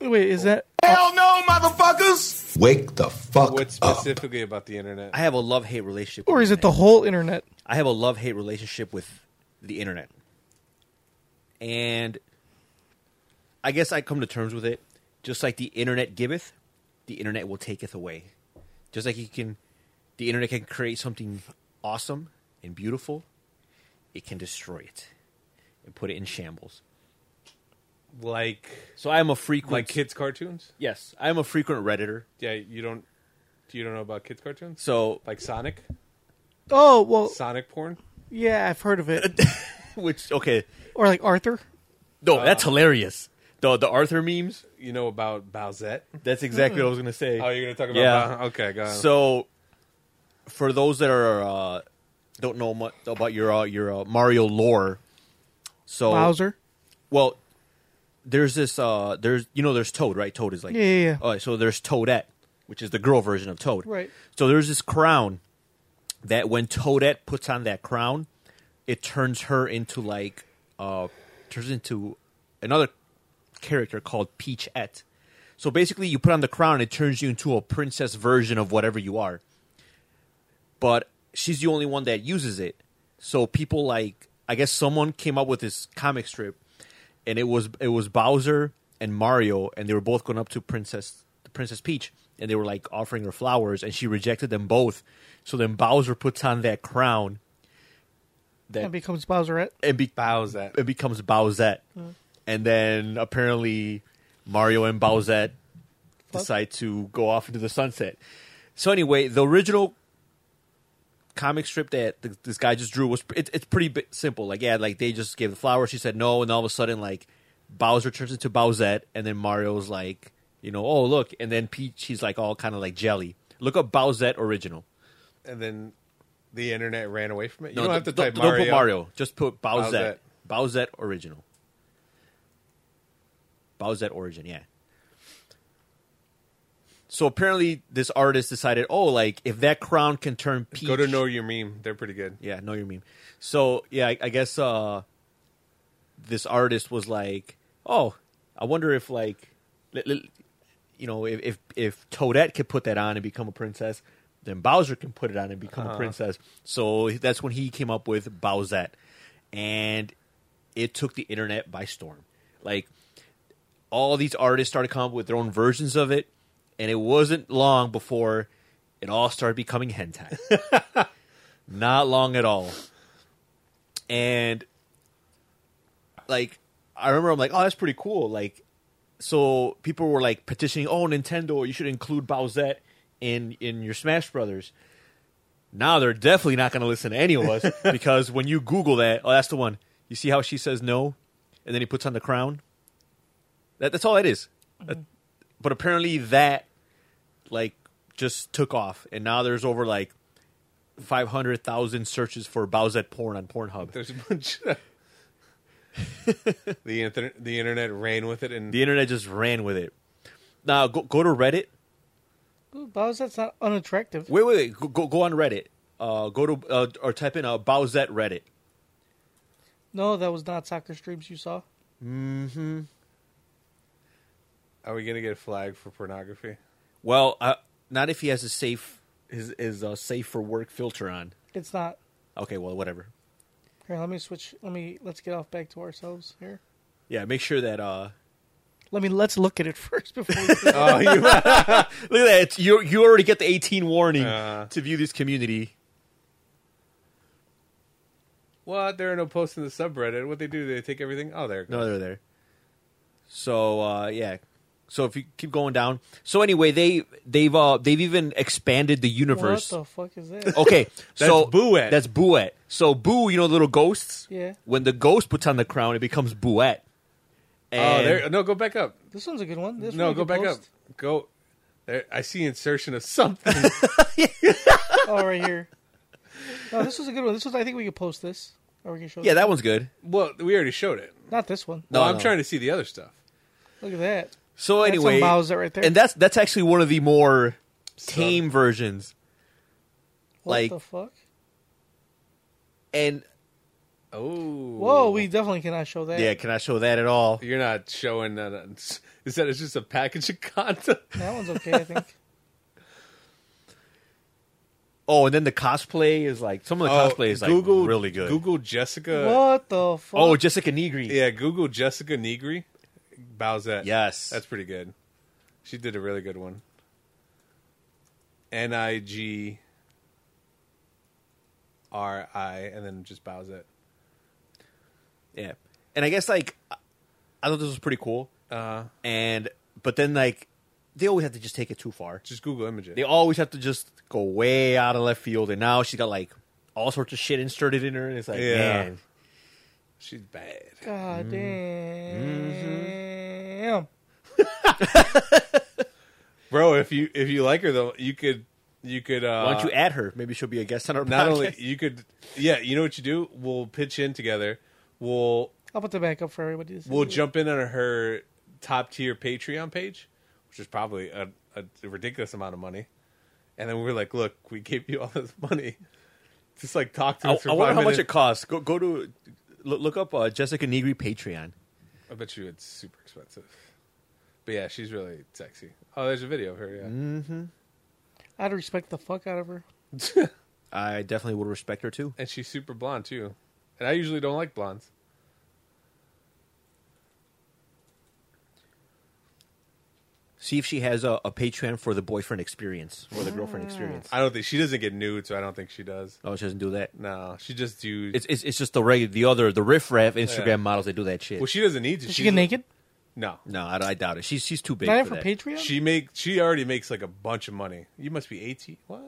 Speaker 2: Wait, is that
Speaker 9: Hell no, motherfuckers!
Speaker 7: Wake the fuck
Speaker 3: What
Speaker 7: up.
Speaker 3: specifically about the internet?
Speaker 4: I have a love hate relationship. with
Speaker 2: or is it the
Speaker 4: internet.
Speaker 2: whole internet?
Speaker 4: I have a love hate relationship with the internet, and I guess I come to terms with it. Just like the internet giveth, the internet will taketh away. Just like you can, the internet can create something awesome and beautiful, it can destroy it and put it in shambles.
Speaker 3: Like
Speaker 4: So I am a frequent
Speaker 3: like kids cartoons?
Speaker 4: Yes, I am a frequent redditor.
Speaker 3: Yeah, you don't you don't know about kids cartoons?
Speaker 4: So
Speaker 3: Like Sonic,
Speaker 2: Oh well,
Speaker 3: Sonic porn.
Speaker 2: yeah, I've heard of
Speaker 3: Uh,
Speaker 2: it.
Speaker 4: which okay, Uh,
Speaker 2: or like Arthur.
Speaker 4: no, that's hilarious. The the Arthur memes.
Speaker 3: You know about Bowsette?
Speaker 4: That's exactly what I was gonna say.
Speaker 3: Oh, you're gonna talk about
Speaker 4: Yeah.
Speaker 3: Bow- okay, go on.
Speaker 4: So, for those that are uh, don't know much about your uh, your uh, Mario lore, so
Speaker 2: Bowser.
Speaker 4: well, there's this uh, there's you know there's Toad right? Toad is like
Speaker 2: Yeah, yeah, yeah.
Speaker 4: All right, so there's Toadette, which is the girl version of Toad,
Speaker 2: Right.
Speaker 4: So there's this crown that when Toadette puts on that crown, it turns her into like uh, turns into another character called Peachette. So basically, you put on the crown, it turns you into a princess version of whatever you are. But she's the only one that uses it. So people like, I guess someone came up with this comic strip, and it was it was Bowser and Mario, and they were both going up to Princess Princess Peach, and they were like offering her flowers, and she rejected them both. So then Bowser puts on that crown
Speaker 2: And becomes Bowserette.
Speaker 4: and be-
Speaker 3: Bowsette.
Speaker 4: it becomes Bowsette. And then apparently Mario and Bowsette decide to go off into the sunset. So anyway, the original comic strip that th- this guy just drew was it, it's pretty bit simple. Like yeah, like they just gave the flower, she said no, and all of a sudden like Bowser turns into Bowsette and then Mario's like, you know, oh look, and then Peach she's like all kind of like jelly. Look up Bowsette original.
Speaker 3: And then the internet ran away from it. You
Speaker 4: No,
Speaker 3: don't
Speaker 4: d-
Speaker 3: have to
Speaker 4: don't-
Speaker 3: type
Speaker 4: don't
Speaker 3: Mario.
Speaker 4: put Mario. Just put Bowsette. Bowsette original. Bowsette origin, yeah. So apparently, this artist decided, oh, like if that crown can turn peach,
Speaker 3: Go to Know Your Meme. They're pretty good.
Speaker 4: Yeah, know your meme. So yeah, I, I guess uh, this artist was like, "Oh, I wonder if like, li- li- you know, if, if if Toadette could put that on and become a princess, then Bowser can put it on and become a princess." So that's when he came up with Bowsette, and it took the internet by storm. Like all these artists started coming up with their own versions of it, and it wasn't long before it all started becoming hentai. Not long at all. And like I remember I'm like, oh that's pretty cool. Like so people were like petitioning, oh Nintendo, you should include Bowsette in in your Smash Brothers. Now they're definitely not gonna listen to any of us because when you Google that, oh that's the one. You see how she says no? And then he puts on the crown? That, that's all it is. That- but apparently that like just took off and now there's over like 500,000 searches for Bowsette porn on Pornhub.
Speaker 3: There's a bunch. the internet, the internet ran with it, and
Speaker 4: The internet just ran with it. Now go, go to Reddit.
Speaker 2: Ooh, Bowsette's not unattractive.
Speaker 4: Wait, wait, wait. Go, go, go on Reddit. Uh, go to uh, or type in uh, Bowsette Reddit.
Speaker 2: No, that was not soccer streams you saw.
Speaker 3: are we gonna get flagged for pornography?
Speaker 4: Well, uh, not if he has a safe his his uh, safe for work filter on.
Speaker 2: It's not.
Speaker 4: Okay, well, whatever.
Speaker 2: Here, let me switch. Let me let's get off back to ourselves here.
Speaker 4: Yeah, make sure that uh
Speaker 2: Let me let's look at it first before. we-
Speaker 3: Oh, you,
Speaker 4: look at that. It's, you you already get the 18 warning to view this community.
Speaker 3: what? There are no posts in the subreddit. What they do? They take everything. Oh, there. it
Speaker 4: No,
Speaker 3: goes.
Speaker 4: they're there. So uh, yeah. So if you keep going down. So anyway, they they've uh, they've even expanded the
Speaker 2: what
Speaker 4: universe.
Speaker 2: the fuck is that?
Speaker 4: okay, so
Speaker 3: Boo-et.
Speaker 4: That's Booet. So Boo, you know the little ghosts.
Speaker 2: Yeah.
Speaker 4: When the ghost puts on the crown, it becomes Booet.
Speaker 3: Oh,
Speaker 4: And
Speaker 3: there. No, go back up.
Speaker 2: This one's a good one. This
Speaker 3: No,
Speaker 2: one
Speaker 3: go back up. Go. There, I see insertion of something.
Speaker 2: up. Oh, right here. No, this was a good one. This was. I think we could post this, or we can show.
Speaker 4: Yeah,
Speaker 2: this.
Speaker 4: that one's good.
Speaker 3: well, we already showed it.
Speaker 2: Not this one.
Speaker 4: No,
Speaker 3: well, I'm
Speaker 4: no.
Speaker 3: trying to see the other stuff.
Speaker 2: Look at that.
Speaker 4: So
Speaker 2: That's
Speaker 4: anyway,
Speaker 2: a Bowser right there.
Speaker 4: and that's that's actually one of the more tame versions.
Speaker 2: what
Speaker 4: like-
Speaker 2: the fuck?
Speaker 4: And
Speaker 3: Oh,
Speaker 2: Whoa, we definitely cannot show that.
Speaker 4: yeah, can I show that at all?
Speaker 3: You're not showing that. on- Is that it's just a package of content?
Speaker 2: that one's okay. I think.
Speaker 4: Oh, and then the cosplay is like some of the cosplay is like
Speaker 3: Oh, Google
Speaker 4: really good.
Speaker 3: Google Jessica.
Speaker 2: what the fuck?
Speaker 4: Uh, Oh, Jessica Negri.
Speaker 3: Yeah, Google Jessica Negri. Bowsette.
Speaker 4: Yes.
Speaker 3: That's pretty good. She did a really good one. N I G R I and then just Bowsette.
Speaker 4: Yeah, and I guess like I I thought this was pretty cool.
Speaker 3: Uh-huh.
Speaker 4: Uh, and but then like they always have to just take it too far.
Speaker 3: Just Google image it.
Speaker 4: They always have to just go way out of left field. And now she's got like all sorts of shit inserted in her, and it's like
Speaker 3: Yeah.
Speaker 4: man,
Speaker 3: She's bad.
Speaker 2: God damn.
Speaker 3: Bro, if you if you like her though, you could you could uh
Speaker 4: why don't you add her? Maybe she'll be a guest on our
Speaker 3: not
Speaker 4: podcast.
Speaker 3: only you could yeah, you know what you do? We'll pitch in together. We'll
Speaker 2: I'll put the back up for everybody. to see.
Speaker 3: we'll jump in on her top tier Patreon page, which is probably a, a ridiculous amount of money. And then we were like, "Look, we gave you all this money. Just like talk to
Speaker 4: I,
Speaker 3: us for
Speaker 4: I wonder
Speaker 3: five
Speaker 4: how much
Speaker 3: minutes."
Speaker 4: it costs. Go go to look, look up uh, Jessica Negri Patreon.
Speaker 3: I bet you it's super expensive. But yeah, she's really sexy. Oh, there's a video of her. Yeah,
Speaker 2: I'd respect the fuck out of her.
Speaker 4: I definitely would respect her too.
Speaker 3: and she's super blonde too. And I usually don't like blondes.
Speaker 4: See if she has a, a Patreon for the boyfriend experience or the girlfriend experience.
Speaker 3: I don't think she doesn't get nude, so I don't think she does.
Speaker 4: Oh, she doesn't do that.
Speaker 3: No, she just do.
Speaker 4: It's it's, it's just the regular the other the riffraff Instagram
Speaker 3: Yeah.
Speaker 4: models that do that shit.
Speaker 3: well, she doesn't need to.
Speaker 2: Did she
Speaker 3: She's-
Speaker 2: get naked?
Speaker 3: No,
Speaker 4: no, I, I doubt it. She's she's too big
Speaker 2: Not
Speaker 4: for,
Speaker 2: for
Speaker 4: that.
Speaker 2: Patreon.
Speaker 3: she make. She already makes like a bunch of money. You must be eighteen. What?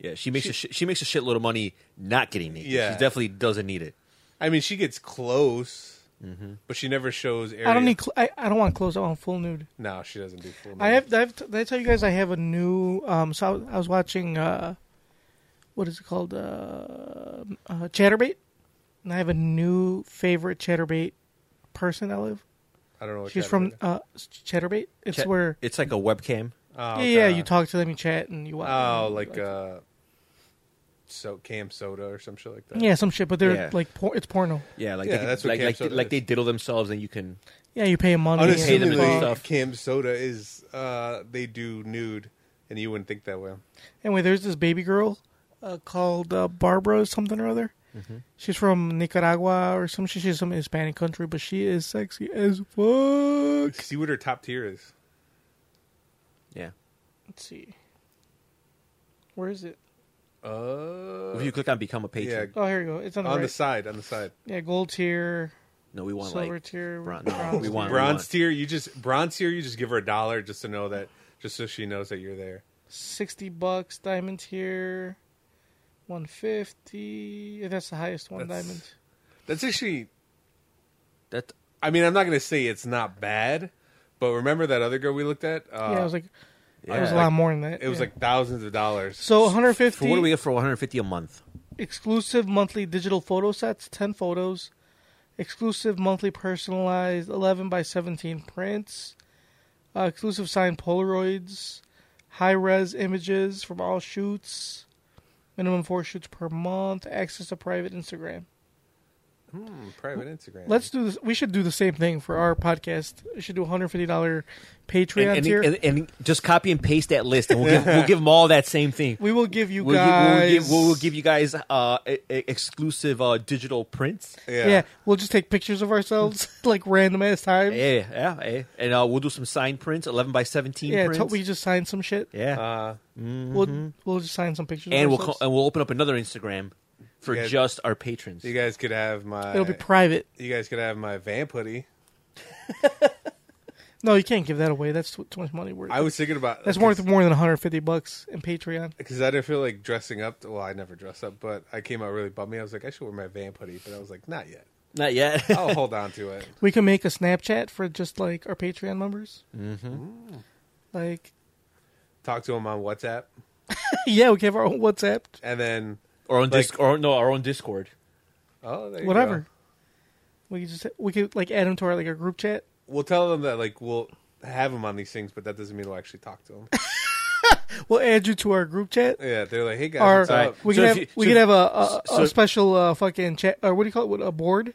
Speaker 4: yeah, she makes a shi- she makes a shitload of money not getting naked.
Speaker 3: Yeah.
Speaker 4: she definitely doesn't need it.
Speaker 3: I mean, she gets close, but she never shows. Areas.
Speaker 2: I don't need. Cl- I, I don't want clothes. I want full nude.
Speaker 3: No, she doesn't do full.
Speaker 2: I have. I have did I tell you guys I have a new. Um, so I was, I was watching. Uh, what is it called? Uh, uh, Chatterbait. And I have a new favorite Chatterbait person. I live.
Speaker 3: I don't know. What
Speaker 2: She's
Speaker 3: that
Speaker 2: from
Speaker 3: is.
Speaker 2: uh, Chatterbait. It's
Speaker 4: Ch-
Speaker 2: where
Speaker 4: It's like a webcam.
Speaker 3: Oh,
Speaker 2: yeah, yeah,
Speaker 3: God.
Speaker 2: you talk to them, you chat, and you watch.
Speaker 3: Oh, like uh, so cam soda or some shit like that.
Speaker 2: yeah, some shit, but they're
Speaker 4: Yeah.
Speaker 2: like por- it's porno.
Speaker 4: Yeah, like
Speaker 3: Yeah,
Speaker 4: they,
Speaker 3: that's
Speaker 4: that's
Speaker 3: what
Speaker 4: like
Speaker 3: Cam
Speaker 4: like,
Speaker 3: Soda
Speaker 4: like
Speaker 3: is.
Speaker 4: they diddle themselves, and you can.
Speaker 2: Yeah, you pay 'em money. and
Speaker 4: pay them
Speaker 3: Unassumingly,
Speaker 4: to do
Speaker 2: fuck.
Speaker 4: stuff.
Speaker 3: cam soda is uh, they do nude, and you wouldn't think that way.
Speaker 2: Anyway, there's this baby girl uh, called uh, Barbara something or other.
Speaker 3: Mm-hmm.
Speaker 2: She's from Nicaragua or some shit. She's some Hispanic country, but she is sexy as fuck.
Speaker 3: See what her top tier is.
Speaker 4: Yeah.
Speaker 2: Let's see. Where is it?
Speaker 3: Uh,
Speaker 4: If you click on become a patron,
Speaker 3: yeah,
Speaker 2: Oh, here you go. It's on the,
Speaker 3: on
Speaker 2: right.
Speaker 3: the side, on the side.
Speaker 2: Yeah, gold tier,
Speaker 4: no, we want
Speaker 2: silver
Speaker 4: like
Speaker 2: tier,
Speaker 4: bronze.
Speaker 2: bronze.
Speaker 4: we want
Speaker 3: Bronze
Speaker 4: We want,
Speaker 3: tier, you just bronze tier, you just give her a dollar just to know that, just so she knows that you're there.
Speaker 2: sixty bucks. Diamond tier, one fifty. That's the highest one.
Speaker 3: That's-
Speaker 2: Diamond.
Speaker 3: That's actually.
Speaker 4: that.
Speaker 3: I mean, I'm not gonna say it's not bad, but remember that other girl we looked at? Uh,
Speaker 2: yeah, it was like it was a
Speaker 3: like-
Speaker 2: lot more than that.
Speaker 3: it was
Speaker 2: yeah.
Speaker 3: like thousands of dollars.
Speaker 2: so one hundred
Speaker 4: For what do we
Speaker 2: fifty
Speaker 4: get for 150 a month?
Speaker 2: exclusive monthly digital photo sets, ten photos, exclusive monthly personalized eleven by seventeen prints, uh, exclusive signed Polaroids, high res images from all shoots, minimum four shoots per month, access to private Instagram.
Speaker 3: private Instagram.
Speaker 2: Let's do this. We should do the same thing for our podcast. We should do $150 Patreon
Speaker 4: And, and,
Speaker 2: tier.
Speaker 4: and, and just copy and paste that list, and we'll give, we'll give them all that same thing.
Speaker 2: we will give you
Speaker 4: We'll give,
Speaker 2: guys.
Speaker 4: we'll, give, we'll, we'll give you guys uh, e- e- exclusive uh, digital prints.
Speaker 2: yeah. we'll just take pictures of ourselves like random ass times. Yeah,
Speaker 4: Yeah, yeah, yeah. and uh, we'll do some signed prints, 11 by 17
Speaker 2: yeah
Speaker 4: prints.
Speaker 2: t- we just sign some shit.
Speaker 4: yeah,
Speaker 3: Uh,
Speaker 2: We'll we'll just sign some pictures.
Speaker 4: Mm-hmm. and
Speaker 2: of
Speaker 4: we'll co-
Speaker 2: ourselves.
Speaker 4: and we'll open up another Instagram for
Speaker 3: Yeah.
Speaker 4: just our patrons.
Speaker 3: you guys could have
Speaker 4: oh,
Speaker 3: my.
Speaker 2: It'll be private.
Speaker 3: you guys could have my vamp hoodie.
Speaker 2: No, you can't give that away. That's too, too much money. Worth.
Speaker 3: I was thinking about
Speaker 2: That's worth more than 150 bucks in Patreon.
Speaker 3: because I didn't feel like dressing up. Well, I never dress up, but I came out really bummy. I was like, I should wear my vamp hoodie, but I was like, not yet.
Speaker 4: Not yet.
Speaker 3: I'll hold on to it.
Speaker 2: We can make a Snapchat for just like our Patreon members. Mm-hmm. Like,
Speaker 3: Talk to him on WhatsApp,
Speaker 2: yeah, we can have our own WhatsApp.
Speaker 3: and then
Speaker 4: or on
Speaker 3: Like-
Speaker 4: Disc- or no, our own Discord.
Speaker 3: oh, there you
Speaker 2: whatever.
Speaker 3: go.
Speaker 2: We could just we could like add them to our like our group chat.
Speaker 3: We'll tell them that like we'll have him on these things, but that doesn't mean we'll actually talk to him.
Speaker 2: We'll add you to our group chat.
Speaker 3: yeah, they're like, hey guys,
Speaker 2: Or
Speaker 3: what's up?
Speaker 2: we
Speaker 4: So
Speaker 2: could
Speaker 4: if
Speaker 2: have
Speaker 4: you-
Speaker 2: we
Speaker 4: so
Speaker 2: could
Speaker 4: if-
Speaker 2: have a, a,
Speaker 4: so-
Speaker 2: a special uh, fucking chat or what do you call it? What, a board,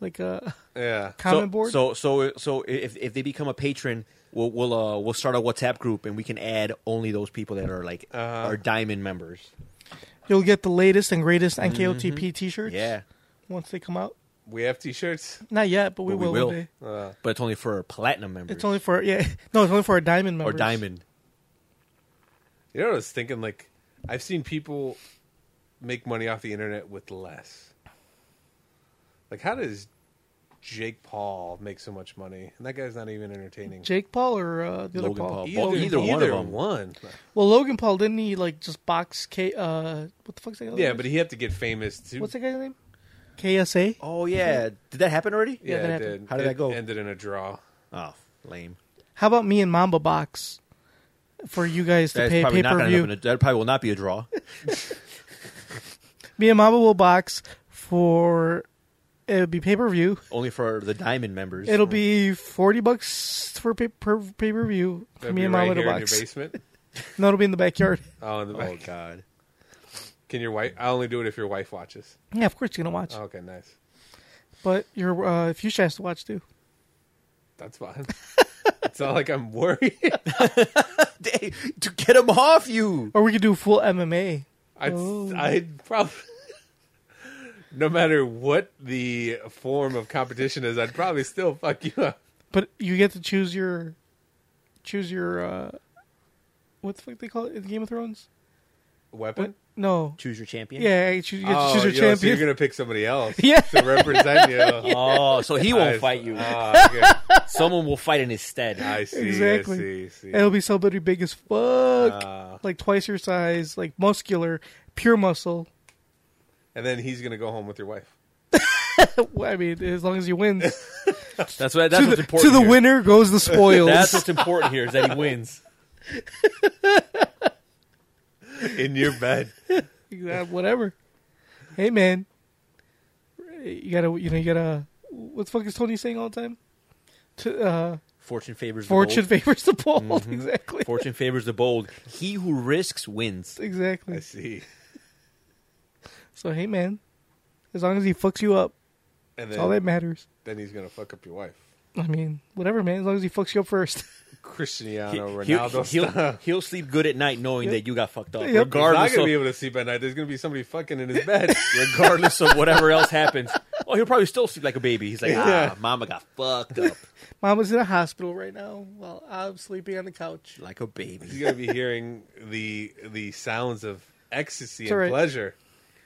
Speaker 2: like a
Speaker 3: yeah,
Speaker 2: comment
Speaker 4: so,
Speaker 2: board.
Speaker 4: So so so if if they become a patron, we'll we'll uh, we'll start a WhatsApp group and we can add only those people that are like our diamond members.
Speaker 2: You'll get the latest and greatest NKOTP T-shirts.
Speaker 4: Mm-hmm. Yeah,
Speaker 2: once they come out.
Speaker 3: we have t-shirts.
Speaker 2: Not yet, but we
Speaker 4: But we
Speaker 2: will.
Speaker 4: will.
Speaker 2: One day.
Speaker 4: but it's only for our platinum members.
Speaker 2: It's only for yeah. No, it's only for our diamond
Speaker 4: or
Speaker 2: members.
Speaker 4: diamond.
Speaker 3: You know what I was thinking? Like, I've seen people make money off the internet with less. Like, how does Jake Paul make so much money? And that guy's not even entertaining.
Speaker 2: Jake Paul or uh, the
Speaker 4: Logan
Speaker 2: other Paul.
Speaker 4: Paul. Well, either one of them.
Speaker 3: one.
Speaker 2: Well, Logan Paul didn't he like just box K? Uh, what the fuck's that? other
Speaker 3: Yeah,
Speaker 2: guy's-
Speaker 3: but he had to get famous too.
Speaker 2: what's that guy's name? KSA.
Speaker 4: Oh yeah, did that happen already?
Speaker 3: Yeah,
Speaker 2: that
Speaker 3: it
Speaker 2: happened.
Speaker 3: did.
Speaker 4: How did
Speaker 3: It
Speaker 4: that go?
Speaker 3: Ended in a draw.
Speaker 4: Oh, lame.
Speaker 2: How about me and Mamba Box for you guys to
Speaker 4: That's
Speaker 2: pay
Speaker 4: probably
Speaker 2: pay
Speaker 4: not
Speaker 2: per
Speaker 4: gonna happen.
Speaker 2: view?
Speaker 4: That probably will not be a draw.
Speaker 2: Me and Mamba will box for it'll be pay per view.
Speaker 4: only for the diamond members.
Speaker 2: It'll be forty bucks for pay per pay per view. for
Speaker 3: That'd
Speaker 2: Me
Speaker 3: be
Speaker 2: and
Speaker 3: right
Speaker 2: Mamba to
Speaker 3: here in your
Speaker 2: box.
Speaker 3: basement.
Speaker 2: No, it'll be in the backyard.
Speaker 3: Oh, in the
Speaker 4: oh
Speaker 3: back.
Speaker 4: god.
Speaker 3: Can your wife? I only do it if your wife watches.
Speaker 2: Yeah, of course you're gonna watch,
Speaker 3: Oh, okay, nice.
Speaker 2: but your uh, fuchsia has to watch too.
Speaker 3: That's fine. it's not like I'm worried.
Speaker 4: Dang, to get him off you.
Speaker 2: Or we could do full MMA.
Speaker 3: I'd,
Speaker 2: Oh.
Speaker 3: I'd probably, no matter what the form of competition is, I'd probably still fuck you up.
Speaker 2: But you get to choose your choose your uh what the fuck they call it in Game of Thrones?
Speaker 3: Weapon?
Speaker 2: No.
Speaker 4: Choose your champion.
Speaker 2: Yeah, you, choose, you get to
Speaker 3: Oh,
Speaker 2: choose your
Speaker 3: yo,
Speaker 2: champion.
Speaker 3: So you're gonna pick somebody else
Speaker 2: Yeah.
Speaker 3: to represent you.
Speaker 4: Oh, so he
Speaker 3: I-
Speaker 4: won't fight you.
Speaker 3: Ah, okay.
Speaker 4: Someone will fight in his stead.
Speaker 3: I see.
Speaker 2: Exactly.
Speaker 3: I see, see.
Speaker 2: It'll be somebody big as fuck,
Speaker 3: Ah.
Speaker 2: like twice your size, like muscular, pure muscle.
Speaker 3: and then he's gonna go home with your wife.
Speaker 2: Well, I mean, as long as he wins,
Speaker 4: That's what. That's
Speaker 2: to
Speaker 4: what's
Speaker 2: the, to
Speaker 4: important.
Speaker 2: the
Speaker 4: here.
Speaker 2: winner goes the spoils.
Speaker 4: That's what's important here is that he wins.
Speaker 3: in your bed.
Speaker 2: Yeah, whatever. Hey, man, you gotta, you know, you gotta. What the fuck is Tony saying all the time? To, uh,
Speaker 4: Fortune favors
Speaker 2: Fortune
Speaker 4: the bold.
Speaker 2: favors the bold.
Speaker 3: Mm-hmm.
Speaker 2: Exactly.
Speaker 4: Fortune favors the bold. He who risks wins.
Speaker 2: Exactly.
Speaker 3: I see.
Speaker 2: So hey, man, as long as he fucks you up,
Speaker 3: And
Speaker 2: that's all that
Speaker 3: then,
Speaker 2: matters.
Speaker 3: then he's gonna fuck up your wife.
Speaker 2: I mean, whatever, man. As long as he fucks you up first.
Speaker 4: He,
Speaker 3: Cristiano
Speaker 4: will
Speaker 3: Ronaldo. style.
Speaker 4: sleep good at night knowing that you got fucked up,
Speaker 2: Yep.
Speaker 3: He's not
Speaker 4: regardless
Speaker 3: gonna
Speaker 4: of
Speaker 3: be able to sleep at night. There's gonna be somebody fucking in his bed.
Speaker 4: regardless of whatever else happens. Oh, he'll probably still sleep like a baby. He's like, ah, mama got fucked up
Speaker 2: Mama's in a hospital right now while I'm sleeping on the couch.
Speaker 4: like a baby.
Speaker 3: He's gonna be hearing the the sounds of ecstasy
Speaker 2: It's
Speaker 3: and
Speaker 2: all right.
Speaker 3: pleasure.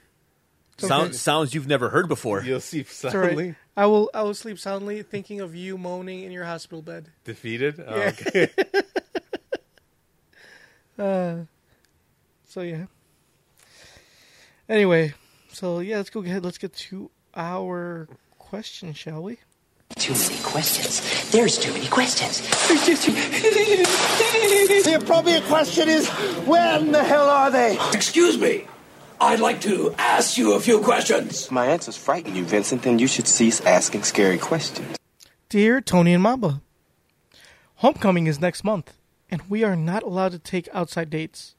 Speaker 2: okay.
Speaker 4: Sounds sounds you've never heard before.
Speaker 3: You'll see
Speaker 2: It's all
Speaker 3: soundly
Speaker 2: right. I will. I will sleep soundly, thinking of you moaning in your hospital bed.
Speaker 3: defeated. Oh,
Speaker 2: Yeah.
Speaker 3: okay.
Speaker 2: So yeah. Anyway, so yeah, let's go ahead. Let's get to our question, shall we?
Speaker 1: Too many questions. There's too many questions.
Speaker 10: The appropriate question is, when the hell are they?
Speaker 1: Excuse me. I'd like to ask you a few questions.
Speaker 10: My answers frighten you, Vincent. Then you should cease asking scary questions.
Speaker 2: Dear Tony and Mamba, homecoming is next month, and we are not allowed to take outside dates.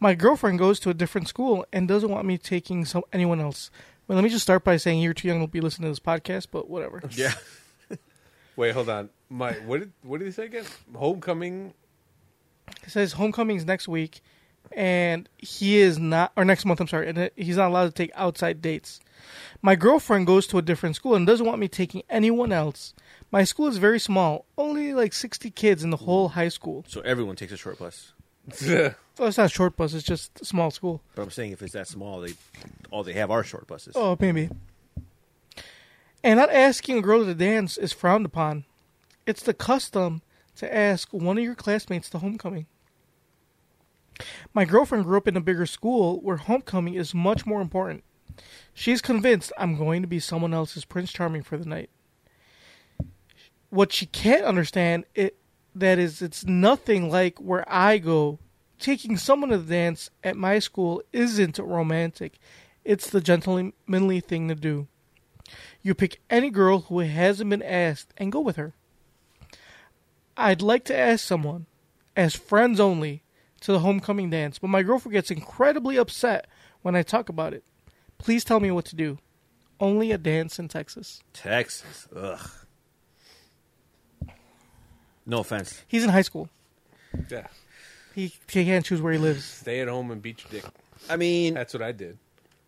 Speaker 2: My girlfriend goes to a different school and doesn't want me taking some anyone else. Well, let me just start by saying you're too young to be listening to this podcast, but whatever.
Speaker 4: Yeah.
Speaker 3: Wait, hold on. My what did what did he say again? Homecoming.
Speaker 2: It says homecoming's next week, and he is not, or next month, I'm sorry, and he's not allowed to take outside dates. My girlfriend goes to a different school and doesn't want me taking anyone else. My school is very small, only like 60 kids in the whole high school.
Speaker 4: So everyone takes a short bus.
Speaker 2: Oh, it's not short bus, it's just a small school.
Speaker 4: But I'm saying if it's that small, they all they have are short buses.
Speaker 2: Oh, maybe. And not asking a girl to dance is frowned upon. It's the custom to ask one of your classmates to homecoming. My girlfriend grew up in a bigger school where homecoming is much more important. She's convinced I'm going to be someone else's Prince Charming for the night. What she can't understand it that is it's nothing like where I go. Taking someone to the dance at my school isn't romantic. It's the gentlemanly thing to do. You pick any girl who hasn't been asked and go with her. I'd like to ask someone, as friends only, to the homecoming dance, but my girlfriend gets incredibly upset when I talk about it. Please tell me what to do. Only a dance in Texas.
Speaker 4: Texas. Ugh. No offense.
Speaker 2: He's in high school.
Speaker 3: Yeah.
Speaker 2: He, he can't choose where he lives.
Speaker 3: Stay at home and beat your dick.
Speaker 4: I mean,
Speaker 3: That's what I did.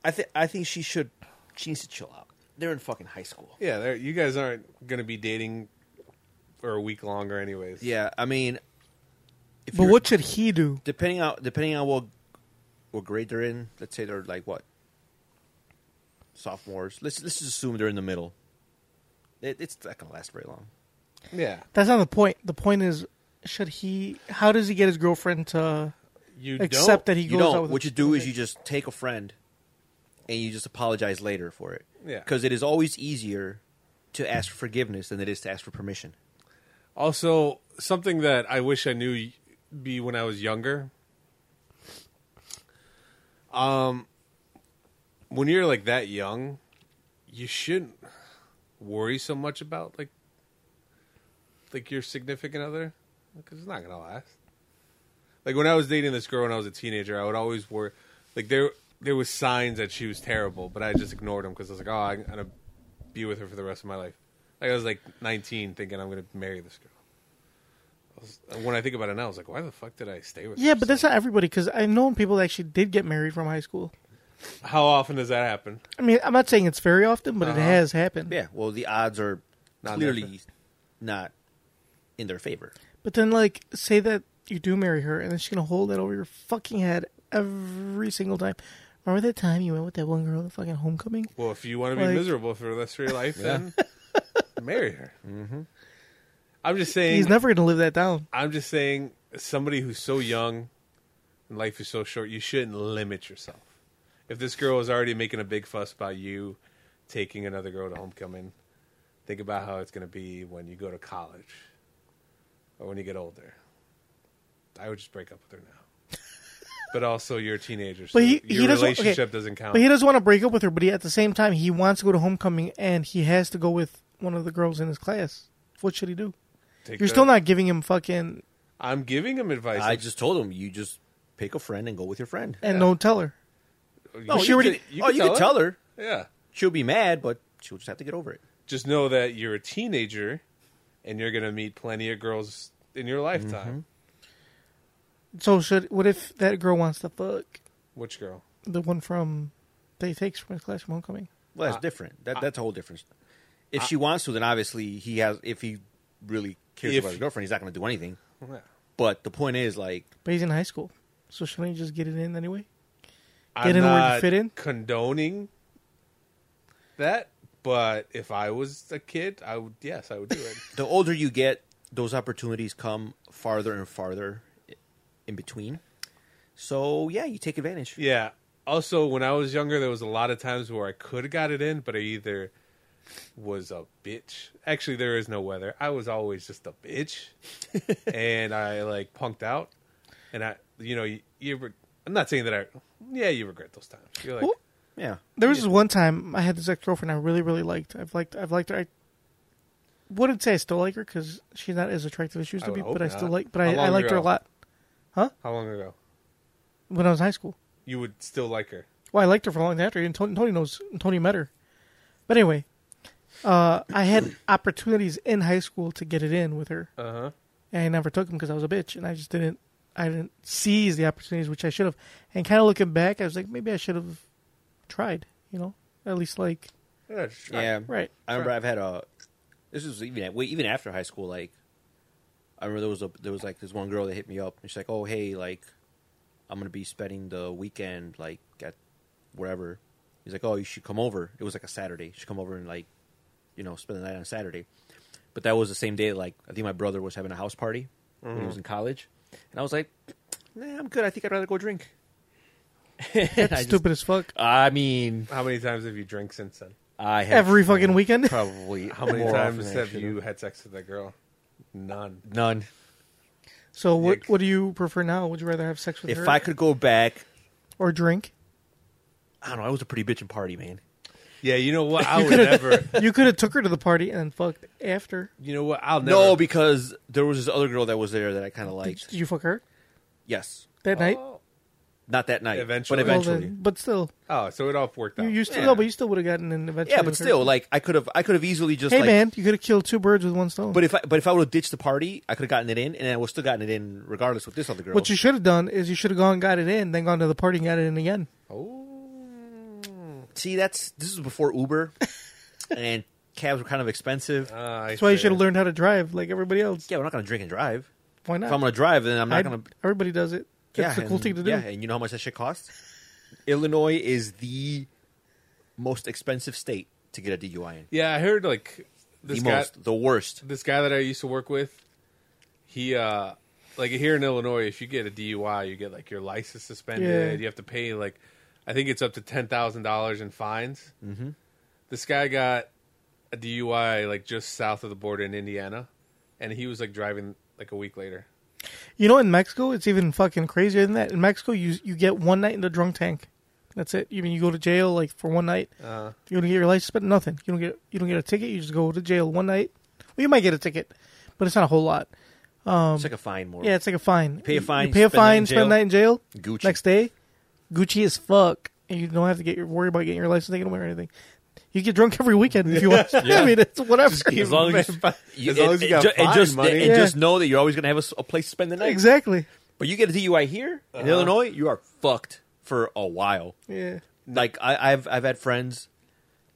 Speaker 4: I think I think she should. She needs to chill out. They're in fucking high school.
Speaker 3: Yeah, there- you guys aren't gonna be dating for a week longer, anyways.
Speaker 4: Yeah, I mean, if
Speaker 2: But
Speaker 4: you're-
Speaker 2: what should he do?
Speaker 4: depending on depending on what what grade they're in, let's say they're like what sophomores. Let's let's just assume they're in the middle. It, it's not gonna last very long.
Speaker 3: Yeah.
Speaker 2: That's not the point. The point is, should he? How does he get his girlfriend to
Speaker 3: You
Speaker 2: accept
Speaker 3: don't.
Speaker 2: that he
Speaker 4: You
Speaker 2: goes out
Speaker 4: don't.
Speaker 2: with?
Speaker 4: What you do is you just take a friend, and you just apologize later for it.
Speaker 3: Yeah.
Speaker 4: because it is always easier to ask for forgiveness than it is to ask for permission.
Speaker 3: Also, something that I wish I knew y- be when I was younger. Um, when you're like that young, you shouldn't worry so much about like like your significant other because it's not gonna last. Like when I was dating this girl when I was a teenager, I would always worry. Like there there was signs that she was terrible, but I just ignored them because I was like, oh, I'm gonna be with her for the rest of my life. Like I was like 19, thinking I'm gonna marry this girl. I was- and when I think about it now, I was like, why the fuck did I stay with?
Speaker 2: Yeah,
Speaker 3: her
Speaker 2: but
Speaker 3: so
Speaker 2: that's not everybody because I know people that actually did get married from high school.
Speaker 3: How often does that happen?
Speaker 2: I mean, I'm not saying it's very often, but
Speaker 4: Uh-huh.
Speaker 2: it has happened.
Speaker 4: Yeah, well, the odds are
Speaker 3: Not in their
Speaker 4: clearly not in their favor.
Speaker 2: But then, like, say that you do marry her, and then she's gonna hold that over your fucking head every single time. Remember that time you went with that one girl at fucking homecoming?
Speaker 3: Well, if you want to be
Speaker 2: Like-
Speaker 3: miserable for the rest of your life, then marry her. Mm-hmm. I'm just saying.
Speaker 2: He's never gonna live that down.
Speaker 3: I'm just saying, somebody who's so young and life is so short, you shouldn't limit yourself. If this girl is already making a big fuss about you taking another girl to homecoming, think about how it's going to be when you go to college or when you get older. I would just break up with her now. But also, you're a teenager, so
Speaker 2: But he,
Speaker 3: your
Speaker 2: he doesn't. okay,
Speaker 3: relationship doesn't count.
Speaker 2: But he doesn't want to break up with her. But he, at the same time, he wants to go to homecoming, and he has to go with one of the girls in his class. What should he do?
Speaker 3: take.
Speaker 2: You're
Speaker 3: the-
Speaker 2: still not giving him fucking
Speaker 3: I'm giving him advice.
Speaker 4: I just told him you just pick a friend and go with your friend.
Speaker 2: and don't tell her.
Speaker 4: No,
Speaker 2: she
Speaker 4: you
Speaker 2: already-
Speaker 4: could- oh, you can tell her.
Speaker 3: Yeah.
Speaker 4: She'll be mad, but she'll just have to get over it.
Speaker 3: Just know that you're a teenager, and you're gonna meet plenty of girls in your lifetime.
Speaker 4: Mm-hmm.
Speaker 2: So should what if that girl wants to fuck
Speaker 3: Which girl?
Speaker 2: the one from they takes from his class from homecoming?
Speaker 4: Well, that's different. That, that's a whole different. If she wants to, then obviously he has. If he really cares
Speaker 3: If-
Speaker 4: about his girlfriend, he's not going to do anything.
Speaker 3: Yeah.
Speaker 4: But the point is, like,
Speaker 2: But he's in high school, so shouldn't he just get it in anyway?
Speaker 3: I'm
Speaker 2: in where you
Speaker 3: not
Speaker 2: fit in?
Speaker 3: Condoning that, but if I was a kid, I would. Yes, I would do it.
Speaker 4: the older you get, those opportunities come farther and farther i- in between. So yeah, you take advantage.
Speaker 3: yeah. Also, when I was younger, there was a lot of times where I could have got it in, but I either was a bitch. Actually, there is no weather. I was always just a bitch, and I like punked out. And I, you know, you. you re- I'm not saying that I. Yeah, you regret those times. You're like,
Speaker 2: Well,
Speaker 4: Yeah,
Speaker 2: There was this one time I had this ex girlfriend I really really liked. I've liked I've liked her. I wouldn't say I still like her because she's not as attractive as she used
Speaker 3: I
Speaker 2: to
Speaker 3: would
Speaker 2: be,
Speaker 3: hope
Speaker 2: but I still
Speaker 3: not.
Speaker 2: like. But I,
Speaker 3: How
Speaker 2: I
Speaker 3: long
Speaker 2: liked her a
Speaker 3: ago?
Speaker 2: lot
Speaker 3: how long ago?
Speaker 2: when I was in high school.
Speaker 3: You would still like her.
Speaker 2: Well, I liked her for a long time after, and Tony, Tony knows Tony met her. But anyway, uh, I had opportunities in high school to get it in with her,
Speaker 3: Uh huh.
Speaker 2: and I never took them because I was a bitch, and I just didn't. I didn't seize the opportunities which I should have. And kind of looking back, I was like, maybe I should have tried. You know, at least like
Speaker 3: Yeah, sure.
Speaker 4: yeah,
Speaker 2: right.
Speaker 4: I remember I've had a. This is even wait, even after high school. Like, I remember there was a there was like this one girl that hit me up, and she's like, "Oh hey, like, I'm gonna be spending the weekend like at wherever." He's like, "Oh, you should come over." It was like a Saturday. You should come over and like, you know, spend the night on Saturday. But that was the same day. Like, I think my brother was having a house party when he
Speaker 2: Mm-hmm.
Speaker 4: was in college, and I was like, "Nah, I'm good. I think I'd rather go drink." That's
Speaker 2: Stupid as fuck.
Speaker 4: I mean,
Speaker 3: How many times have you drank since then?
Speaker 4: I have
Speaker 2: Every fucking weekend.
Speaker 4: probably
Speaker 3: How many
Speaker 4: more often
Speaker 3: times
Speaker 4: than I
Speaker 3: have
Speaker 4: should
Speaker 3: you had sex with that girl? None.
Speaker 4: None.
Speaker 2: So what?
Speaker 3: Yuck.
Speaker 2: What do you prefer now? Would you rather have sex with
Speaker 4: If
Speaker 2: her
Speaker 4: I could go back,
Speaker 2: or drink?
Speaker 4: I don't know. I was a pretty bitchin' party man.
Speaker 3: Yeah, you know what? I would never.
Speaker 2: You could have took her to the party and fucked after.
Speaker 3: You know what? I'll never.
Speaker 4: No, because there was this other girl that was there that I kind of liked.
Speaker 2: Did you fuck her
Speaker 4: yes,
Speaker 2: that night?
Speaker 4: not that night,
Speaker 3: Eventually.
Speaker 4: but
Speaker 2: Well,
Speaker 4: eventually.
Speaker 2: then- but still,
Speaker 3: Oh, so it all worked out.
Speaker 2: you used to
Speaker 4: Yeah.
Speaker 2: no, but you still would have gotten in eventually.
Speaker 4: yeah, but
Speaker 2: with her.
Speaker 4: still, like I could have, I could have easily just.
Speaker 2: hey
Speaker 4: like,
Speaker 2: man, you could have killed two birds with one stone.
Speaker 4: But if I, but if I would have ditched the party, I could have gotten it in, and I would have still gotten it in regardless with this other girl.
Speaker 2: what you should have done is you should have gone, and got it in, then gone to the party and got it in again.
Speaker 4: see, that's this is before Uber, and cabs were kind of expensive.
Speaker 3: Ah, I
Speaker 2: That's why you
Speaker 3: see.
Speaker 2: should have learned how to drive like everybody else.
Speaker 4: yeah, we're not gonna drink and drive.
Speaker 2: Why not?
Speaker 4: If I'm gonna drive, then I'm not
Speaker 2: Uh, I'd-
Speaker 4: gonna.
Speaker 2: Everybody does it. That's the cool
Speaker 4: and-
Speaker 2: thing to do.
Speaker 4: Yeah, and you know how much that shit costs? Illinois is the most expensive state to get a DUI in.
Speaker 3: Yeah, I heard like
Speaker 4: The
Speaker 3: this guy,
Speaker 4: most, the worst.
Speaker 3: this guy that I used to work with. He uh, like here in Illinois, if you get a DUI, you get like your license suspended.
Speaker 2: Yeah.
Speaker 3: You have to pay like, I think it's up to ten thousand dollars in fines. Mm-hmm. This guy got a DUI like just south of the border in Indiana, and he was like driving like a week later.
Speaker 2: You know, in Mexico, it's even fucking crazier than that. In Mexico, you you get one night in the drunk tank. That's it. You mean you go to jail like for one night. you don't get your license, but nothing. You don't get you don't get a ticket. You just go to jail one night. Well, you might get a ticket, but it's not a whole lot.
Speaker 4: it's like a fine more.
Speaker 2: Um, Yeah, it's like a fine. You
Speaker 4: pay a fine,
Speaker 2: You pay a
Speaker 4: spend the night
Speaker 2: fine.
Speaker 4: in
Speaker 2: Spend the night in jail.
Speaker 4: Gucci.
Speaker 2: Next day, Gucci as fuck, and you don't have to get your worry about getting your license taken away or anything. You get drunk every weekend if you want. I mean, it's whatever.
Speaker 4: As long as you,
Speaker 3: As long as you got
Speaker 4: ju- and
Speaker 3: fine
Speaker 4: just,
Speaker 3: money.
Speaker 4: and
Speaker 2: Yeah.
Speaker 4: just know that you're always going to have a s- a, place to spend the night.
Speaker 2: exactly.
Speaker 4: But you get a DUI here in
Speaker 3: Uh-huh.
Speaker 4: Illinois, you are fucked for a while.
Speaker 2: Yeah.
Speaker 4: Like I, I've I've had friends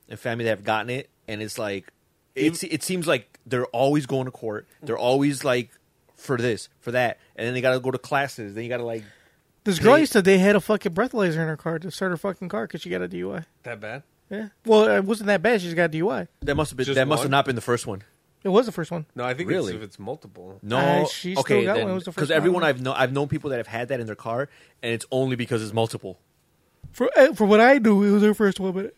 Speaker 4: and family that have gotten it, and it's like it's it seems like they're always going to court. They're always like for this, for that, and then they got to go to classes. Then you got to like
Speaker 2: This girl
Speaker 4: They-
Speaker 2: used to. They had a fucking breathalyzer in her car to start her fucking car because she got a DUI.
Speaker 3: That bad?
Speaker 2: Yeah. Well, it wasn't that bad. She just got a DUI.
Speaker 4: that must have been
Speaker 3: Just
Speaker 4: that must
Speaker 3: one?
Speaker 4: have not been the first one.
Speaker 2: It was the first one.
Speaker 3: No, I think
Speaker 4: Really?
Speaker 3: it's, if it's multiple.
Speaker 4: No,
Speaker 2: Uh, she still
Speaker 4: okay,
Speaker 2: got one. It was the first
Speaker 4: because everyone
Speaker 2: one.
Speaker 4: I've known I've known people that have had that in their car, and it's only because it's multiple.
Speaker 2: For eh, for what I knew, it was her first one. But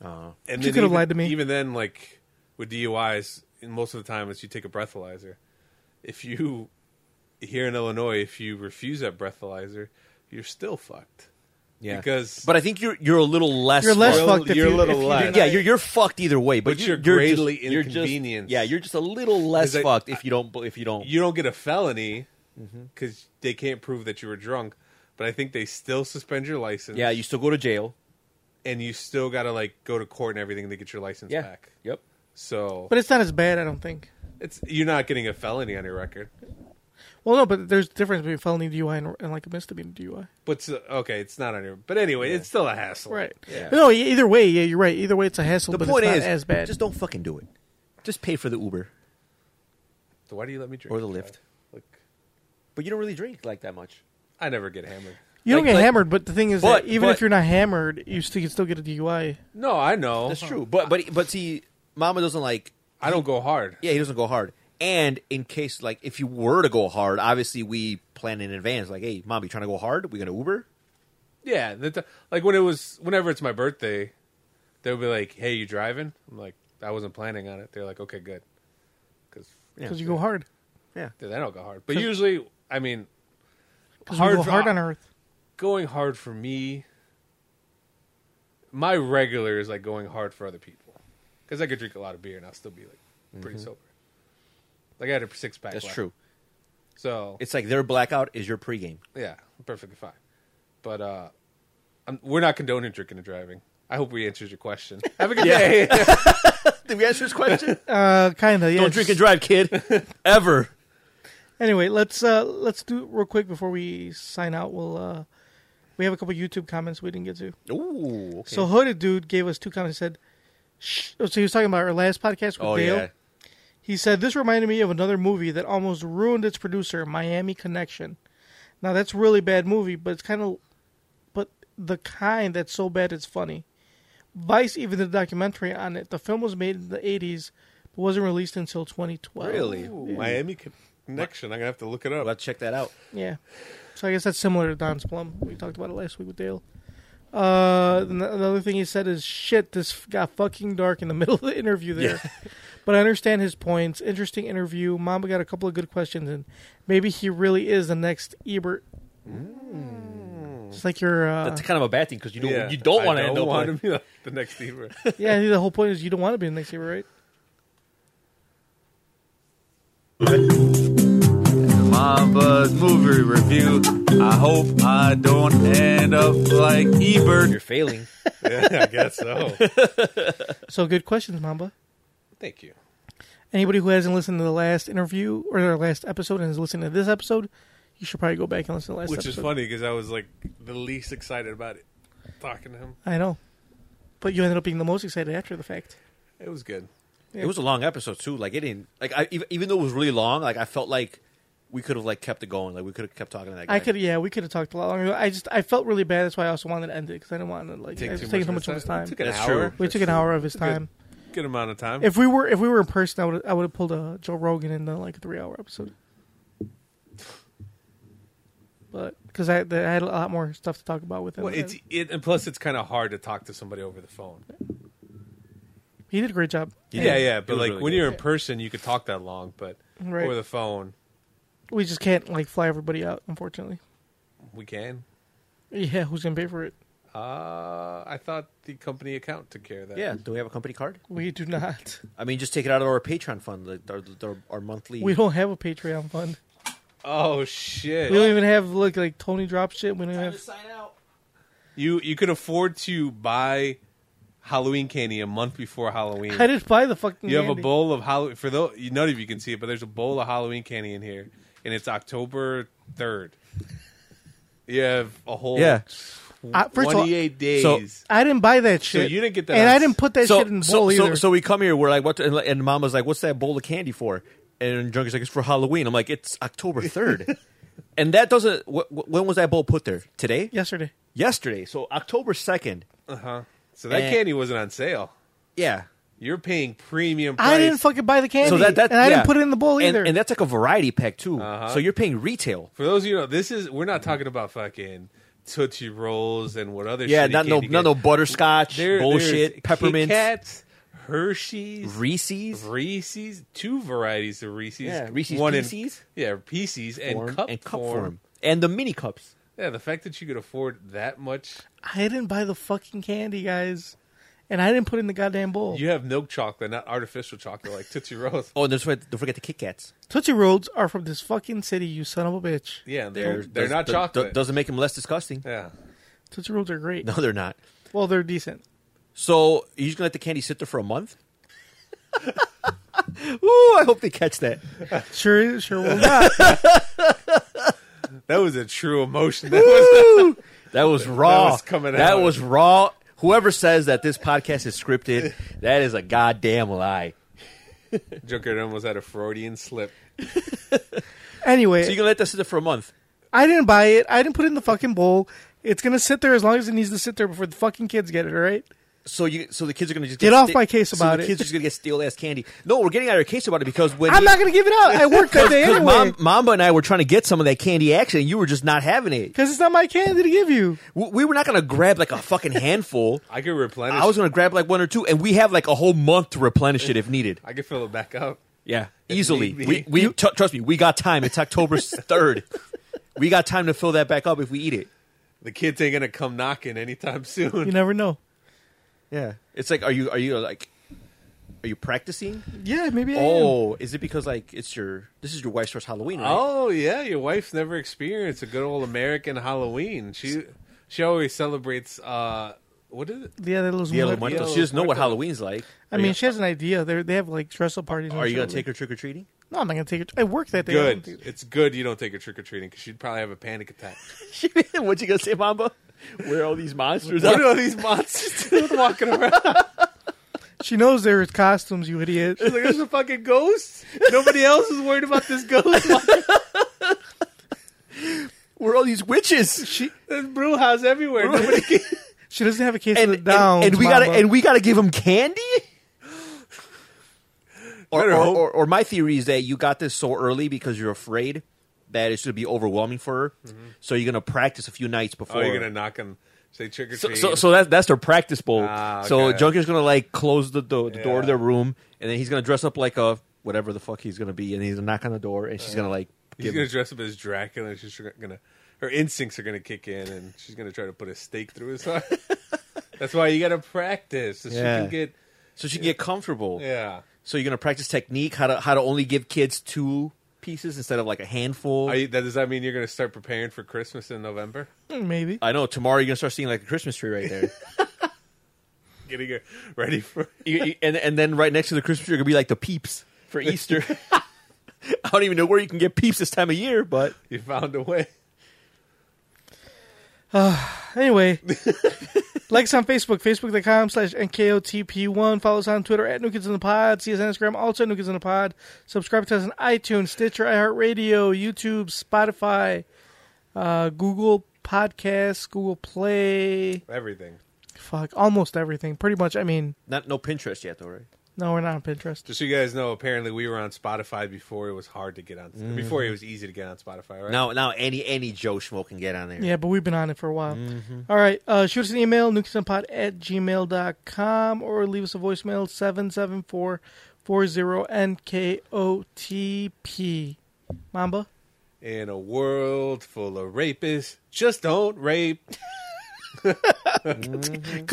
Speaker 3: And
Speaker 2: She
Speaker 3: then
Speaker 2: could've
Speaker 3: even-
Speaker 2: lied to me.
Speaker 3: Even then, like with DUIs, and most of the time it's you take a breathalyzer. If you here in Illinois, if you refuse that breathalyzer, you're still fucked.
Speaker 4: Yeah.
Speaker 11: Because
Speaker 4: But I think you're you're a little less.
Speaker 2: You're less
Speaker 4: fucked.
Speaker 2: fucked if
Speaker 3: you're a
Speaker 2: you-
Speaker 3: little
Speaker 2: if you
Speaker 3: less.
Speaker 2: deny
Speaker 4: Yeah,
Speaker 2: it.
Speaker 4: you're you're fucked either way. But,
Speaker 3: But you're
Speaker 4: just-
Speaker 3: greatly
Speaker 4: you're just-
Speaker 3: inconvenienced.
Speaker 4: yeah, you're just a little less
Speaker 3: 'Cause I-
Speaker 4: fucked if you don't if you don't.
Speaker 3: you don't get a felony
Speaker 2: Mm-hmm.
Speaker 3: because they can't prove that you were drunk. But I think they still suspend your license.
Speaker 4: yeah, you still go to jail.
Speaker 3: and you still gotta like go to court and everything to get your license
Speaker 4: Yeah.
Speaker 3: back.
Speaker 4: Yep.
Speaker 3: So
Speaker 2: But it's not as bad, I don't think.
Speaker 3: it's you're not getting a felony on your record.
Speaker 2: Well, no, but there's a difference between felony DUI and, and like a misdemeanor DUI.
Speaker 3: But it's- okay, it's not on your. But anyway, it's still a hassle.
Speaker 2: Right. No, e- either way, yeah, you're right. Either way, it's a hassle,
Speaker 4: The
Speaker 2: but
Speaker 4: point
Speaker 2: it's not
Speaker 4: is,
Speaker 2: as bad.
Speaker 4: just don't fucking do it. Just pay for the Uber
Speaker 3: So why do you let me drink?
Speaker 4: or the Lyft.
Speaker 3: Look,
Speaker 4: But you don't really drink like that much.
Speaker 3: I never get hammered.
Speaker 2: you don't
Speaker 4: like-
Speaker 2: get
Speaker 4: like-
Speaker 2: hammered, but the thing is
Speaker 4: But-
Speaker 2: that even
Speaker 4: but-
Speaker 2: if you're not hammered, you still, you can still get a DUI.
Speaker 3: No, I know.
Speaker 4: That's true. But but but see, Mama doesn't like.
Speaker 3: I don't go hard.
Speaker 4: Yeah, he doesn't go hard. And in case like if you were to go hard, obviously we plan in advance. Like, hey, Mom, you trying to go hard? We gonna Uber?
Speaker 3: Yeah, that, like when it was whenever it's my birthday, they'll be like, "Hey, you driving?" I'm like, "I wasn't planning on it." They're like, "Okay, good," because
Speaker 2: Because you go hard.
Speaker 3: I don't go hard. But usually, I mean,
Speaker 2: Because
Speaker 3: Hard
Speaker 2: you go hard
Speaker 3: rock.
Speaker 2: on Earth.
Speaker 3: going hard for me, my regular is like going hard for other people because I could drink a lot of beer and I'll still be like pretty sober. Like I had a six pack.
Speaker 4: Mm-hmm. That's
Speaker 3: left.
Speaker 4: true.
Speaker 3: So
Speaker 4: It's like their blackout is your pregame.
Speaker 3: yeah, perfectly fine. But uh, I'm, we're not condoning drinking and driving. I hope we answered your question. Have a good day.
Speaker 4: Did we answer his question?
Speaker 2: Uh, kind of. Yeah,
Speaker 4: don't drink and drive, kid. Ever.
Speaker 2: Anyway, let's uh let's do real quick before we sign out. We'll uh we have a couple YouTube comments we didn't get to.
Speaker 4: Ooh. Okay.
Speaker 2: So hooded dude gave us two comments. He said, Shh. Oh, so he was talking about our last podcast with
Speaker 4: oh
Speaker 2: Dale.
Speaker 4: yeah.
Speaker 2: He said this reminded me of another movie that almost ruined its producer, Miami Connection. Now that's a really bad movie, but it's kind of, but the kind that's so bad it's funny. Vice even did a documentary on it. The film was made in the '80s, but wasn't released until 2012.
Speaker 4: Really?
Speaker 3: Miami connection. I'm gonna have to look it up.
Speaker 4: Well, check that out.
Speaker 2: Yeah. So I guess that's similar to Don's Plum. We talked about it last week with Dale. Uh, and the- another thing he said is, "Shit, this got fucking dark in the middle of the interview there." but I understand his points. Interesting interview. Mama got a couple of good questions, and maybe he really is the next Ebert. It's like your uh,
Speaker 4: That's kind of a bad thing because you don't
Speaker 3: Yeah.
Speaker 4: you don't
Speaker 3: I
Speaker 4: want to end up
Speaker 3: want
Speaker 4: like,
Speaker 3: to be like the next Ebert.
Speaker 2: yeah. I think the whole point is you don't want to be the next Ebert, right?
Speaker 12: Mama's movie review. I hope I don't end up like Ebert.
Speaker 4: you're failing.
Speaker 3: yeah, I guess so.
Speaker 2: So good questions, Mamba.
Speaker 3: Thank you.
Speaker 2: Anybody who hasn't listened to the last interview or our last episode and is listening to this episode, you should probably go back and listen to the last.
Speaker 3: Which is
Speaker 2: episode.
Speaker 3: funny because I was like the least excited about it. Talking to him,
Speaker 2: I know. But you ended up being the most excited after the fact.
Speaker 3: it was good.
Speaker 4: It was a long episode too. Like it didn't like I even, even though it was really long. Like I felt like we could have like kept it going. Like we could have kept talking to that guy.
Speaker 2: I could, yeah, we could have talked a lot longer. I just, I felt really bad. That's why I also wanted to end it because I didn't want to like I was taking so much of his time.
Speaker 3: It took an
Speaker 4: That's
Speaker 3: hour.
Speaker 4: true.
Speaker 2: We took an hour of his time.
Speaker 3: Good, good amount of time.
Speaker 2: If we were, if we were in person, I would, I would have pulled a Joe Rogan in the like a three-hour episode. But because I, I had a lot more stuff to talk about with him.
Speaker 3: well, it's it, and plus it's kind of hard to talk to somebody over the phone.
Speaker 2: he did a great job.
Speaker 3: Yeah, yeah,
Speaker 4: It
Speaker 3: but
Speaker 4: was
Speaker 3: like
Speaker 4: really
Speaker 3: when
Speaker 4: good.
Speaker 3: you're in person, you could talk that long, but
Speaker 2: Right.
Speaker 3: over the phone,
Speaker 2: We just can't like fly everybody out, unfortunately.
Speaker 3: we can.
Speaker 2: Yeah, who's gonna pay for it?
Speaker 3: Uh, I thought the company account took care of that.
Speaker 4: Yeah. Do we have a company card?
Speaker 2: We do not.
Speaker 4: I mean, just take it out of our Patreon fund, like our, our, our monthly.
Speaker 2: We don't have a Patreon fund.
Speaker 3: Oh shit.
Speaker 2: We don't even have look like Tony drop shit. We don't even have.
Speaker 3: You you can afford to buy Halloween candy a month before Halloween.
Speaker 2: I did buy the fucking.
Speaker 3: You have a
Speaker 2: candy.
Speaker 3: bowl of Halloween for those. None of you can see it, but there's a bowl of Halloween candy in here, and it's October third. You have a whole
Speaker 4: Yeah.
Speaker 2: I, first of all,
Speaker 3: twenty-eight days.
Speaker 4: So-
Speaker 2: I didn't buy that shit.
Speaker 3: you didn't get that
Speaker 2: and
Speaker 3: on-
Speaker 2: I didn't put that
Speaker 4: so,
Speaker 2: shit in the
Speaker 4: so,
Speaker 2: bowl
Speaker 4: so,
Speaker 2: either.
Speaker 4: so we come here. We're like, what? And, and Mama's like, what's that bowl of candy for? And Drunk is like, it's for Halloween. I'm like, it's October third, and that doesn't. Wh- wh- when was that bowl put there? Today?
Speaker 2: yesterday,
Speaker 4: Yesterday. So October second.
Speaker 3: So that
Speaker 4: Eh.
Speaker 3: candy wasn't on sale.
Speaker 4: Yeah.
Speaker 3: You're paying premium. Price.
Speaker 2: I didn't fucking buy the candy,
Speaker 4: So that that
Speaker 2: and I
Speaker 4: yeah.
Speaker 2: didn't put it in the bowl
Speaker 4: And-
Speaker 2: either.
Speaker 4: And, that's like a variety pack too.
Speaker 3: Uh-huh.
Speaker 4: So you're paying retail.
Speaker 3: For those of you who know, this is we're not talking about fucking tootsie rolls and what other.
Speaker 4: Yeah,
Speaker 3: shitty
Speaker 4: not no,
Speaker 3: candy gets.
Speaker 4: not no butterscotch
Speaker 3: There- there's
Speaker 4: bullshit,
Speaker 3: Kit
Speaker 4: peppermint,
Speaker 3: Kats, Hershey's,
Speaker 4: Reese's,
Speaker 3: Reese's, two varieties of Reese's.
Speaker 4: Yeah, Reese's
Speaker 3: one in-
Speaker 4: Pieces.
Speaker 3: yeah, Pieces and
Speaker 4: form
Speaker 3: cup
Speaker 4: and cup
Speaker 3: form.
Speaker 4: form, and the mini cups.
Speaker 3: Yeah, the fact that you could afford that much.
Speaker 2: I didn't buy the fucking candy, guys. And I didn't put it in the goddamn bowl.
Speaker 3: You have milk chocolate, not artificial chocolate like Tootsie Rolls.
Speaker 4: Oh, and don't forget, don't forget the Kit Kats.
Speaker 2: Tootsie Rolls are from this fucking city, you son of a bitch.
Speaker 3: Yeah, and they're they're not
Speaker 4: does-
Speaker 3: chocolate.
Speaker 4: doesn't make them less disgusting.
Speaker 3: Yeah.
Speaker 2: Tootsie Rolls are great.
Speaker 4: No, they're not.
Speaker 2: Well, they're decent.
Speaker 4: So you're just gonna let the candy sit there for a month? Ooh, I hope they catch that.
Speaker 2: Sure, sure will not.
Speaker 3: that was a true emotion. That was
Speaker 4: That was raw.
Speaker 3: was coming
Speaker 4: That
Speaker 3: out.
Speaker 4: was raw. Whoever says that this podcast is scripted, that is a goddamn lie.
Speaker 3: Joker almost had a Freudian slip.
Speaker 2: Anyway,
Speaker 4: So you can let that sit there for a month.
Speaker 2: I didn't buy it. I didn't put it in the fucking bowl. It's gonna sit there as long as it needs to sit there before the fucking kids get it. All right.
Speaker 4: So you, so the kids are gonna just
Speaker 2: Get off my case
Speaker 4: so
Speaker 2: about
Speaker 4: the
Speaker 2: it.
Speaker 4: Kids are just gonna get steel ass candy. No, we're getting out of your case about it because when
Speaker 2: I'm
Speaker 4: he-
Speaker 2: not gonna give it out. I worked that day
Speaker 4: 'cause
Speaker 2: anyway.
Speaker 4: Mam- Mamba and I were trying to get some of that candy action, and you were just not having it.
Speaker 2: Because it's not my candy to give you.
Speaker 4: We, we were not gonna grab like a fucking handful.
Speaker 3: I could replenish.
Speaker 4: I was gonna grab like one or two, and we have like a whole month to replenish it if needed.
Speaker 3: I could fill it back up.
Speaker 4: Yeah, easily.
Speaker 3: need
Speaker 4: We,
Speaker 3: be.
Speaker 4: we tr- trust me. We got time. It's October third. We got time to fill that back up if we eat it.
Speaker 3: The kids ain't gonna come knocking anytime
Speaker 2: You
Speaker 3: soon.
Speaker 2: never know.
Speaker 4: Yeah, it's like, are you are you like, are you practicing?
Speaker 2: Yeah, maybe. I am.
Speaker 4: Oh, is it because like it's your this is your wife's first Halloween? Right?
Speaker 3: Oh yeah, your wife's never experienced a good old American Halloween. She she always celebrates. uh What is it?
Speaker 2: Yeah, that was
Speaker 4: the Yellow
Speaker 2: one.
Speaker 4: Muerto.
Speaker 3: Yellow
Speaker 4: She doesn't know what
Speaker 3: Muerto.
Speaker 4: Halloween's like.
Speaker 2: I
Speaker 4: Are
Speaker 2: mean,
Speaker 4: you-
Speaker 2: she has an idea. They they have like dress up parties. and
Speaker 4: are you
Speaker 2: shit
Speaker 4: gonna
Speaker 2: like
Speaker 4: take her trick or treating?
Speaker 2: that. No, I'm not gonna take her. I worked that day. I
Speaker 3: Good.
Speaker 2: didn't take-
Speaker 3: It's good you don't take her trick or treating because she'd probably have a panic attack.
Speaker 4: what you gonna say, Mamba? Where are all these monsters?
Speaker 3: what
Speaker 4: at?
Speaker 3: are these monsters doing walking around?
Speaker 2: She knows there is costumes. You idiot.
Speaker 3: She's like, there's a fucking ghost. Nobody else is worried about this ghost.
Speaker 4: Where are all these witches?
Speaker 3: There's brew house everywhere. Nobody can-
Speaker 2: She doesn't have a case
Speaker 4: and,
Speaker 2: of
Speaker 4: and,
Speaker 2: the downs.
Speaker 4: and we gotta
Speaker 2: Mamba.
Speaker 4: and we gotta give them candy. Or,
Speaker 3: Better
Speaker 4: or,
Speaker 3: hope.
Speaker 4: or, or my theory is that you got this so early because you're afraid that it's going to be overwhelming for her. So you're going to practice a few nights
Speaker 3: Mm-hmm. oh,
Speaker 4: before.
Speaker 3: you're gonna knock him. Say trick or
Speaker 4: so,
Speaker 3: treat.
Speaker 4: so, so that's that's their practice bowl.
Speaker 3: Ah,
Speaker 4: So
Speaker 3: okay.
Speaker 4: Junker's going to like close the, do- the door
Speaker 3: Yeah.
Speaker 4: to their room, and then he's going to dress up like a whatever the fuck he's going to be, and he's going to knock on the door, and she's going to like
Speaker 3: He's
Speaker 4: give
Speaker 3: gonna dress up as Dracula. And she's gonna her instincts are gonna kick in, and she's gonna try to put a stake through his heart. That's why you gotta practice. So
Speaker 4: Yeah.
Speaker 3: she can get
Speaker 4: so she can get comfortable.
Speaker 3: yeah.
Speaker 4: So you're going to practice technique how to how to only give kids two pieces instead of like a handful.
Speaker 3: Are you, that, does that mean you're gonna start preparing for Christmas in November?
Speaker 2: Hmm, maybe.
Speaker 4: I know tomorrow you're gonna start seeing like a Christmas tree right there,
Speaker 3: Getting her ready for
Speaker 4: You- you- and and then right next to the Christmas tree are gonna be like the peeps for Easter. I don't even know where you can get peeps this time of year, but
Speaker 3: you found a way.
Speaker 2: Anyway, like us on Facebook, facebook.com slash NKOTP1. Follow us on Twitter at New Kids in the Pod. See us on Instagram, also New Kids in the Pod. Subscribe to us on iTunes, Stitcher, iHeartRadio, YouTube, Spotify, uh, Google Podcasts, Google Play.
Speaker 3: Everything.
Speaker 2: Fuck, almost everything. Pretty much, I mean,
Speaker 4: not no Pinterest yet, though, right?
Speaker 2: no, we're not on Pinterest.
Speaker 3: Just so you guys know, apparently we were on Spotify before it was hard to get on. Before it was easy to get on Spotify, right?
Speaker 4: Now now any any Joe Schmo can get on there.
Speaker 2: Yeah, but we've been on it for a while. All right. Uh, shoot us an email, nukesonpod at gmail.com, or leave us a voicemail, 774 NKOTP. Mamba?
Speaker 3: In a world full of rapists, just don't rape.
Speaker 2: Good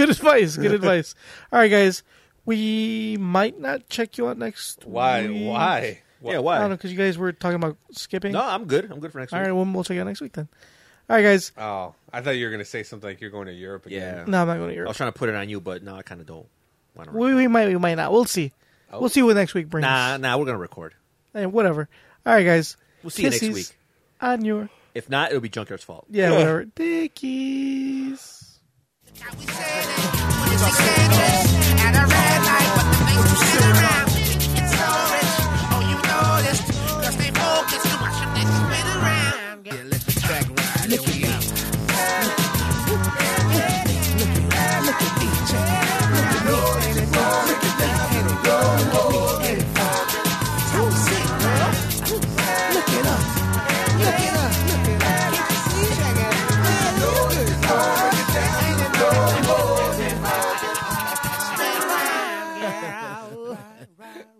Speaker 2: advice. Good advice. All right, guys. We might not check you out next
Speaker 3: Why?
Speaker 2: week.
Speaker 3: Why? Why?
Speaker 4: Yeah,
Speaker 2: I don't know,
Speaker 4: why?
Speaker 2: because you guys were talking about skipping.
Speaker 4: No, I'm good. I'm good for next
Speaker 2: All
Speaker 4: week.
Speaker 2: right, well, we'll check you out next week then. All right, guys.
Speaker 3: Oh, I thought you were gonna say something like you're going to Europe again.
Speaker 4: Yeah,
Speaker 2: No, I'm not going to
Speaker 4: I
Speaker 2: hear
Speaker 4: was trying to put it on you, but no, I kind of don't. want to
Speaker 2: we, we might, we might not. We'll see. We'll see what next week brings.
Speaker 4: Oh. Nah, nah, we're gonna record.
Speaker 2: And whatever. All right, guys.
Speaker 4: We'll see you next
Speaker 2: Kisses
Speaker 4: week.
Speaker 2: On your
Speaker 4: If not, it'll be Junkyard's fault.
Speaker 2: yeah, whatever. Dickies.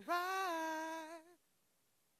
Speaker 1: Right.